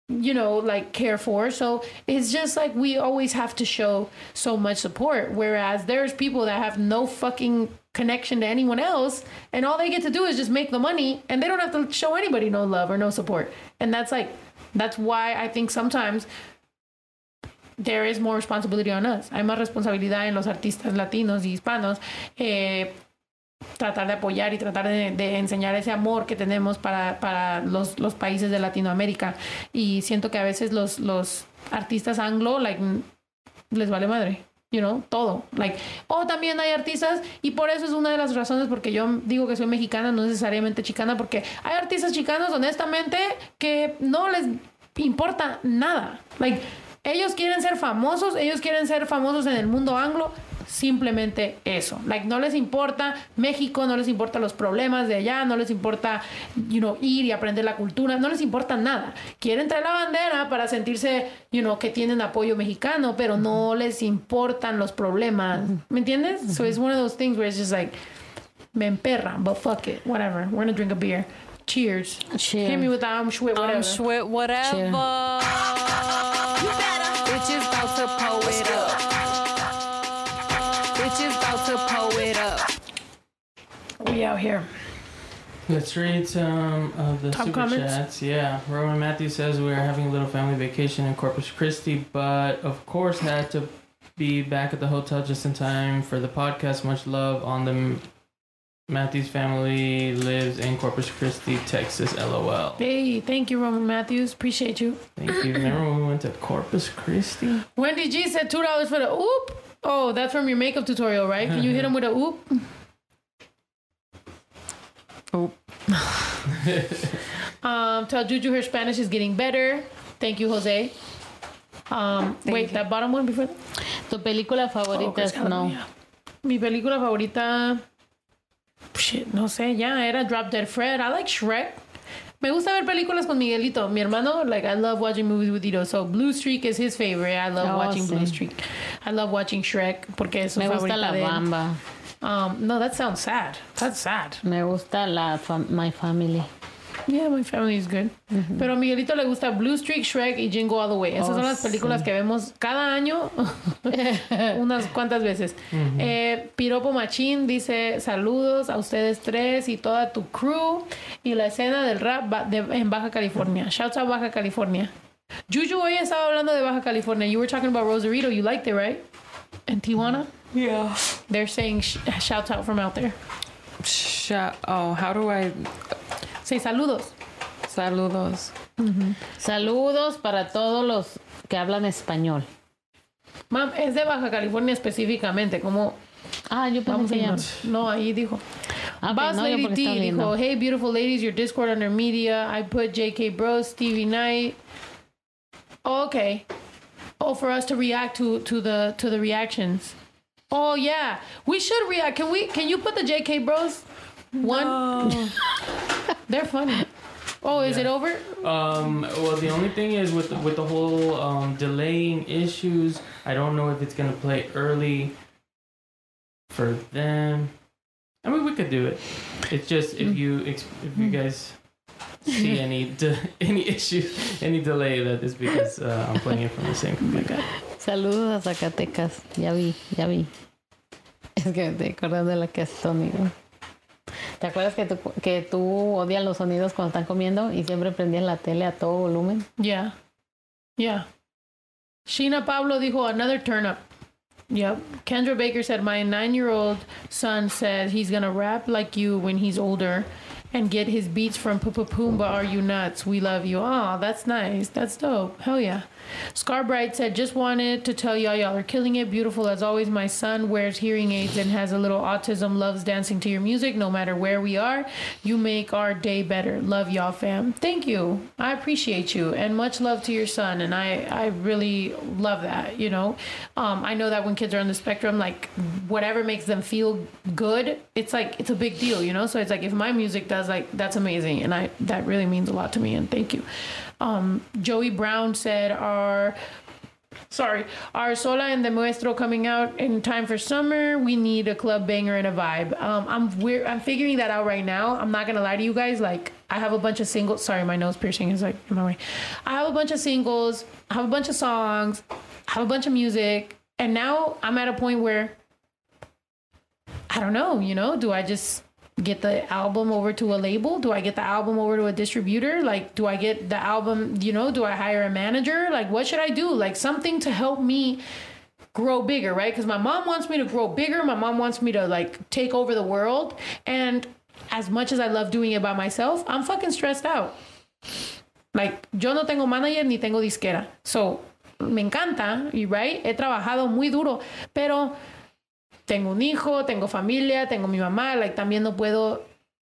Speaker 1: you know, like care for. So it's just like we always have to show so much support. Whereas there's people that have no fucking connection to anyone else, and all they get to do is just make the money, and they don't have to show anybody no love or no support. And that's like, that's why I think sometimes there is more responsibility on us. Hay más responsabilidad en los artistas latinos y hispanos. Eh, tratar de apoyar y tratar de, de enseñar ese amor que tenemos para, para los, los países de Latinoamérica. Y siento que a veces los, los artistas anglo, like, mm, les vale madre. You know, todo. Like, o también hay artistas, y por eso es una de las razones porque yo digo que soy mexicana, no necesariamente chicana, porque hay artistas chicanos, honestamente, que no les importa nada. Like, ellos quieren ser famosos, ellos quieren ser famosos en el mundo anglo, simplemente eso. Like, no les importa México, no les importa los problemas de allá, no les importa, you know, ir y aprender la cultura, no les importa nada. Quieren traer la bandera para sentirse, you know, que tienen apoyo mexicano, pero no les importan los problemas. ¿Me entiendes? So it's one of those things where it's just like, Me emperra, but fuck it. Whatever. We're gonna drink a beer. Cheers.
Speaker 2: Cheers.
Speaker 1: Hit me with the I'm sure whatever.
Speaker 8: I'm sweat whatever.
Speaker 2: Chill.
Speaker 8: You better. Bitches about to pull it up. Bitches about to pull it up.
Speaker 1: we out here.
Speaker 4: Let's read some of the
Speaker 1: Top
Speaker 4: super
Speaker 1: comments?
Speaker 4: chats. Yeah, Roman Matthews says we are having a little family vacation in Corpus Christi, but of course had to be back at the hotel just in time for the podcast. Much love on the M- Matthews family lives in Corpus Christi, Texas. LOL.
Speaker 1: Hey, thank you, Roman Matthews. Appreciate you.
Speaker 4: Thank you. Remember when we went to Corpus Christi?
Speaker 1: Wendy G said two dollars for the oop. Oh, that's from your makeup tutorial, right? Can you hit him with a oop?
Speaker 3: Oop.
Speaker 1: um, tell Juju her Spanish is getting better. Thank you, Jose. Um, wait, that bottom one before that.
Speaker 2: Tu película favorita
Speaker 1: Chris
Speaker 2: es no.
Speaker 1: Calabria. Mi película favorita. Shit, no sé, ya era Drop Dead Fred. I like Shrek. Me gusta ver películas con Miguelito, mi hermano. Like, I love watching movies with Ito. So, Blue Streak is his favorite. I love
Speaker 2: Oh,
Speaker 1: watching
Speaker 2: sí.
Speaker 1: Blue Streak. I love watching Shrek porque es su
Speaker 2: Me gusta
Speaker 1: favorita
Speaker 2: La
Speaker 1: de él.
Speaker 2: Bamba.
Speaker 1: Um, no, that sounds sad. That's sad.
Speaker 2: Me gusta la fam- My Family.
Speaker 1: Yeah, my family is good. Pero a Miguelito le gusta Blue Streak, Shrek y Jingo All the Way. Esas
Speaker 2: Oh,
Speaker 1: son las películas que vemos cada año unas cuantas veces. Eh, Piropo Machín dice saludos a ustedes tres y toda tu crew y la escena del rap ba- de- en Baja California. Shouts out Baja California. Juju hoy estaba hablando de Baja California. You were talking about Rosarito. You liked it, right? And Tijuana,
Speaker 3: Yeah.
Speaker 1: they're saying sh- shouts out from out there.
Speaker 3: Shout. Oh, how do I?
Speaker 1: Say saludos.
Speaker 3: Saludos.
Speaker 2: Saludos para todos los que hablan español.
Speaker 1: Mam, es de Baja California específicamente, como
Speaker 2: Ah, yo
Speaker 1: vamos
Speaker 2: pensé que ya.
Speaker 1: No, ahí dijo.
Speaker 2: Ah, ok,
Speaker 1: Boss
Speaker 2: no, yo
Speaker 1: Lady
Speaker 2: porque
Speaker 1: T
Speaker 2: estaba
Speaker 1: dijo,
Speaker 2: viendo.
Speaker 1: hey beautiful ladies, your Discord under media. I put JK Bros, Stevie Knight. okay. Oh, for us to react to to the to the reactions. Oh yeah, we should react. Can we? Can you put the JK Bros? One. They're funny. Oh, is it over?
Speaker 4: Um, well, the only thing is with with the whole um, delaying issues, I don't know if it's gonna play early for them. I mean, we could do it. It's just if you ex- if you guys see any de- any issues, any delay, that is because uh, I'm playing it from the same computer.
Speaker 2: Saludos a Zacatecas. Ya vi, ya vi. Es que me estoy acordando de la que es sonido. ¿Te acuerdas que tú, que tú odias los sonidos cuando están comiendo y siempre prendías la tele a todo volumen?
Speaker 1: Yeah. Yeah. Sheena Pablo dijo another turn up. Yep. Kendra Baker said, My nine year old son said he's going to rap like you when he's older and get his beats from Papa Pumba. Are you nuts? We love you. Aw, that's nice. That's dope. Hell yeah. Scarbright said, Just wanted to tell y'all, y'all are killing it. Beautiful as always. My son wears hearing aids and has a little autism, loves dancing to your music. No matter where we are, you make our day better. Love y'all, fam. Thank you. I appreciate you and much love to your son. And I, I really love that, you know? Um, I know that when kids are on the spectrum, like whatever makes them feel good, it's like, it's a big deal, you know? So it's like, if my music does, like, that's amazing. And I, that really means a lot to me. And thank you. Um, Joey Brown said, our Sorry, our Sola and the Muestro coming out in time for summer. We need a club banger and a vibe. Um, I'm we're I'm figuring that out right now. I'm not gonna lie to you guys. Like I have a bunch of singles. Sorry, my nose piercing is like in my way. I have a bunch of singles. I have a bunch of songs. I have a bunch of music. And now I'm at a point where I don't know, you know, do I just get the album over to a label? Do I get the album over to a distributor? Like, do I get the album, you know, do I hire a manager? Like, what should I do? Like, something to help me grow bigger, right? Because my mom wants me to grow bigger. My mom wants me to, like, take over the world. And as much as I love doing it by myself, I'm fucking stressed out. Like, yo no tengo manager ni tengo disquera. So, me encanta, y right? He trabajado muy duro, pero tengo un hijo, tengo familia, tengo mi mamá, like, también no puedo,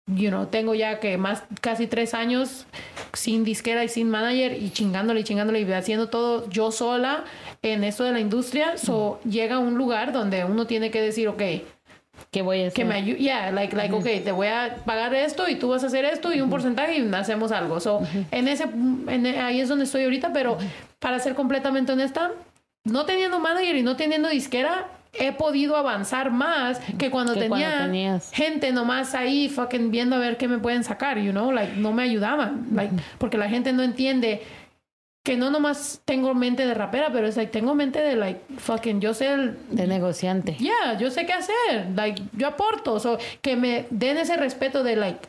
Speaker 1: you know, tengo ya que más, casi tres años sin disquera y sin manager y chingándole y chingándole y haciendo todo yo sola en esto de la industria. So, llega un lugar donde uno tiene que decir, ok,
Speaker 2: ¿Qué voy a hacer?
Speaker 1: que me ayude. Yeah, like, like, okay, te voy a pagar esto y tú vas a hacer esto y un porcentaje y hacemos algo. So, en ese, en- e, ahí es donde estoy ahorita, pero para ser completamente honesta, no teniendo manager y no teniendo disquera, he podido avanzar más que cuando
Speaker 2: Que
Speaker 1: tenía
Speaker 2: cuando tenías.
Speaker 1: gente nomás ahí fucking viendo a ver qué me pueden sacar, you know, like no me ayudaban, like porque la gente no entiende que no nomás tengo mente de rapera, pero es like tengo mente de like fucking yo sé el
Speaker 2: de negociante.
Speaker 1: yeah, yo sé qué hacer, like yo aporto, so, que me den ese respeto de like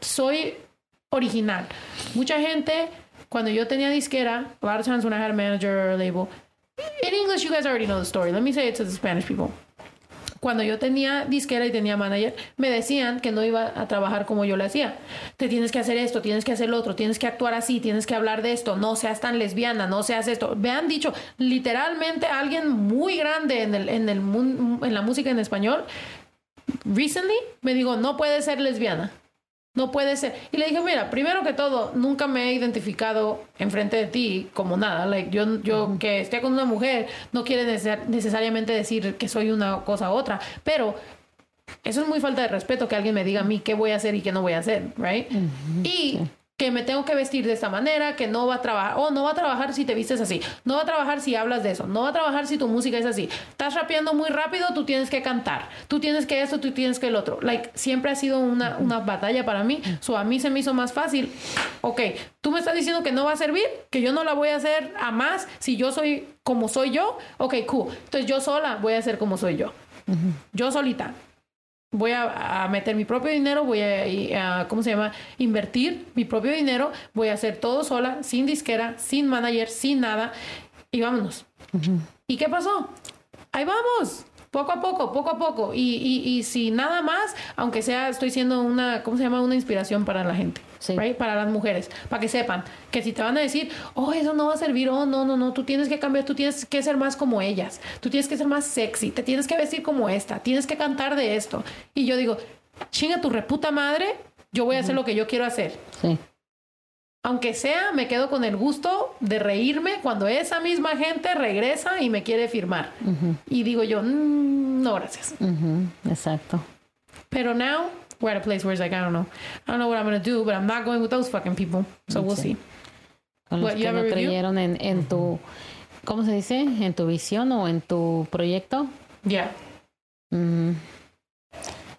Speaker 1: soy original. Mucha gente cuando yo tenía disquera, a lot of times when I had a manager or a label, in English you guys already know the story. Let me say it to the Spanish people. Cuando yo tenía disquera y tenía manager, me decían que no iba a trabajar como yo le hacía. Te tienes que hacer esto, tienes que hacer lo otro, tienes que actuar así, tienes que hablar de esto, no seas tan lesbiana, no seas esto. Me han dicho literalmente alguien muy grande en, el, en, el, mun- en la música en español, recently, me dijo, no puedes ser lesbiana. No puede ser. Y le dije, mira, primero que todo, nunca me he identificado enfrente de ti como nada. Like, yo, yo que esté con una mujer no quiere neces- necesariamente decir que soy una cosa u otra. Pero eso es muy falta de respeto que alguien me diga a mí qué voy a hacer y qué no voy a hacer, right? Y que me tengo que vestir de esta manera, que no va a trabajar, oh, no va a trabajar si te vistes así, no va a trabajar si hablas de eso, no va a trabajar si tu música es así. Estás rapeando muy rápido, tú tienes que cantar, tú tienes que esto, tú tienes que el otro. Like, siempre ha sido una, una batalla para mí, so a mí se me hizo más fácil, ok, tú me estás diciendo que no va a servir, que yo no la voy a hacer a más si yo soy como soy yo, ok, cool, entonces yo sola voy a ser como soy yo, yo solita voy a, a meter mi propio dinero, voy a, y- a, ¿cómo se llama? Invertir mi propio dinero, voy a hacer todo sola, sin disquera, sin manager, sin nada, y vámonos. ¿Y qué pasó? Ahí vamos, poco a poco, poco a poco, y, y, y si nada más, aunque sea, estoy siendo una, ¿cómo se llama? Una inspiración para la gente,
Speaker 2: Sí.
Speaker 1: right? para las mujeres, para que sepan que si te van a decir, oh, eso no va a servir, oh, no, no, no, tú tienes que cambiar, tú tienes que ser más como ellas, tú tienes que ser más sexy, te tienes que vestir como esta, tienes que cantar de esto. Y yo digo, chinga tu reputa madre, yo voy a hacer lo que yo quiero hacer.
Speaker 2: Sí.
Speaker 1: Aunque sea, me quedo con el gusto de reírme cuando esa misma gente regresa y me quiere firmar. Y digo yo, "Mm, no, gracias.
Speaker 2: Ujú, Exacto.
Speaker 1: Pero now we're at a place where it's like, I don't know. I don't know what I'm going to do, but I'm not going with those fucking people. So we'll
Speaker 2: Sí.
Speaker 1: see.
Speaker 2: Con los
Speaker 1: What, you
Speaker 2: que
Speaker 1: have a
Speaker 2: no
Speaker 1: review?
Speaker 2: creyeron en, en tu, ¿cómo se dice? En tu visión o en tu proyecto.
Speaker 1: Yeah.
Speaker 2: Ujú.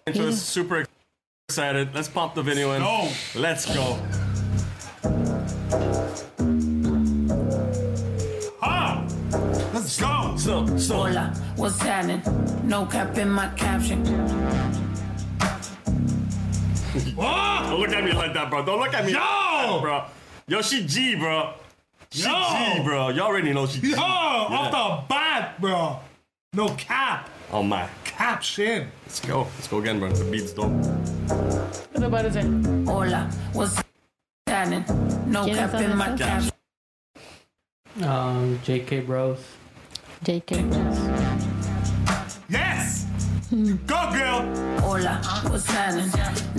Speaker 9: Into us super excited. Let's pop the video in.
Speaker 10: No.
Speaker 9: Let's go.
Speaker 10: Ha! Let's go.
Speaker 9: So, so.
Speaker 8: Hola, what's happening? No cap in my caption.
Speaker 10: Ah!
Speaker 9: Don't look at me like that, bro. Don't look at me
Speaker 10: Yo!
Speaker 9: like that, bro. Yo, she G, bro. She
Speaker 10: Yo!
Speaker 9: G, bro. You already know she G.
Speaker 10: Yo! Oh, Off the bat, bro. No cap.
Speaker 9: Oh, my.
Speaker 10: Caption.
Speaker 9: Let's go. Let's go again, bro. The beat's dope.
Speaker 1: ¿Qué te parece?
Speaker 8: Hola, what's happening? No
Speaker 2: ¿Quiénes
Speaker 8: cap
Speaker 2: son
Speaker 8: in my
Speaker 2: esos?
Speaker 8: caption.
Speaker 4: Um, JK Bros.
Speaker 2: JK.
Speaker 10: Yes. Go, girl.
Speaker 8: Hmm. Hola, what's happening?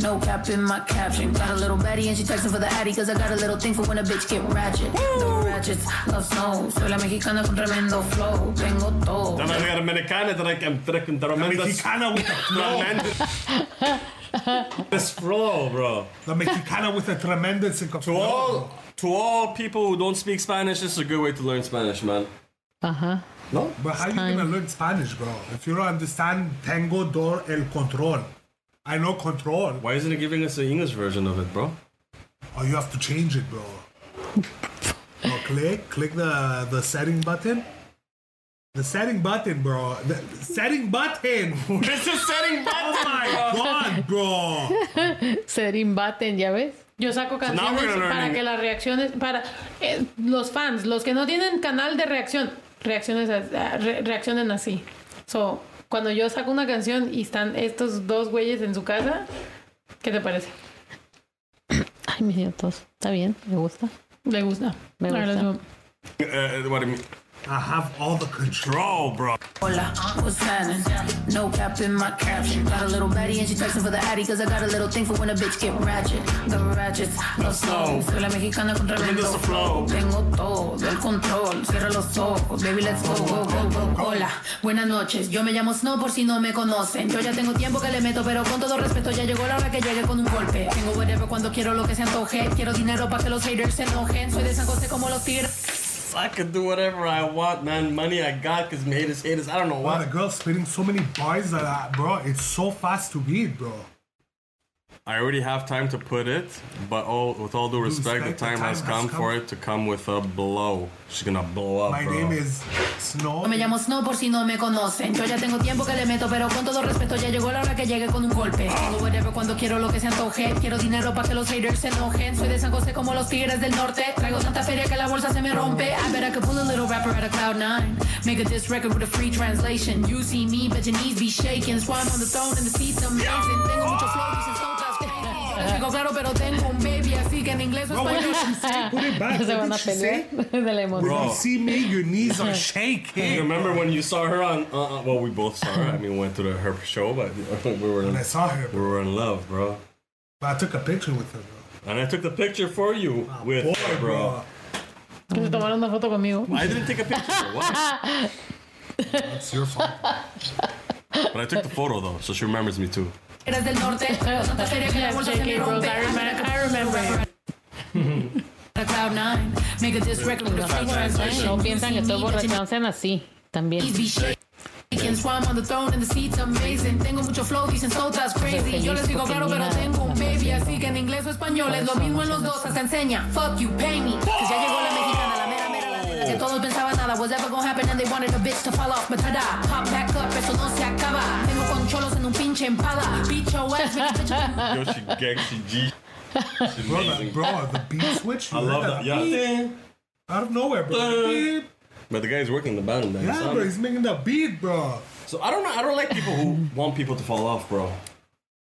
Speaker 8: No cap in my caption. Got a little baddie and she texting for the addy cause I got a little thing for when a bitch get ratchet. The ratchets love snow. Soy la mexicana con tremendo flow. Tengo todo.
Speaker 9: Dan ben ik een Amerikaan en dan ik hem terug een
Speaker 10: The
Speaker 9: tremendous...
Speaker 10: Mexicana with a flow.
Speaker 9: Tremendous... flow, bro.
Speaker 10: The Mexicana with a tremendous flow.
Speaker 9: To all, to all people who don't speak Spanish, this is a good way to learn Spanish, man.
Speaker 2: Ajá.
Speaker 9: No?
Speaker 10: But how you gonna learn Spanish, bro? If you don't understand Tango Door El Control. I know control.
Speaker 9: Why isn't it giving us the English version of it, bro?
Speaker 10: Oh, you have to change it, bro. oh, click, click the the setting button. The setting button, bro. The setting button.
Speaker 9: This is setting
Speaker 10: oh my god, bro.
Speaker 2: Ser imbaten, ¿ya ves?
Speaker 1: Yo saco
Speaker 9: now
Speaker 1: canciones
Speaker 9: we're gonna
Speaker 1: para
Speaker 9: learn
Speaker 1: que
Speaker 9: it.
Speaker 1: las reacciones, para eh, los fans, los que no tienen canal de reacción, reacciones, a- a- re- reaccionen así. So, cuando yo saco una canción y están estos dos güeyes en su casa, ¿qué te parece?
Speaker 2: Ay, me dio tos. Está bien, me gusta.
Speaker 1: Le gusta.
Speaker 2: Me
Speaker 1: La verdad
Speaker 2: gusta.
Speaker 1: es
Speaker 9: Uh, what do you mean?
Speaker 10: I have all the control.
Speaker 9: Bro, bro.
Speaker 8: Hola, what's happening? No cap in my caption. Got a little baddie and she texting for the addy cause I got a little thing for when a bitch get ratchet. The ratchets love slow. Soy la mexicana con tremendo
Speaker 9: Tremendo flow.
Speaker 8: flow. Tengo todo el control. Cierra los ojos, baby, let's go, go, go, go. Hola, Ah, buenas noches. Yo me llamo Snow por si no me conocen. Yo ya tengo tiempo que le meto, pero con todo respeto ya llegó la hora que llegue con un golpe. Tengo whatever cuando quiero lo que se antoje. Quiero dinero para que los haters se enojen. Soy de San José como los tigres.
Speaker 9: Yes, I could do whatever I want, man. Money I got because haters, haters. I don't know
Speaker 10: Wow, the
Speaker 9: why.
Speaker 10: girl's spitting so many bars that, uh, bro, it's so fast to read, bro.
Speaker 9: I already have time to put it, but all with all due respect, the time, has, come, for it to come with a blow. She's gonna blow up,
Speaker 10: My
Speaker 9: Oh, bro.
Speaker 10: name is Snow.
Speaker 8: Yo me llamo Snow por si no me conocen. Yo ya tengo tiempo que le meto, pero con todo respeto ya llegó la hora que llegue con un golpe. Hago whatever cuando quiero lo que se antoje. Quiero dinero para que los haters se enojen. Soy de San José como los tigres del norte. Traigo tanta feria que la bolsa se me rompe. I bet I could pull a little rapper out of cloud nine. Make a diss record with a free translation. You see me, but your knees be shaking. Swam on the throne and the seat's amazing. Tengo mucho flow, dicen Snow Tough Baby. Yo no explico claro, pero tengo un baby, así que en inglés o
Speaker 10: Bro, what
Speaker 8: español.
Speaker 10: did she say? Put it back.
Speaker 2: Se
Speaker 10: What
Speaker 2: van a
Speaker 10: did she
Speaker 2: pelear
Speaker 10: say?
Speaker 2: de la emoción.
Speaker 10: When
Speaker 9: Bro.
Speaker 10: you see me, your knees are
Speaker 9: You
Speaker 10: shaking.
Speaker 9: remember when you saw her on? Uh, uh, well, we both saw her. I mean, went to the, her show, but we were in,
Speaker 10: When I saw her,
Speaker 9: we were in love, bro.
Speaker 10: but I took a picture with her, bro.
Speaker 9: And I took the picture for you with
Speaker 10: Ah, Boy,
Speaker 9: her, bro.
Speaker 10: bro.
Speaker 1: Que se tomaron una foto conmigo.
Speaker 9: I didn't take a picture. What?
Speaker 10: That's your fault.
Speaker 9: But I took the photo though, so she remembers me too.
Speaker 8: Eres del norte, traigo tanta feria que la bolsa se me
Speaker 1: JK Rose,
Speaker 8: rompe.
Speaker 1: I remember. I remember.
Speaker 8: A Cloud nine, make a diss record with a free translation.
Speaker 2: No
Speaker 8: You
Speaker 2: piensan
Speaker 8: see
Speaker 2: que
Speaker 8: me,
Speaker 2: estoy
Speaker 8: but
Speaker 2: borracho,
Speaker 8: your
Speaker 2: no sean así también.
Speaker 8: knees be shaking. Swam on the throne and the seat's amazing. Tengo mucho flow, dicen so that's crazy. Yo les digo claro, pero tengo un baby. Así que en inglés o español es lo mismo en los dos, hasta enseña. Fuck you, pay me. Cause ya llegó la mexicana, la mera, mera, la nena. Que todos pensaban nada was ever gonna happen and they wanted a bitch to fall off. But tada, pop back up, eso no se acaba. Tengo con cholos en un pinche empada. Bitch, your ass, make a bitch
Speaker 9: Yo, she gang, she G. She's
Speaker 10: Bro, that,
Speaker 9: amazing.
Speaker 10: bro, the beat switch.
Speaker 9: I
Speaker 10: you
Speaker 9: love that.
Speaker 10: heard
Speaker 9: Yeah.
Speaker 10: Out of nowhere, bro.
Speaker 9: Uh,
Speaker 10: Beep.
Speaker 9: But the guy's working the bottom there.
Speaker 10: Yeah, bro, he's making that beat, bro.
Speaker 9: So I don't know. I don't like people who want people to fall off, bro.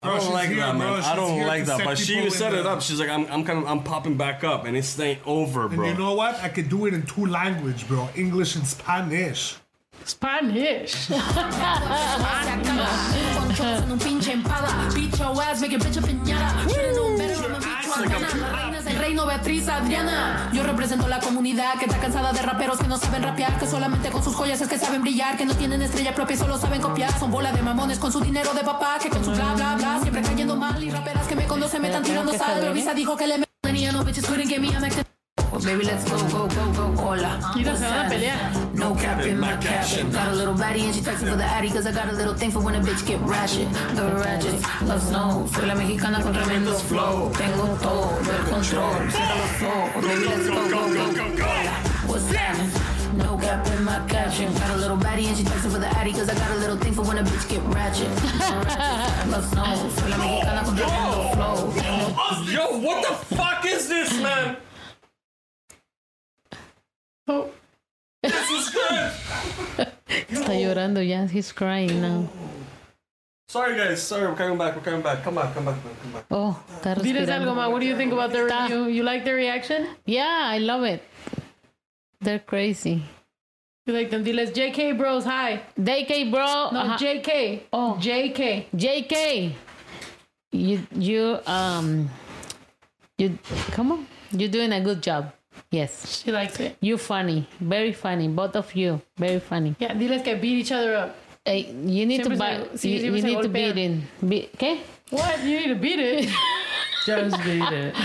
Speaker 10: Bro,
Speaker 9: I
Speaker 10: she's
Speaker 9: don't like
Speaker 10: here,
Speaker 9: that,
Speaker 10: bro.
Speaker 9: man. I
Speaker 10: She's
Speaker 9: don't
Speaker 10: here
Speaker 9: like
Speaker 10: to
Speaker 9: that.
Speaker 10: set
Speaker 9: But she
Speaker 10: people in
Speaker 9: set it
Speaker 10: the-
Speaker 9: up. She's like, I'm, I'm kind of, I'm popping back up, and it's ain't over,
Speaker 10: And
Speaker 9: bro.
Speaker 10: you know what? I could do it in two languages, bro. English and Spanish.
Speaker 1: Spanish.
Speaker 8: Con cholos en un pinche empada. Bitch, your ass, make a bitch a piñata. Should've known better, I'm a bitch guangana. La reina es el reino, Beatriz Adriana. Yo represento la comunidad que está cansada de raperos que no saben rapear, que solamente con sus joyas es que saben brillar, que no tienen estrella propia y solo saben copiar. Son bola de mamones con su dinero de papá, que con su bla bla bla siempre cayendo mal. Y raperas que me conocen me están tirando sal. Pero Visa dijo que le me. Venía, no bitches couldn't get me, I'm acting- Baby, let's go, go, go, go, hola.
Speaker 1: Mira, se van a pelear.
Speaker 8: No cap in my caption. Got a little baddie and she texting for the addy Cause I got a little thing for when a bitch get ratchet The ratchet, love snow Soy la mexicana con tremendo flow Tengo todo el control Cierra los ojos, baby let's go, go, go, go, go What's happening? No cap in my caption Got a little baddie and she texting for the addy Cause I got a little thing for when a bitch get ratchet The ratchet, love snow Soy la mexicana con tremendo flow Tengo
Speaker 9: Yo, what the fuck is this, man?
Speaker 1: Oh,
Speaker 2: Está llorando ya. He's crying now.
Speaker 9: Sorry, guys. Sorry, we're coming back. We're coming back. Come back. Come back. man, Come back.
Speaker 2: Oh, está
Speaker 1: diles algo,
Speaker 2: respirando.
Speaker 1: ma. What do you think about their
Speaker 2: Está.
Speaker 1: review? You like their reaction?
Speaker 2: Yeah, I love it. They're crazy.
Speaker 1: You like them? Diles, JK bros, hi.
Speaker 2: DK, bro.
Speaker 1: No,
Speaker 2: Ajá.
Speaker 1: JK.
Speaker 2: Oh.
Speaker 1: JK.
Speaker 2: JK. You you um you come on. You're doing a good job. Yes.
Speaker 1: She likes it.
Speaker 2: You funny. Very funny. Both of you. Very funny.
Speaker 1: Yeah, diles que beat each other up.
Speaker 2: Hey, you need
Speaker 1: Siempre
Speaker 2: to
Speaker 1: se-
Speaker 2: buy
Speaker 1: sí,
Speaker 2: you,
Speaker 1: siempre
Speaker 2: you
Speaker 1: se
Speaker 2: need to beat
Speaker 1: golpean.
Speaker 2: in. Be, ¿Qué?
Speaker 1: What? You need to beat it.
Speaker 4: Just beat it.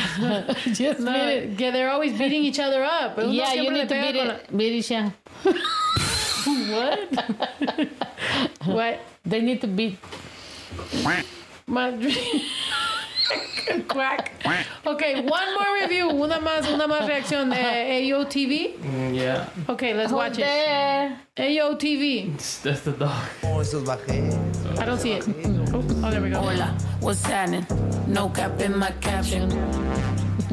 Speaker 2: Just
Speaker 1: No,
Speaker 2: beat it.
Speaker 1: que they're always beating each other up. Uno
Speaker 2: Yeah, you
Speaker 1: siempre le
Speaker 2: need to
Speaker 1: pega
Speaker 2: beat
Speaker 1: con
Speaker 2: it. Beat it, yeah.
Speaker 1: la- What? what?
Speaker 2: They need to beat.
Speaker 1: My Quack. Okay, one more review. Una más, una más reacción. Eh, AOTV.
Speaker 4: Mm, yeah.
Speaker 1: Okay, let's watch it.
Speaker 2: There.
Speaker 1: AOTV.
Speaker 4: That's the dog.
Speaker 1: I don't see it. Oh, oh, there we go.
Speaker 8: Hola, what's happening? No cap in my caption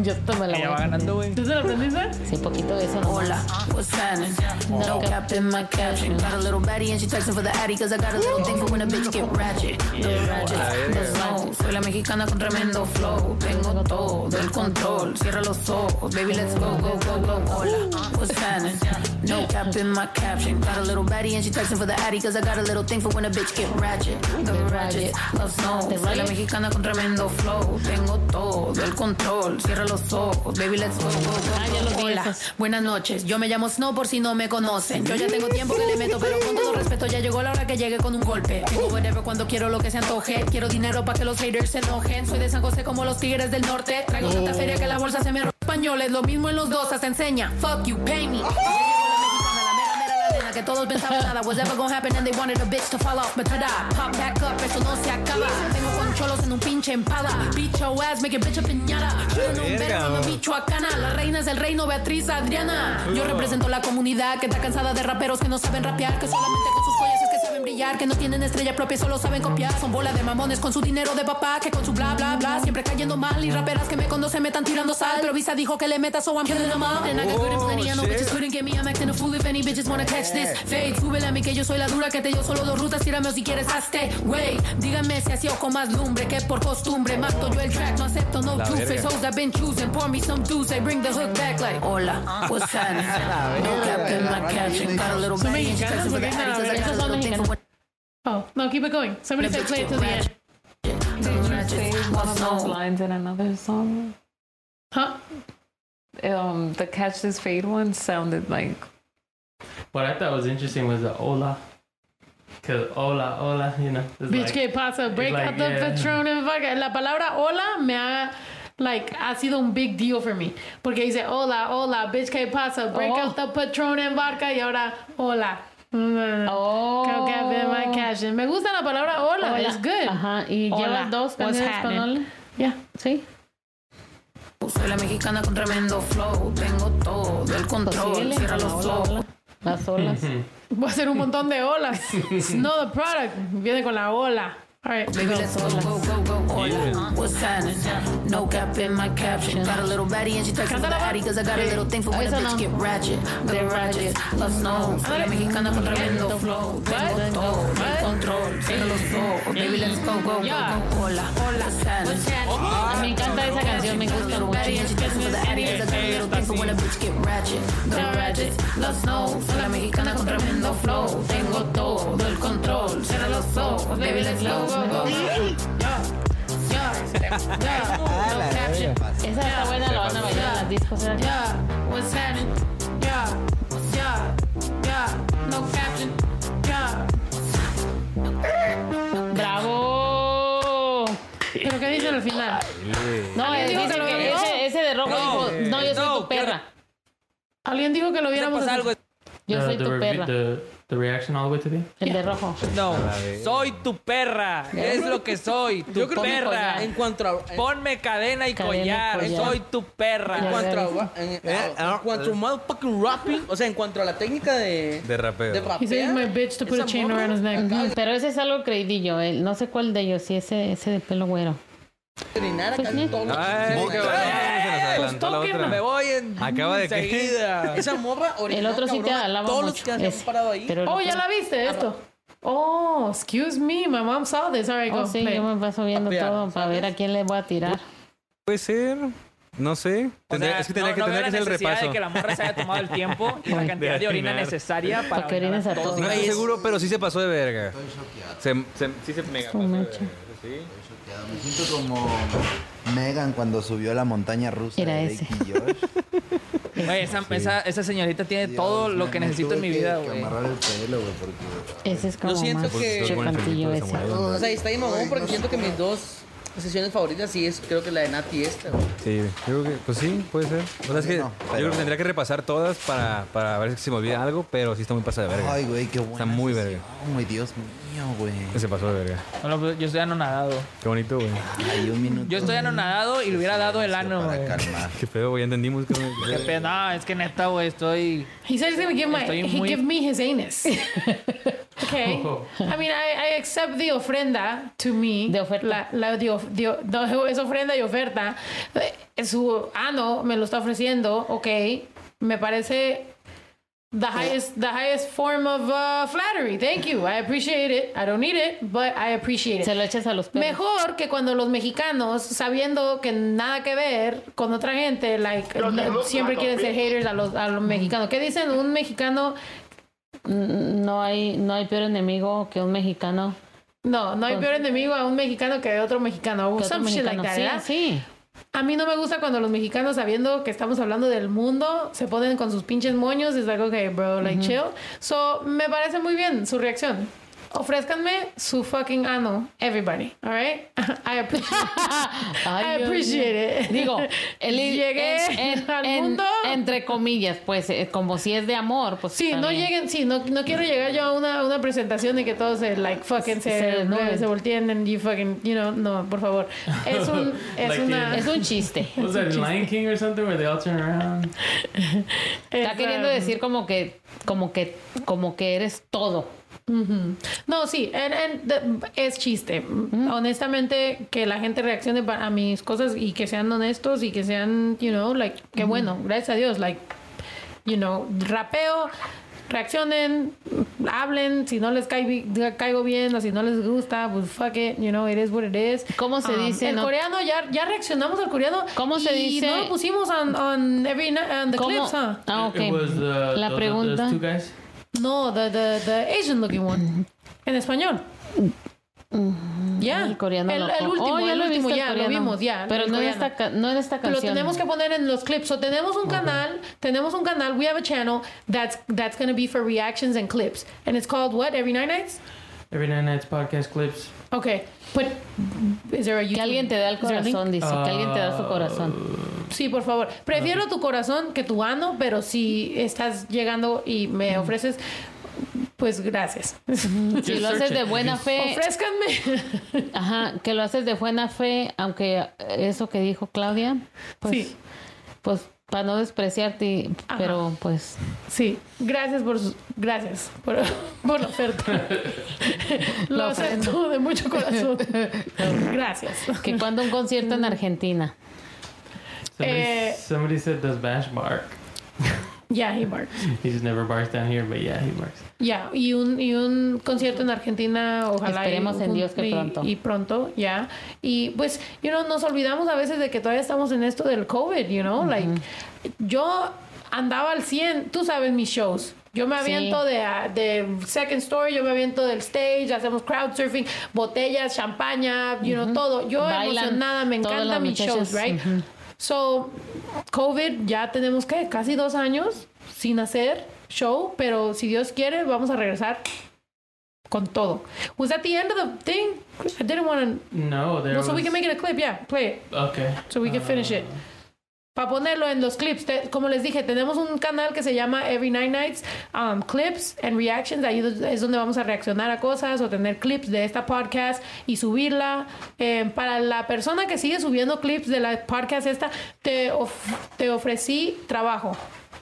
Speaker 2: Yo toma la voy.
Speaker 1: ¿Tú se lo aprendiste?
Speaker 2: Sí, poquito de eso no.
Speaker 8: Hola, what's happening? No cap in my caption. Got a little baddie and she texting for the addy cause I got a little thing for when a bitch get ratchet. The ratchet, the snow. Soy la mexicana con tremendo flow. Tengo todo el control. Cierra los ojos, baby let's go, go, go, go. Hola, what's happening? No cap in my caption. Got a little baddie and she texting for the addy. Cause I got a little thing for when a bitch get ratchet. The ratchet, love snow. Soy la mexicana con tremendo flow. Tengo todo el control. Cierra los ojos, baby, let's go. go, go, go. Hola, buenas noches. Yo me llamo Snow por si no me conocen. Yo ya tengo tiempo que le meto, pero con todo respeto ya llegó la hora que llegue con un golpe. Tengo whatever cuando quiero lo que se antoje. Quiero dinero para que los haters se enojen. Soy de San José como los tigres del norte. Traigo tanta feria que la bolsa se me rompe. Españoles, lo mismo en los dos, se enseña. Fuck you, pay me. Que todos pensaban nada was ever gonna happen and they wanted a bitch to fall off. But tada, pop back up, eso no se acaba. Tengo con cholos en un pinche empada. Bitch your ass, make it bitch a piñata. Yo no un verga, una michoacana. La reina es el reino, Beatriz Adriana. Yo represento la comunidad que está cansada de raperos que no saben rapear, que solamente con sus joyas es que saben brillar, que no tienen estrella propia y solo saben copiar. Son bola de mamones con su dinero de papá, que con su bla bla bla siempre cayendo mal. Y raperas que me conocen me están tirando sal. Pero Visa dijo que le meta, so I'm killing them all. And I got good and plenty,
Speaker 11: Oh,
Speaker 8: I know bitches couldn't get me. I'm acting a fool if any bitches wanna catch this. Fade, súbele a mí que yo soy la dura que te dio solo dos rutas. Tírame o si quieres, hazte, wey. Díganme si así o con más lumbre que por costumbre. Mato yo el track, no acepto no
Speaker 11: La
Speaker 8: two face.
Speaker 11: verga.
Speaker 8: Hoes I've been choosing, pour me some juice. I bring the hook back like, hola, what's happening? No cap in my caption, got a little
Speaker 1: Son
Speaker 8: bad
Speaker 1: mexicanos,
Speaker 8: intentions,
Speaker 1: ¿por
Speaker 8: but
Speaker 1: qué
Speaker 8: I
Speaker 1: no?
Speaker 8: got a
Speaker 1: Esos
Speaker 8: little
Speaker 1: son
Speaker 8: thing
Speaker 1: mexicanos.
Speaker 8: for
Speaker 1: Oh, no, keep it going. Somebody said play it to the end.
Speaker 3: Did you say one of those lines in another song?
Speaker 1: Huh?
Speaker 3: Um, the catch this fade one sounded like
Speaker 4: What I thought was interesting was the hola. Because hola, hola, you know. it's
Speaker 1: Bitch,
Speaker 4: like-
Speaker 1: ¿qué pasa?
Speaker 4: it's
Speaker 1: Break
Speaker 4: like,
Speaker 1: out the
Speaker 4: yeah.
Speaker 1: Patron and fuck. La palabra hola me ha, like, ha sido un big deal for me. Porque dice, hola, hola, bitch, ¿qué pasa? Break
Speaker 2: Oh.
Speaker 1: out the Patron and vodka y ahora, hola.
Speaker 2: Oh.
Speaker 1: Creo que ve my cash. Me gusta la palabra hola,
Speaker 2: Hola.
Speaker 1: it's good.
Speaker 2: Ajá, y
Speaker 1: Hola,
Speaker 2: llevas dos
Speaker 1: what's
Speaker 2: canciones con
Speaker 1: happening?
Speaker 2: Hola.
Speaker 1: Yeah.
Speaker 2: Sí.
Speaker 8: Soy la mexicana con tremendo flow. Tengo todo el control.
Speaker 2: Consíguele.
Speaker 8: Cierra los
Speaker 2: Hola, hola.
Speaker 8: ojos.
Speaker 2: Las olas.
Speaker 1: Voy a hacer un montón de olas. It's not a product. Viene con la ola. All right,
Speaker 8: Baby,
Speaker 1: go.
Speaker 8: let's go, go, go, go. Hola,
Speaker 4: Yeah.
Speaker 8: what's happening? No cap in my caption. Got a little baddie and she texting for the
Speaker 1: Cántala, va.
Speaker 8: addy. Cause I got a little thing for when a
Speaker 2: Eso
Speaker 8: bitch
Speaker 2: no.
Speaker 8: get ratchet. The ratchet, love snow. Soy la mexicana con tremendo flow. Tengo todo el control. Cierra los ojos. Baby, let's go, go, go,
Speaker 1: Yeah.
Speaker 8: go. Hola, what's happening?
Speaker 2: Me encanta esa canción, me gusta mucho.
Speaker 8: Daddy and she texting for the addy, 'cause I got a little thing for when a bitch get ratchet. The ratchet, love snow. Soy la mexicana con tremendo flow. Tengo todo el control. Cierra los ojos, baby, let's go, go,
Speaker 1: este,
Speaker 8: go. Yeah, yeah, no caption.
Speaker 2: Esa está buena, la van a bailar en las discos. ¿eh? ¿verdad?
Speaker 8: Yeah, what's happening? Yeah, yeah, yeah, no caption. Yeah.
Speaker 2: ¡Bravo!
Speaker 1: ¿Pero qué dice al final?
Speaker 2: No, él
Speaker 1: dijo
Speaker 2: dice
Speaker 1: que lo
Speaker 2: que
Speaker 1: vio.
Speaker 2: ese, ese de rojo
Speaker 11: No,
Speaker 2: dijo, no, yo soy
Speaker 11: no,
Speaker 2: tu perra.
Speaker 1: Alguien dijo que
Speaker 11: Quiero
Speaker 1: lo viéramos
Speaker 11: pasar algo.
Speaker 2: Yo
Speaker 4: the,
Speaker 2: soy
Speaker 4: the
Speaker 2: tu
Speaker 4: revi-
Speaker 2: perra.
Speaker 4: The, the reaction all the way to the end?
Speaker 2: El de rojo.
Speaker 11: No, soy tu perra. Es lo que soy, tu
Speaker 2: que-
Speaker 11: perra.
Speaker 2: Collar.
Speaker 11: En-
Speaker 12: cuanto a,
Speaker 11: Ponme cadena y
Speaker 2: Cadena y
Speaker 11: collar.
Speaker 2: collar.
Speaker 11: pues, Soy tu perra.
Speaker 2: Ya.
Speaker 12: cuanto a- Eh, ah, en- en cuanto a motherfucking rapping, o sea, en cuanto a la técnica de,
Speaker 9: De rapeo.
Speaker 12: de
Speaker 1: He said
Speaker 12: rapear,
Speaker 1: my bitch to put a
Speaker 12: Esa
Speaker 1: chain
Speaker 12: morra.
Speaker 1: around his neck.
Speaker 2: Ujú, Pero ese es algo creidillo. El, no sé cuál de ellos, si ese, ese de pelo güero.
Speaker 12: trinar acá
Speaker 2: Pues,
Speaker 12: todo lo que
Speaker 9: Ay,
Speaker 12: hicimos.
Speaker 9: qué barbaridad, se nos adelantó la
Speaker 1: tóquenla.
Speaker 9: otra.
Speaker 11: Me voy en
Speaker 9: Acaba de que-
Speaker 11: seguida.
Speaker 12: Esa morra original,
Speaker 2: El otro sí te
Speaker 12: cabrona,
Speaker 2: alaba
Speaker 12: Todos los
Speaker 2: mucho,
Speaker 12: que se han
Speaker 2: ese.
Speaker 12: parado ahí.
Speaker 2: Pero el
Speaker 1: Oh,
Speaker 2: otro-
Speaker 1: ya la viste esto. Oh, excuse me, my mom saw this. All right, go
Speaker 2: Ah. Oh, sí,
Speaker 1: play.
Speaker 2: yo me paso viendo
Speaker 12: Papear,
Speaker 2: todo para ver a quién le voy a tirar.
Speaker 9: Puede ser. No sé.
Speaker 11: O
Speaker 9: Tendría-
Speaker 11: sea,
Speaker 9: es que tenía
Speaker 11: no-
Speaker 9: que,
Speaker 11: no veo
Speaker 9: tenía
Speaker 11: la
Speaker 9: que hacer el
Speaker 11: necesidad
Speaker 9: repaso.
Speaker 11: de que la morra se haya tomado el tiempo y la cantidad de orina
Speaker 9: atinar.
Speaker 11: necesaria para,
Speaker 2: Para que
Speaker 11: orinar
Speaker 2: orines a todos.
Speaker 9: No estoy seguro, pero sí se pasó de verga. Se, se, sí se mega pasó de
Speaker 2: macho.
Speaker 9: verga. Sí.
Speaker 13: Me siento como Megan cuando subió a la montaña rusa
Speaker 2: Era
Speaker 13: de
Speaker 2: ese.
Speaker 13: Drake y Josh.
Speaker 11: Güey, esa, esa, esa señorita tiene
Speaker 13: Dios,
Speaker 11: todo
Speaker 13: me-
Speaker 11: lo que
Speaker 13: me
Speaker 11: necesito en
Speaker 13: tuve
Speaker 11: mi
Speaker 13: que-
Speaker 11: vida,
Speaker 13: que
Speaker 11: güey.
Speaker 13: amarrar el pelo, güey, porque...
Speaker 2: Ese es como
Speaker 12: Yo siento
Speaker 2: más
Speaker 12: que-
Speaker 9: Todo el
Speaker 2: chocantillo
Speaker 9: bonito de
Speaker 2: ese.
Speaker 9: Samuel.
Speaker 12: O sea, está bien mamón porque siento que mis dos sesiones favoritas sí es, creo que la de Nati y esta, güey.
Speaker 9: Sí, yo creo que, pues sí, puede ser. O sea, es que
Speaker 13: No,
Speaker 9: yo
Speaker 13: pero-
Speaker 9: creo que tendría que repasar todas para, para ver si se me olvida algo, pero sí está muy pasada de verga.
Speaker 13: Ay, güey, qué bueno.
Speaker 9: Está muy verga.
Speaker 13: Ay, Dios mío, güey.
Speaker 9: Se pasó de verga.
Speaker 11: Bueno, pues, yo estoy anonadado.
Speaker 9: Qué bonito, güey.
Speaker 13: Hay un minuto.
Speaker 11: Yo estoy anonadado y le hubiera dado el ano,
Speaker 13: Para
Speaker 11: güey.
Speaker 13: calmar.
Speaker 9: Qué pedo, güey. Ya entendimos. Que...
Speaker 11: Qué pena, es que neta, güey, estoy...
Speaker 1: He said he's gonna give my
Speaker 11: Estoy
Speaker 1: he
Speaker 11: muy-
Speaker 1: give me his anus. okay. I mean, I, I accept the ofrenda to me.
Speaker 2: Oh. De oferta.
Speaker 1: La, la de of- de- de- es ofrenda y oferta. ah, Eh, Su ano me lo está ofreciendo, okay. Me parece
Speaker 2: Oh.
Speaker 1: the highest the highest form of uh, flattery. Thank you. I appreciate it. I don't need it, but I appreciate it.
Speaker 2: Se lo echas a los perros.
Speaker 1: Mejor que cuando los mexicanos, sabiendo que nada que ver con otra gente, like
Speaker 2: Los
Speaker 1: eh,
Speaker 2: negros
Speaker 1: siempre
Speaker 2: son los
Speaker 1: quieren ser haters a los a los mexicanos. ¿Qué dicen? Un mexicano
Speaker 2: No hay, no hay peor enemigo que un mexicano.
Speaker 1: no, no hay
Speaker 2: Con-
Speaker 1: peor enemigo a un mexicano que a otro mexicano.
Speaker 2: que otro
Speaker 1: Some shit like
Speaker 2: mexicano.
Speaker 1: that,
Speaker 2: Sí,
Speaker 1: ¿verdad?
Speaker 2: sí.
Speaker 1: A mí no me gusta cuando los mexicanos, sabiendo que estamos hablando del mundo, se ponen con sus pinches moños. Es algo que, bro, like
Speaker 2: Ujú.
Speaker 1: chill. So, me parece muy bien su reacción. Ofrezcanme su fucking ano, everybody. All right? I appreciate,
Speaker 2: Ah, Ay,
Speaker 1: I
Speaker 2: Dios mío.
Speaker 1: appreciate it.
Speaker 2: Digo, el-
Speaker 1: llegué
Speaker 2: en- en-
Speaker 1: al
Speaker 2: en-
Speaker 1: mundo.
Speaker 2: Entre comillas, pues, eh, como si es de amor, pues.
Speaker 1: Sí, no lleguen, sí, no, no quiero llegar yo a una, a una presentación de que todos se, like, fucking se,
Speaker 2: Se- no.
Speaker 1: se volteen and you fucking, you know, no, por favor. Es un, es
Speaker 4: Like
Speaker 1: una,
Speaker 4: in- Es un
Speaker 2: chiste.
Speaker 4: Was that Lion King or something where they all turn around?
Speaker 2: Está queriendo
Speaker 1: um,
Speaker 2: decir como que, como que, como que eres todo.
Speaker 1: Ujú. No, sí, and- and the- es chiste. Honestamente, que la gente reaccione pa- a mis cosas y que sean honestos y que sean, you know, like, que bueno, gracias a Dios, like, you know, rapeo, reaccionen, hablen, si no les cai- bi- caigo bien o si no les gusta, pues fuck it, you know, it is what it is.
Speaker 2: ¿Cómo se
Speaker 1: Um,
Speaker 2: dice?
Speaker 1: El
Speaker 2: no?
Speaker 1: coreano, ya, ya reaccionamos al coreano.
Speaker 2: ¿Cómo se
Speaker 1: y
Speaker 2: dice?
Speaker 1: no lo pusimos on, on every ni- on the
Speaker 2: ¿Cómo?
Speaker 1: clips, huh?
Speaker 2: Ah, ok.
Speaker 4: It
Speaker 14: uh,
Speaker 4: was the,
Speaker 2: La
Speaker 4: those-
Speaker 2: pregunta.
Speaker 4: Those two guys.
Speaker 1: No, the, the, the Asian looking one. En español. Ya.
Speaker 2: Mm-hmm. Ah, El coreano
Speaker 1: El,
Speaker 2: loco.
Speaker 1: el último,
Speaker 2: Oh, ya
Speaker 1: el
Speaker 2: lo he
Speaker 1: último,
Speaker 2: visto, el
Speaker 1: ya, lo
Speaker 2: coreano.
Speaker 1: vimos, ya.
Speaker 2: Pero
Speaker 1: el
Speaker 2: no en,
Speaker 1: coreano.
Speaker 2: esta, ca- no en esta
Speaker 1: Lo
Speaker 2: canción.
Speaker 1: tenemos que poner en los clips. O tenemos un canal, tenemos un canal, we have a channel that's that's gonna be for reactions and clips. And it's called what? Every Nine Nights?
Speaker 4: Every Night Nights podcast clips.
Speaker 1: Okay. But is there a YouTube?
Speaker 2: Que alguien te da el
Speaker 1: Is there a link?
Speaker 2: corazón, dice. que alguien te da
Speaker 14: Uh,
Speaker 2: su corazón.
Speaker 1: Sí, por favor. Prefiero tu corazón que tu ano, pero si estás llegando y
Speaker 2: Mm.
Speaker 1: me ofreces, pues gracias.
Speaker 2: Si lo haces de buena fe.
Speaker 1: Ofrézcanme.
Speaker 2: Ajá, que lo haces de buena fe, aunque eso que dijo Claudia, pues, pues para no despreciarte,
Speaker 1: Ajá.
Speaker 2: pero pues
Speaker 1: Sí, gracias por sus- gracias por, por la oferta. Lo
Speaker 2: La
Speaker 1: acepto de mucho corazón. Gracias.
Speaker 2: que cuando un concierto
Speaker 1: Mm.
Speaker 2: en Argentina.
Speaker 4: Somebody,
Speaker 1: Eh,
Speaker 4: somebody said, does Bash bark?
Speaker 1: Yeah, he barks.
Speaker 4: He just never barks down here, but yeah, he barks.
Speaker 1: Ya, y un y un concierto en Argentina, ojalá y-
Speaker 2: Esperemos en Dios que
Speaker 1: y-
Speaker 2: pronto.
Speaker 1: Y pronto, ya. Y pues, you know, nos olvidamos a veces de que todavía estamos en esto del COVID, you know, like yo andaba al 100, tú sabes mis shows. Yo me
Speaker 2: Sí.
Speaker 1: aviento de, ah, de second story, yo me aviento del stage, hacemos crowd surfing, botellas, champaña, you know, todo. Yo
Speaker 2: Bailan
Speaker 1: emocionada, me
Speaker 2: todas
Speaker 1: encanta
Speaker 2: las
Speaker 1: mis
Speaker 2: muchachas,
Speaker 1: shows, right?
Speaker 2: ujú.
Speaker 1: So, COVID, ya tenemos que casi dos años sin hacer show, pero si Dios quiere, vamos a regresar con todo. Was that the end of the thing? I didn't want
Speaker 4: No,
Speaker 1: to.
Speaker 4: there
Speaker 11: Pues,
Speaker 1: No,
Speaker 4: was...
Speaker 1: so we can make it a clip, yeah, play it,
Speaker 4: Okay.
Speaker 1: so we can finish it. Para ponerlo en los clips, te- como les dije, tenemos un canal que se llama Every Night Nights um, Clips and Reactions. Ahí es donde vamos a reaccionar a cosas o tener clips de esta podcast y subirla. Eh, para la persona que sigue subiendo clips de la podcast esta, te, of- te ofrecí trabajo.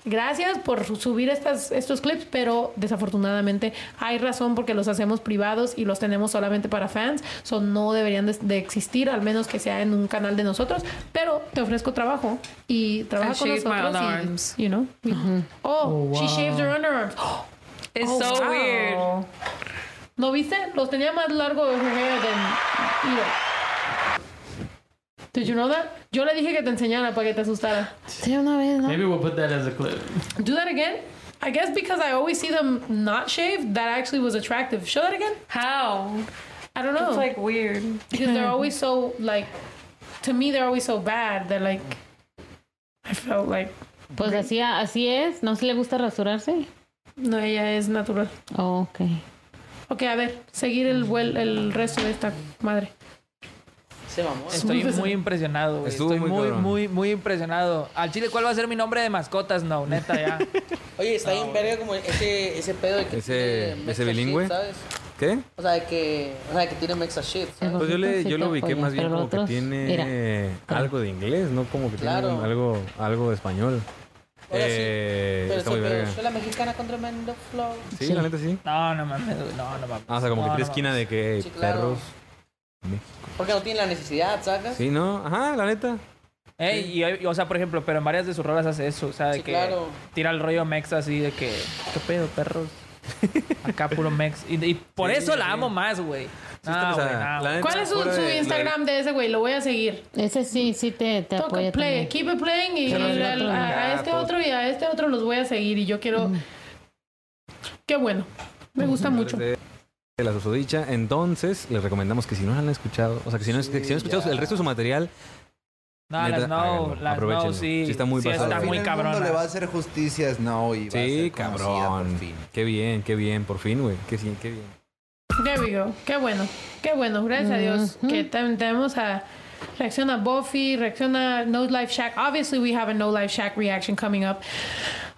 Speaker 1: Gracias por su- subir estas, estos clips, pero desafortunadamente hay razón porque los hacemos privados y los tenemos solamente para fans, so no deberían de, de existir, al menos que sea en un canal de nosotros, pero te ofrezco trabajo y trabaja
Speaker 3: I
Speaker 1: con
Speaker 3: shaved my
Speaker 1: nosotros.
Speaker 3: underarms.
Speaker 1: y- you know, we- Oh,
Speaker 3: Oh,
Speaker 1: she
Speaker 3: wow.
Speaker 1: shaved her underarms.
Speaker 3: It's
Speaker 1: Oh,
Speaker 3: so
Speaker 1: wow.
Speaker 3: weird.
Speaker 1: ¿No viste? Los tenía más largo her hair than- mira. Did you know that? Yo le dije que te enseñara para que te asustara.
Speaker 2: Sí, una vez, ¿no?
Speaker 4: Maybe we'll put that as a clip.
Speaker 1: Do that again? I guess because I always see them not shaved, that actually was attractive. Show that again.
Speaker 3: How?
Speaker 1: I don't know.
Speaker 3: It's like hmm. weird.
Speaker 1: because they're always so like, to me they're always so bad. They're like, I felt like
Speaker 2: Pues así, así es, ¿no se le gusta rasurarse?
Speaker 1: no ella es natural.
Speaker 2: Oh, ok.
Speaker 1: Ok, a ver, seguir el vuel el resto de esta madre.
Speaker 12: Se mamó.
Speaker 11: Estoy muy impresionado, güey.
Speaker 12: Estuvo
Speaker 11: Estoy
Speaker 12: muy
Speaker 11: muy,
Speaker 12: cabrón.
Speaker 11: muy, muy impresionado. Al chile, ¿cuál va a ser mi nombre de mascotas? No, neta, ya.
Speaker 12: Oye, está bien verga como ese, ese pedo de que
Speaker 11: Ese-
Speaker 12: tiene
Speaker 11: ese
Speaker 12: mexa
Speaker 11: bilingüe.
Speaker 12: shit, ¿sabes?
Speaker 14: ¿Qué?
Speaker 12: O sea, de que, o sea, de que tiene mexa shit,
Speaker 2: Eh,
Speaker 12: ¿sabes?
Speaker 14: Pues yo le, yo lo ubiqué más bien
Speaker 12: pero
Speaker 14: como
Speaker 12: otros,
Speaker 14: que tiene
Speaker 12: mira.
Speaker 14: algo de inglés, no como que tiene
Speaker 12: Claro.
Speaker 14: un- algo, algo de español.
Speaker 12: Ahora sí,
Speaker 14: Eh,
Speaker 12: Pero
Speaker 14: está
Speaker 12: ese
Speaker 14: muy
Speaker 12: pedo,
Speaker 14: verga.
Speaker 12: soy la mexicana con tremendo flow.
Speaker 14: Sí, la neta sí.
Speaker 11: No, no mames, güey. no, no mames.
Speaker 14: Ah, o sea, como
Speaker 11: No,
Speaker 14: que tiene
Speaker 11: no
Speaker 14: esquina de que hey,
Speaker 12: Sí, claro.
Speaker 14: perros.
Speaker 12: Porque no tiene la necesidad, ¿sacas?
Speaker 14: Sí, ¿no? Ajá, la neta.
Speaker 15: Eh, y hay- y, o sea, por ejemplo, pero en varias de sus rolas hace eso. O sea, de
Speaker 12: Sí,
Speaker 15: que
Speaker 12: claro.
Speaker 15: tira el rollo mex así de que, ¿qué pedo, perros? Acá puro mex. Y, y por
Speaker 1: Sí,
Speaker 15: eso
Speaker 1: sí.
Speaker 15: la amo más, güey. Ah,
Speaker 1: está
Speaker 15: güey,
Speaker 1: pesada.
Speaker 15: ah, güey.
Speaker 1: ¿Cuál es su, su Instagram de ese güey? Lo voy a seguir.
Speaker 2: Ese sí, sí te, te
Speaker 1: Toca
Speaker 2: apoya
Speaker 1: play,
Speaker 2: también.
Speaker 1: keep it playing y
Speaker 2: Pero
Speaker 1: al-
Speaker 2: sí, otro
Speaker 1: a, a
Speaker 2: lugar,
Speaker 1: este
Speaker 2: pues.
Speaker 1: otro y a este otro los voy a seguir y yo quiero...
Speaker 3: Mm.
Speaker 1: Qué bueno, me gusta mucho.
Speaker 14: de, de la susodicha. Entonces, les recomendamos que si no la han escuchado, o sea, que si no, que si no han escuchado el resto de su material,
Speaker 15: No,
Speaker 14: neta,
Speaker 15: las no,
Speaker 14: háganlo,
Speaker 15: las no,
Speaker 14: aprovechénlo.
Speaker 15: sí.
Speaker 14: Sí está muy
Speaker 15: sí,
Speaker 14: basado.
Speaker 15: está muy
Speaker 13: el
Speaker 15: cabrona.
Speaker 13: mundo le va a hacer justicia no y va a
Speaker 14: Sí,
Speaker 13: ser conocida por
Speaker 14: cabrón. Qué bien, qué bien, por fin, güey. Qué bien, qué bien.
Speaker 1: There we go. Qué bueno, qué bueno. Gracias a Dios que tam- tenemos a reacciona Buffy, reacciona No Life Shack. Obviously, we have a No Life Shack reaction coming up.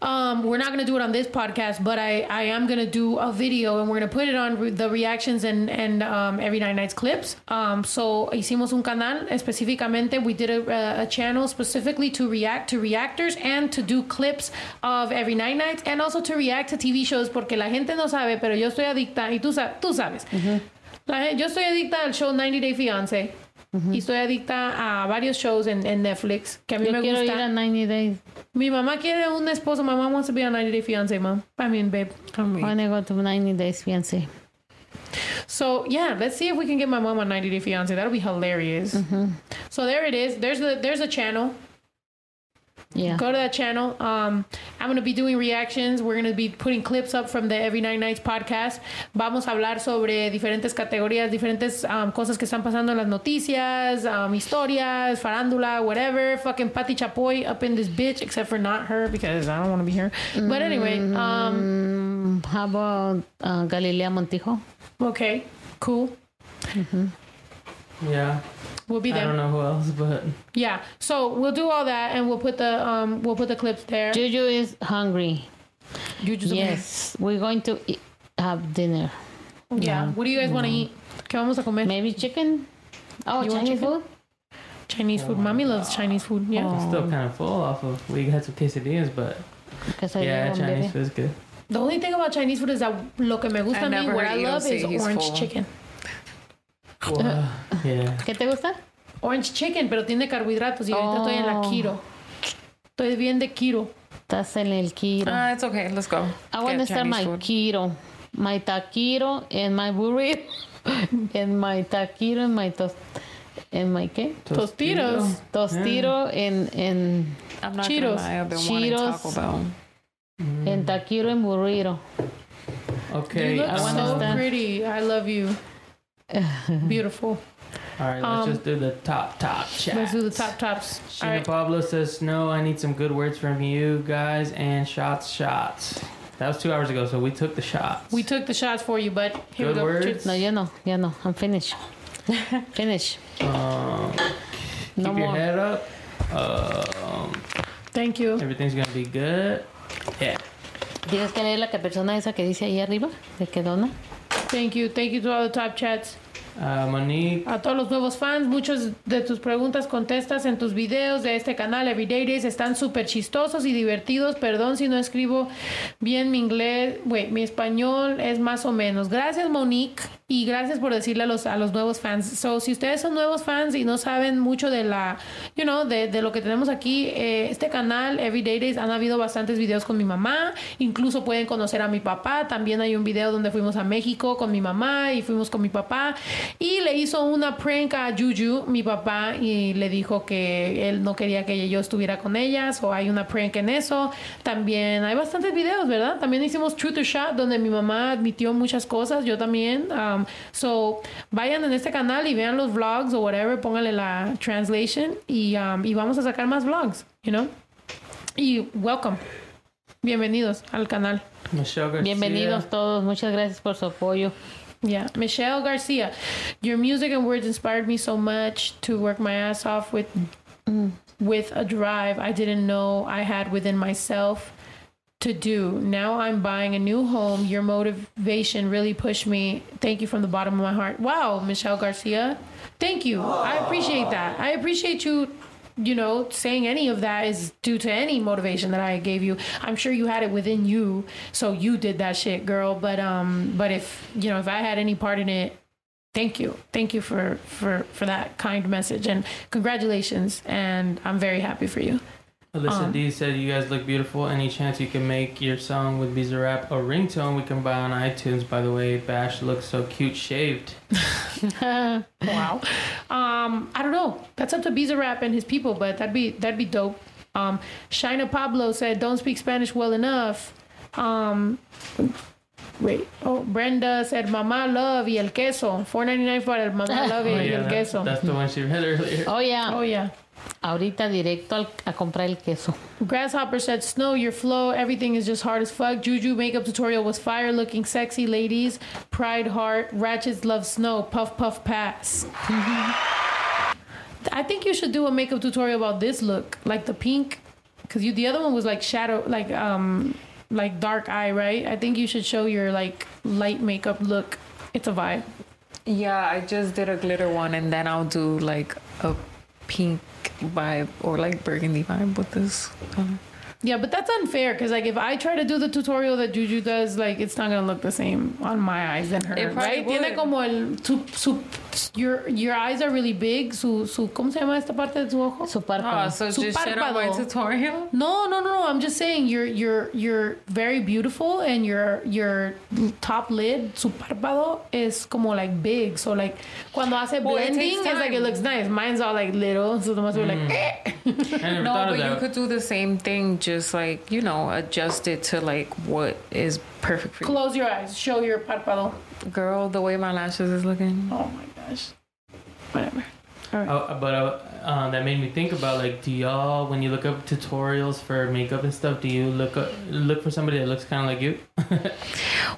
Speaker 1: Um, we're not gonna do it on this podcast, but I I am gonna do a video and we're gonna put it on re- the reactions and and um, every night nights clips. Um, so hicimos un canal específicamente. We did a, a channel specifically to react to reactors and to do clips of every night nights and also to react to TV shows porque la gente no sabe, pero yo estoy adicta y tú sa- tú sabes. La gen- yo estoy adicta al show 90 Day Fiancé y estoy adicta a varios shows en, en Netflix que a mí
Speaker 2: Yo
Speaker 1: me
Speaker 2: quiero
Speaker 1: gusta.
Speaker 2: ir a 90 Days.
Speaker 1: Mi mamá quiere un esposo. Mamá wants to be a 90 Day Fiancé, mom. I mean, babe. I
Speaker 2: I
Speaker 1: mean.
Speaker 2: wanna go to 90 Days Fiancé.
Speaker 1: So yeah, let's see if we can get my mom on 90 Day Fiancé. That'll be hilarious. So there it is. There's the there's a channel.
Speaker 2: Yeah.
Speaker 1: Go to that channel. Um, I'm gonna be doing reactions. We're gonna be putting clips up from the Every Nine Nights podcast. Vamos a hablar sobre diferentes categorías, diferentes um, cosas que están pasando en las noticias, um, historias, farándula, whatever. Fucking Patty Chapoy up in this bitch, except for not her because I don't want to be here. But anyway, um,
Speaker 2: Mm, how about uh, Galilea Montijo?
Speaker 1: okay, cool.
Speaker 4: Yeah.
Speaker 1: We'll be
Speaker 4: I
Speaker 1: there.
Speaker 4: don't know who else, but
Speaker 1: Yeah. So we'll do all that, and we'll put the um, we'll put the clips there.
Speaker 2: Juju is hungry.
Speaker 1: Juju's hungry.
Speaker 2: yes, we're going to eat, have dinner.
Speaker 1: Yeah. What do you guys wanna eat? ¿Qué vamos a comer?
Speaker 2: Maybe chicken. Oh,
Speaker 1: You want
Speaker 2: Chinese
Speaker 1: chicken?
Speaker 2: food.
Speaker 1: Chinese food. Mommy loves Chinese food. Yeah.
Speaker 4: I'm still kind of full off of. We had some quesadillas, but
Speaker 2: Because
Speaker 4: yeah, Chinese food is good.
Speaker 1: The only thing about Chinese food is that lo que me gusta
Speaker 3: I
Speaker 1: a mí,
Speaker 3: never
Speaker 1: what I
Speaker 3: eat
Speaker 1: love
Speaker 3: OC,
Speaker 1: is
Speaker 3: he's
Speaker 1: orange
Speaker 3: full.
Speaker 1: chicken.
Speaker 4: Wow. yeah.
Speaker 2: ¿Qué te gusta?
Speaker 1: Orange chicken, pero tiene carbohidratos y ahorita estoy en la
Speaker 2: Oh.
Speaker 1: keto. Estoy bien de keto.
Speaker 2: Estás en el kiro.
Speaker 3: Ah, it's okay. Let's go.
Speaker 2: I want to
Speaker 3: Get
Speaker 2: start Ah, my
Speaker 3: Chinese
Speaker 2: keto,
Speaker 3: food.
Speaker 2: my taquito, and my burrito, and my taquito, and my tost, and my qué?
Speaker 1: Tostitos.
Speaker 2: Tostiro, and and
Speaker 3: I'm not gonna lie, I've been wanting Taco Bell.
Speaker 2: and taquito and burrito.
Speaker 4: Okay. um,
Speaker 1: you look
Speaker 4: I
Speaker 1: so
Speaker 4: wanna-
Speaker 1: pretty. I love you. Beautiful.
Speaker 4: All right, let's
Speaker 1: Um,
Speaker 4: just do the top top chat.
Speaker 1: Let's do the top tops. All
Speaker 4: Sheena
Speaker 1: right.
Speaker 4: Pablo says, "No, I need some good words from you guys and shots, shots." That was two hours ago, so we took the shots.
Speaker 1: We took the shots for you, but here
Speaker 4: Good
Speaker 1: we go.
Speaker 4: words.
Speaker 2: No, ya no, ya no. I'm finished. Finish.
Speaker 4: Um,
Speaker 2: No
Speaker 4: keep your
Speaker 2: more.
Speaker 4: head up. Um,
Speaker 1: Thank you.
Speaker 4: Everything's gonna be good. Yeah.
Speaker 2: ¿Tienes que leer la que persona esa que dice ahí arriba? ¿De que dona?
Speaker 1: Thank you. Thank you to all the top chats.
Speaker 4: Uh, Monique.
Speaker 1: A todos los nuevos fans, muchos de tus preguntas contestas en tus videos de este canal Everyday Days están súper chistosos y divertidos. Perdón si no escribo bien mi inglés, güey, mi español es más o menos. Gracias Monique y gracias por decirle a los, a los nuevos fans. So, si ustedes son nuevos fans y no saben mucho de la, you know, de, de lo que tenemos aquí, eh, este canal Everyday Days han habido bastantes videos con mi mamá, incluso pueden conocer a mi papá, también hay un video donde fuimos a México con mi mamá y fuimos con mi papá y le hizo una prank a Juju, mi papá, y le dijo que él no quería que yo estuviera con ellas o hay una prank en eso. También hay bastantes videos, ¿verdad? También hicimos Truth or Shot donde mi mamá admitió muchas cosas, yo también. Um, so vayan en este canal y vean los vlogs o whatever, pónganle la translation y, um, y vamos a sacar más vlogs, you know? Y welcome. Bienvenidos al canal.
Speaker 4: Michelle Garcia.
Speaker 2: Bienvenidos todos, muchas gracias por su apoyo.
Speaker 1: Yeah, Michelle Garcia, your music and words inspired me so much to work my ass off with with a drive I didn't know I had within myself to do. Now I'm buying a new home. Your motivation really pushed me. Thank you from the bottom of my heart. Wow, Michelle Garcia. Thank you. I appreciate that. I appreciate you you know, saying any of that is due to any motivation that I gave you. I'm sure you had it within you, so you did that shit, girl. But um, but if you know, if I had any part in it, thank you thank you for for for that kind message and congratulations and i'm very happy for you
Speaker 4: Alyssa
Speaker 1: Um,
Speaker 4: D said you guys look beautiful. Any chance you can make your song with Visa Rap a ringtone we can buy on iTunes? By the way, Bash looks so cute shaved.
Speaker 1: wow um i don't know that's up to Bizarrap and his people but that'd be that'd be dope um shina pablo said don't speak spanish well enough um wait oh brenda said mamá love y el queso 4.99 para el mamá love y el
Speaker 4: Oh, that-
Speaker 1: queso
Speaker 4: that's the one she read earlier.
Speaker 2: Oh, yeah.
Speaker 1: oh yeah
Speaker 2: Ahorita directo al- a comprar el queso.
Speaker 1: Grasshopper said, Snow, your flow, everything is just hard as fuck. Juju makeup tutorial was fire, looking sexy, ladies. Pride heart, ratchets love snow, puff puff pass. I think you should do a makeup tutorial about this look, like the pink, because you the other one was like shadow, like um, like dark eye, right? I think you should show your like light makeup look. It's a vibe.
Speaker 3: Yeah, I just did a glitter one, and then I'll do like a pink vibe or like burgundy vibe with this. color.
Speaker 1: Yeah, but that's unfair because like if I try to do the tutorial that Juju does, like it's not gonna look the same on my eyes than her.
Speaker 3: It probably
Speaker 1: right? Tiene
Speaker 3: would.
Speaker 1: como el su, su, your your eyes are really big. Su su cómo se llama esta parte de su ojo? Su
Speaker 3: Ah, so just shit on my tutorial.
Speaker 1: No, no, no, no. I'm just saying you're you're you're very beautiful and your your top lid su párpado is como like big. So like cuando hace
Speaker 3: Well, it takes
Speaker 1: blending, it's like it
Speaker 3: time. Mm.
Speaker 1: looks nice. Mine's all like little, so the most we're like. Eh.
Speaker 4: never
Speaker 3: no,
Speaker 4: thought
Speaker 3: but
Speaker 4: of
Speaker 3: you
Speaker 4: that.
Speaker 3: could do the same thing, just like you know, adjust it to like what is perfect for you.
Speaker 1: Close your eyes. Show your párpado.
Speaker 3: Girl, the way my lashes is looking.
Speaker 1: Oh my gosh. Whatever.
Speaker 4: Uh, but uh, uh, that made me think about like, do y'all when you look up tutorials for makeup and stuff, do you look up, look for somebody that looks kind of like you?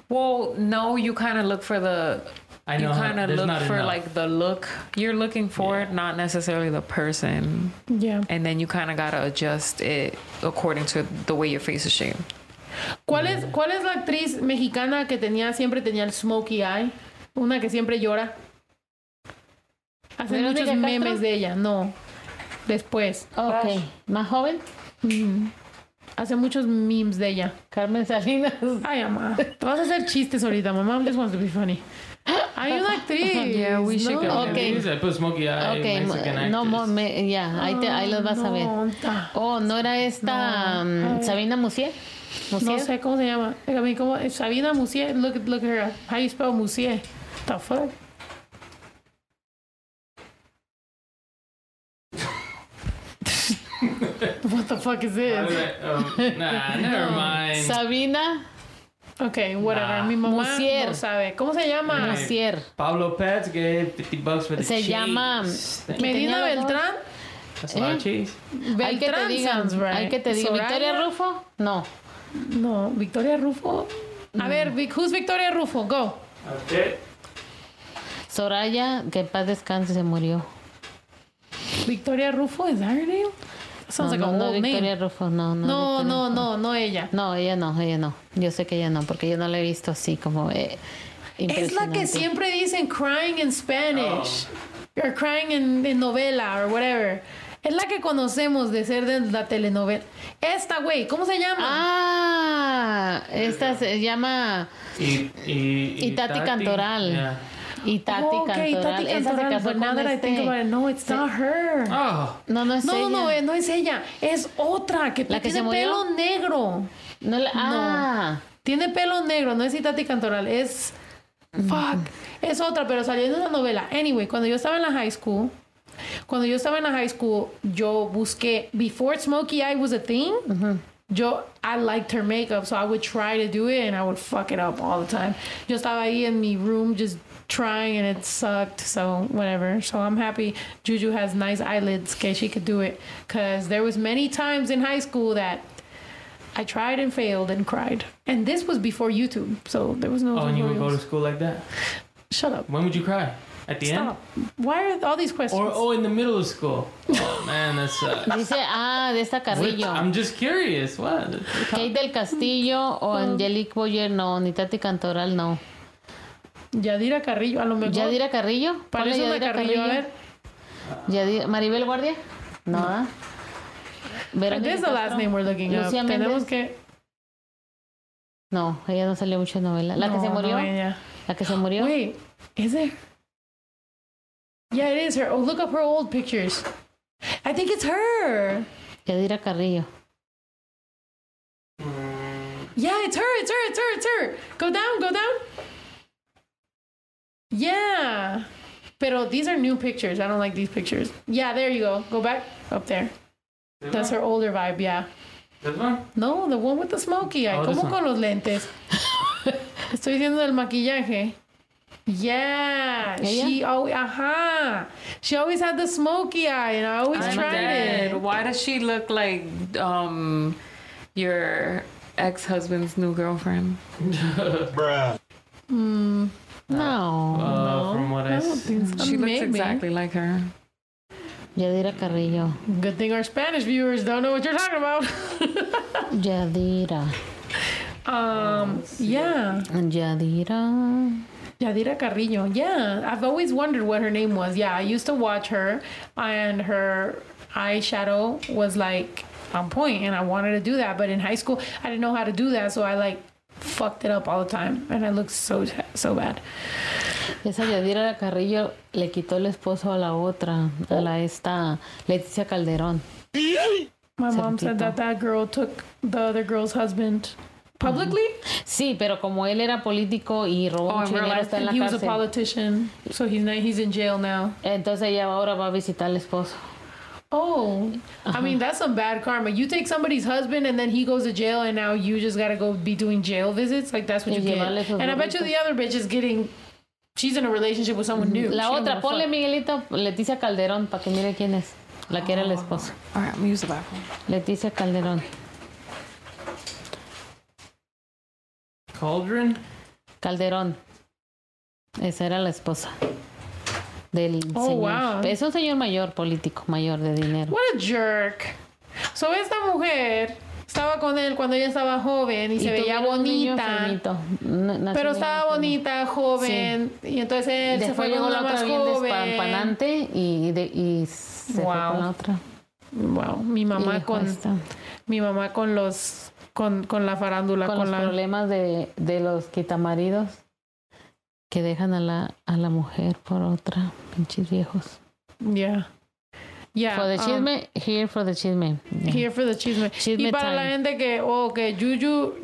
Speaker 3: Well, no, you kind of look for the.
Speaker 4: I know
Speaker 3: you
Speaker 4: how-
Speaker 3: kind of
Speaker 4: there's
Speaker 3: look
Speaker 4: not
Speaker 3: for
Speaker 4: enough.
Speaker 3: like the look you're looking for, it, not necessarily the person.
Speaker 1: Yeah.
Speaker 3: And then you kind of gotta adjust it according to the way your face is shaped.
Speaker 1: ¿Cuál es, ¿Cuál es la actriz mexicana que tenía siempre tenía el smoky eye? Una que siempre llora. Hacen
Speaker 2: ¿Verónica
Speaker 1: muchos
Speaker 2: Castro?
Speaker 1: memes de ella, no. Después.
Speaker 2: Ok. ¿Más joven?
Speaker 1: Hace muchos memes de ella.
Speaker 2: Carmen Salinas.
Speaker 1: Ay, mamá. Te vas a hacer chistes ahorita, mamá. I'm just wants to be funny. Hay una actriz.
Speaker 3: Yeah, we should
Speaker 1: ¿no?
Speaker 3: go.
Speaker 2: Okay.
Speaker 4: I put smoky eye
Speaker 2: Ok,
Speaker 4: Mexican
Speaker 2: mo- no, mo-
Speaker 4: actress.
Speaker 2: me- ya, ahí, te- ahí los vas a ver. Oh, ¿no era esta mm,
Speaker 1: Ay.
Speaker 2: Sabina Musier?
Speaker 1: No
Speaker 2: Musier.
Speaker 1: sé cómo se llama. I mean, ¿cómo? es eh, Sabina Musier. Look, look her up. How you spell Musier? The fuck? What the fuck is
Speaker 4: I
Speaker 1: this?
Speaker 4: was like, um, nah, never mind.
Speaker 2: Sabina.
Speaker 1: Okay, whatever.
Speaker 4: Nah.
Speaker 1: Mi mamá
Speaker 2: Musier.
Speaker 1: no sabe. ¿Cómo se llama?
Speaker 2: Musier.
Speaker 4: Pablo Pets gave 50 bucks for the
Speaker 2: Se
Speaker 4: cheese.
Speaker 2: llama-
Speaker 4: Thank-
Speaker 1: Medina
Speaker 2: Tenía los dos.
Speaker 1: Beltrán.
Speaker 4: That's a lot of
Speaker 2: eh?
Speaker 4: cheese.
Speaker 2: Ve Hay que te
Speaker 1: Beltrán
Speaker 2: digan.
Speaker 1: sounds right.
Speaker 2: Hay que te digan.
Speaker 1: Soraya.
Speaker 2: ¿Victoria Rufo? No.
Speaker 1: No, Victoria Rufo. A ver, Vic- who's Victoria Rufo? Go.
Speaker 4: Okay.
Speaker 2: Soraya, que en paz descanse, se murió.
Speaker 1: Victoria Rufo is that her name? That sounds like
Speaker 2: no,
Speaker 1: a
Speaker 2: no, no,
Speaker 1: old
Speaker 2: Victoria
Speaker 1: name.
Speaker 2: Rufo, no, no.
Speaker 1: No,
Speaker 2: Victoria
Speaker 1: no, no,
Speaker 2: Rufo.
Speaker 1: no ella.
Speaker 2: No, ella no, ella no. Yo sé que ella no, porque yo no la he visto así como. eh,
Speaker 1: Es la que
Speaker 2: impresionante. Oh.
Speaker 1: siempre dicen crying in Spanish. Or crying in, in novela or whatever. Es la que conocemos de ser de la telenovela. Esta, güey, ¿cómo se llama?
Speaker 2: Ah, esta se llama
Speaker 4: Y, y,
Speaker 2: Y Tati Cantoral.
Speaker 4: E, Yeah.
Speaker 2: Y Tati
Speaker 1: Oh, okay,
Speaker 2: Cantoral.
Speaker 1: Tati
Speaker 2: Esa se
Speaker 1: Cantoral, Pues
Speaker 2: casó
Speaker 1: but now
Speaker 2: con
Speaker 1: that I think
Speaker 2: este-
Speaker 1: about it, no, it's not her.
Speaker 4: Oh,
Speaker 2: No, no es
Speaker 1: no, no, no,
Speaker 2: ella.
Speaker 1: eh, no es ella. Es otra que,
Speaker 2: ¿La que
Speaker 1: tiene
Speaker 2: se murió?
Speaker 1: pelo negro.
Speaker 2: No la- ah.
Speaker 1: Tiene pelo negro, no es Itati Cantoral, es. Fuck. Es otra, pero salió en una novela. Anyway, cuando yo estaba en la high school, cuando yo estaba en la high school, yo busqué. Before Smokey Eye was a thing, yo. I liked her makeup, so I would try to do it and I would fuck it up all the time. Yo estaba ahí en mi room just trying and it sucked, so whatever. So I'm happy Juju has nice eyelids, okay? She could do it. Because there was many times in high school that I tried and failed and cried. And this was before YouTube, so there was no.
Speaker 4: Oh, and you would go to
Speaker 1: tutorials.
Speaker 4: school like that?
Speaker 1: Shut up.
Speaker 4: When would you cry? At the end?
Speaker 1: Stop. Why are all these questions?
Speaker 4: Or, oh, in the middle of school? Oh, man, that's. Uh,
Speaker 2: Dice, ah, de esta
Speaker 4: Which-
Speaker 2: Carrillo.
Speaker 4: I'm just curious. What?
Speaker 2: Kate del Castillo o Angelique Boyer, no. Ni Tati Cantoral, no.
Speaker 1: Yadira Carrillo, a lo mejor.
Speaker 2: Yadira Carrillo. Ponle
Speaker 1: Pues Parece una
Speaker 2: Yadira
Speaker 1: Carrillo, a ver.
Speaker 2: Yadira- Maribel Guardia. No. ¿ah? Verónica
Speaker 1: This is the
Speaker 2: Castro.
Speaker 1: last name we're looking up.
Speaker 2: Lucía
Speaker 1: Tenemos
Speaker 2: Méndez.
Speaker 1: que.
Speaker 2: No, ella no salió mucho en novela. La que
Speaker 1: No,
Speaker 2: se
Speaker 1: no, eh.
Speaker 2: murió.
Speaker 1: ella.
Speaker 2: La que se murió.
Speaker 1: Wait, is it? Yeah, it is her. Oh, look up her old pictures. I think it's her.
Speaker 2: Yadira Carrillo.
Speaker 1: Yeah, it's her. It's her. It's her. It's her. Go down. Go down. Yeah. Pero these are new pictures. I don't like these pictures. Yeah, there you go. Go back up there. That's her older vibe. Yeah.
Speaker 4: This one?
Speaker 1: No, the one with the smoky eye.
Speaker 4: Oh, this
Speaker 1: ¿Cómo
Speaker 4: one.
Speaker 1: con los lentes? Estoy diciendo del maquillaje. Yeah, she always, ajá. She always had the smoky eye, and I always
Speaker 3: I'm
Speaker 1: tried
Speaker 3: dead.
Speaker 1: it.
Speaker 3: Why does she look like um your ex husband's new girlfriend?
Speaker 4: Bruh.
Speaker 1: Mm, no.
Speaker 4: Ah.
Speaker 3: Uh, from what I
Speaker 1: I don't think so.
Speaker 3: She looks
Speaker 1: Um, Maybe.
Speaker 3: exactly like her.
Speaker 2: Yadira Carrillo.
Speaker 1: Good thing our Spanish viewers don't know what you're talking about.
Speaker 2: Yadira.
Speaker 4: Oh,
Speaker 1: um, yeah.
Speaker 2: Yadira.
Speaker 1: Yadira Carrillo. Yeah, I've always wondered what her name was. Yeah, I used to watch her, and her eyeshadow was like on point, and I wanted to do that. But in high school, I didn't know how to do that, so I like fucked it up all the time, and I looked so so bad.
Speaker 2: Esa Yadira Carrillo le quitó el esposo a la otra, a la esta Leticia Calderón.
Speaker 1: My mom said
Speaker 2: Cerquita.
Speaker 1: that that girl took the other girl's husband publicly.
Speaker 2: Sí, pero como él era político y robó
Speaker 1: Oh, in
Speaker 2: mucho
Speaker 1: real
Speaker 2: dinero,
Speaker 1: life,
Speaker 2: está en la
Speaker 1: he was a
Speaker 2: cárcel.
Speaker 1: politician, so he's not, he's in jail now.
Speaker 2: Entonces ella ahora va a visitar al esposo.
Speaker 1: Oh, I mean that's some bad karma. You take somebody's husband and then he goes to jail, and now you just gotta go be doing jail visits. Like that's what
Speaker 2: Y
Speaker 1: you get.
Speaker 2: llevarle sus
Speaker 1: And I bet you
Speaker 2: burritos.
Speaker 1: the other bitch is getting. She's in a relationship with someone new.
Speaker 2: La
Speaker 1: She don't give
Speaker 2: otra,
Speaker 1: a fuck.
Speaker 2: ponle Miguelito, Leticia Calderón, para que mire quién es. La que era
Speaker 1: Oh.
Speaker 2: el esposo. Leticia Calderón.
Speaker 4: Cauldron?
Speaker 2: Calderón. Esa era la esposa del
Speaker 1: Oh,
Speaker 2: señor.
Speaker 1: wow.
Speaker 2: Es un señor mayor, político, mayor de dinero.
Speaker 1: What a jerk. So esta mujer estaba con él cuando ella estaba joven y, se veía
Speaker 2: tuvieron un niño
Speaker 1: bonita.
Speaker 2: enfermito. N-
Speaker 1: Pero
Speaker 2: nació un niño
Speaker 1: estaba bonita, joven. Y entonces él se fue
Speaker 2: Después
Speaker 1: con
Speaker 2: llegó
Speaker 1: una
Speaker 2: la otra
Speaker 1: más
Speaker 2: bien
Speaker 1: joven.
Speaker 2: despampanante y, de- y se fue
Speaker 1: Wow.
Speaker 2: con la otra.
Speaker 1: Wow, mi
Speaker 2: Y
Speaker 1: mamá
Speaker 2: dejó
Speaker 1: con
Speaker 2: esta.
Speaker 1: mi mamá con los con, con la farándula,
Speaker 2: con,
Speaker 1: con,
Speaker 2: los
Speaker 1: la
Speaker 2: problemas de, de los quitamaridos que dejan a la, a la mujer por otra, pinches viejos.
Speaker 1: Yeah. Yeah.
Speaker 2: for the
Speaker 1: um,
Speaker 2: chisme, here for the chisme.
Speaker 1: Here for the chisme.
Speaker 2: Chisme
Speaker 1: y para la
Speaker 2: time.
Speaker 1: gente que, oh, que Yuyu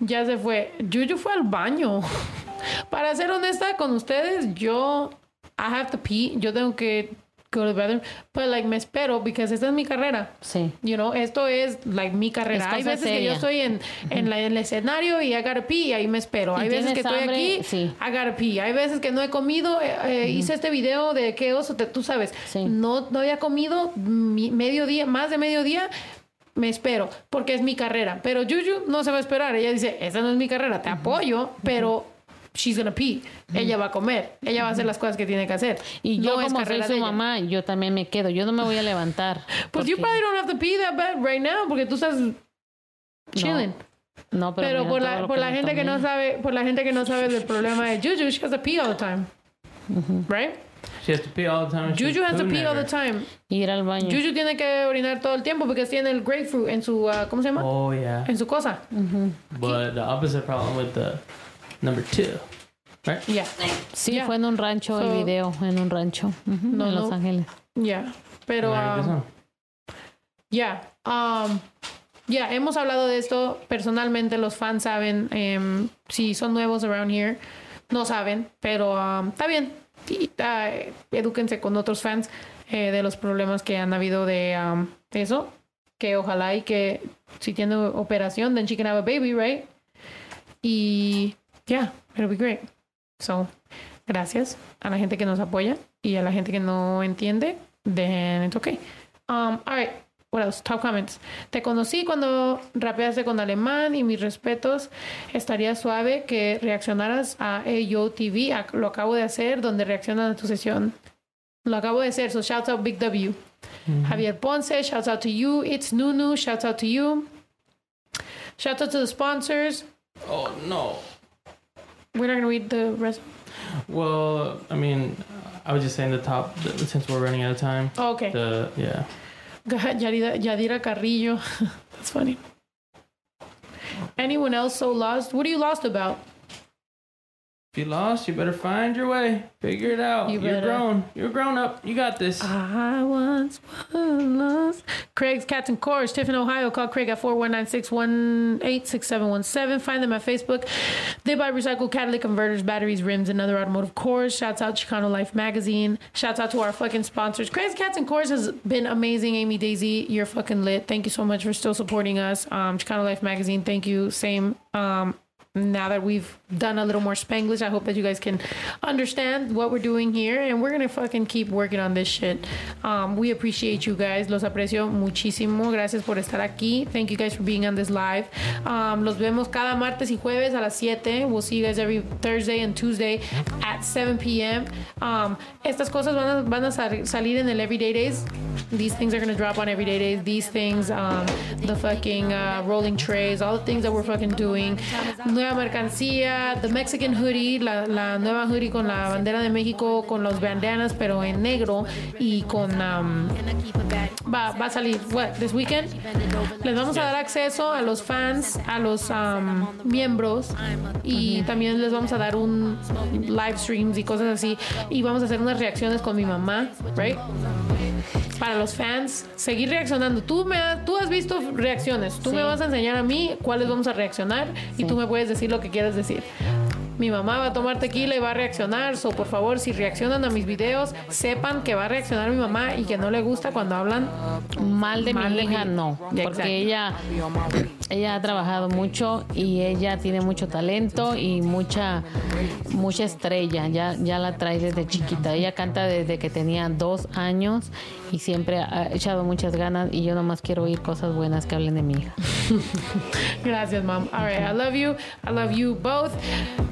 Speaker 1: ya se fue. Yuyu fue al baño. para ser honesta con ustedes, yo, I have to pee. Yo tengo que go to the bathroom. But, like, me espero, because esta es mi carrera.
Speaker 2: Sí.
Speaker 1: You know, esto es, like, mi carrera.
Speaker 2: Es
Speaker 1: Hay
Speaker 2: cosa
Speaker 1: veces que
Speaker 2: seria.
Speaker 1: yo estoy en, en, la- en el escenario y I gotta pee y ahí me espero.
Speaker 2: Y
Speaker 1: Hay veces que
Speaker 2: tienes
Speaker 1: estoy
Speaker 2: hambre,
Speaker 1: aquí,
Speaker 2: sí.
Speaker 1: I gotta pee. Hay veces que no he comido. eh, eh, Hice este video de qué oso, te, tú sabes. No, no había comido mi- medio día, más de medio día. Me espero, porque es mi carrera. Pero Juju no se va a esperar. Ella dice, esa no es mi carrera, te apoyo, pero she's gonna pee. Ella va a comer. Ella va a hacer las cosas que tiene que hacer.
Speaker 2: Y yo
Speaker 1: No es
Speaker 2: como soy
Speaker 1: carrera
Speaker 2: su
Speaker 1: de ella.
Speaker 2: mamá, yo también me quedo. Yo no me voy a levantar.
Speaker 1: Pues you probably don't have to pee that bad right now, porque tú estás chilling.
Speaker 2: No, pero,
Speaker 1: Pero
Speaker 2: mira
Speaker 1: por
Speaker 2: todo
Speaker 1: la,
Speaker 2: lo
Speaker 1: por la
Speaker 2: me
Speaker 1: gente que no
Speaker 2: tomé.
Speaker 1: sabe, por la gente que no sabe del problema de Juju, she has to pee all the time. Right?
Speaker 4: She has to pee all the time. She
Speaker 1: Juju has to
Speaker 4: poo
Speaker 1: pee all the
Speaker 4: never.
Speaker 1: time.
Speaker 2: Ir al baño.
Speaker 1: Juju tiene que orinar todo el tiempo porque tiene el grapefruit en su ah, ¿cómo se llama?
Speaker 4: Oh, yeah.
Speaker 1: En su cosa.
Speaker 4: But the opposite problem with the number two, right?
Speaker 1: Yeah.
Speaker 2: Sí, fue en un rancho
Speaker 1: So-
Speaker 2: el video, en un rancho ujú,
Speaker 1: No,
Speaker 2: en Los
Speaker 1: no.
Speaker 2: Ángeles.
Speaker 1: Yeah. Pero
Speaker 4: Wanna read this
Speaker 1: ah,
Speaker 4: one?
Speaker 1: Ya, um, ya, hemos hablado de esto. Personalmente, los fans saben, em, si son nuevos around here, no saben, pero um, está bien. Y, ah, edúquense con otros fans eh, de los problemas que han habido de um, eso. Que ojalá y que si tiene operación, then she can have a baby, right? Y ya, it'll be great. So, gracias a la gente que nos apoya y a la gente que no entiende, then it's okay. Um, all right. What else? Top comments. Te conocí cuando rapeaste con alemán y mis respetos. Estaría suave que reaccionaras a AYO TV. Ac- Lo acabo de hacer donde reaccionan a tu sesión. Lo acabo de hacer. So shout out Big W. Javier Ponce, shout out to you. It's Nunu, shout out to you. Shout out to the sponsors.
Speaker 4: Oh, no.
Speaker 1: We're not going to read the rest.
Speaker 4: Well, I mean, I was just saying the top, th- since we're running out of time.
Speaker 1: Oh, Okay.
Speaker 4: The, yeah.
Speaker 1: Yadira, Yadira Carrillo. That's funny. Anyone else so lost? What are you lost about?
Speaker 4: If you lost, you better find your way. Figure it out.
Speaker 2: You
Speaker 4: You are
Speaker 2: better. Ah,
Speaker 4: grown. You're grown up. You got this.
Speaker 1: I once was lost. Craig's Cats and Chorus, Tiffin, Ohio. Call Craig at 419-618-6717. Find them at Facebook. They buy recycled catalytic converters, batteries, rims, and other automotive cores. Shouts out Chicano Life Magazine. Shouts out to our fucking sponsors. Craig's Cats and Chorus has been amazing. Amy Daisy, you're fucking lit. Thank you so much for still supporting us. Um, Chicano Life Magazine, thank you. Same. Um, now that we've done a little more Spanglish, I hope that you guys can understand what we're doing here, and we're gonna fucking keep working on this shit. Um, we appreciate you guys, los aprecio muchísimo, gracias por estar aquí. Thank you guys for being on this live. Um, los vemos cada martes y jueves a las 7. We'll see you guys every Thursday and Tuesday at 7 p.m. Um, estas cosas van a, van a sal- salir en el Everyday Days. These things are gonna drop on Everyday Days. These things, um, the fucking uh, rolling trays, all the things that we're fucking doing. Nueva mercancía, the Mexican hoodie, la, la nueva hoodie con la bandera de México, con los bandanas, pero en negro y con. um, va, va a salir, what, this weekend? Les vamos a dar acceso a los fans, a los um, miembros y también les vamos a dar un live streams y cosas así. Y vamos a hacer unas reacciones con mi mamá, right? para los fans seguir reaccionando. Tú me has, tú has visto reacciones. Tú me vas a enseñar a mí cuáles vamos a reaccionar y tú me puedes decir lo que quieras decir. Mi mamá va a tomar tequila y va a reaccionar. So, por favor, si reaccionan a mis videos, sepan que va a reaccionar mi mamá y que no le gusta cuando hablan
Speaker 2: Mal de
Speaker 1: Mal
Speaker 2: mi
Speaker 1: de
Speaker 2: hija,
Speaker 1: mí.
Speaker 2: no.
Speaker 1: Ya, exacto.
Speaker 2: Porque ella, ella ha trabajado mucho y ella tiene mucho talento y mucha, mucha estrella. Ya, ya la trae desde chiquita. Ella canta desde que tenía dos años y siempre ha echado muchas ganas. Y yo nomás quiero oír cosas buenas que hablen de mi hija.
Speaker 1: Pues Gracias, mom. All right, I love you. I love you both.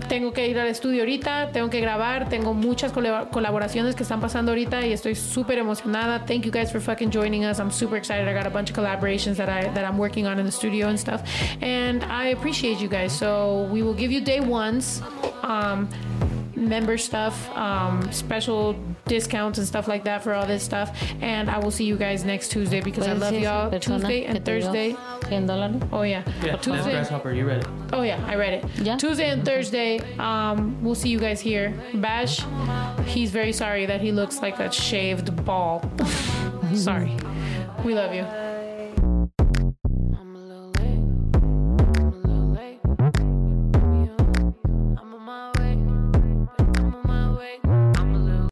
Speaker 1: Tengo que ir al estudio ahorita, tengo que grabar, tengo muchas cole- colaboraciones que están pasando ahorita y estoy súper emocionada. Thank you guys for fucking joining us. I'm super excited. I got a bunch of collaborations that I that I'm working on in the studio and stuff. And I appreciate you guys. So, we will give you day ones. Um member stuff um special discounts and stuff like that for all this stuff and i will see you guys next tuesday because i
Speaker 2: ¿Puedes
Speaker 1: love
Speaker 2: decir a esa
Speaker 1: y'all
Speaker 2: persona
Speaker 1: tuesday
Speaker 2: que
Speaker 1: and
Speaker 2: te dio
Speaker 1: thursday
Speaker 2: $100 dólares?
Speaker 1: Oh yeah.
Speaker 4: Yeah, that's
Speaker 1: Tuesday.
Speaker 4: Grasshopper. You read it.
Speaker 1: Oh yeah, I read it. Tuesday and Thursday, um, we'll see you guys here. Bash, he's very sorry that he looks like a shaved ball. sorry. We love you.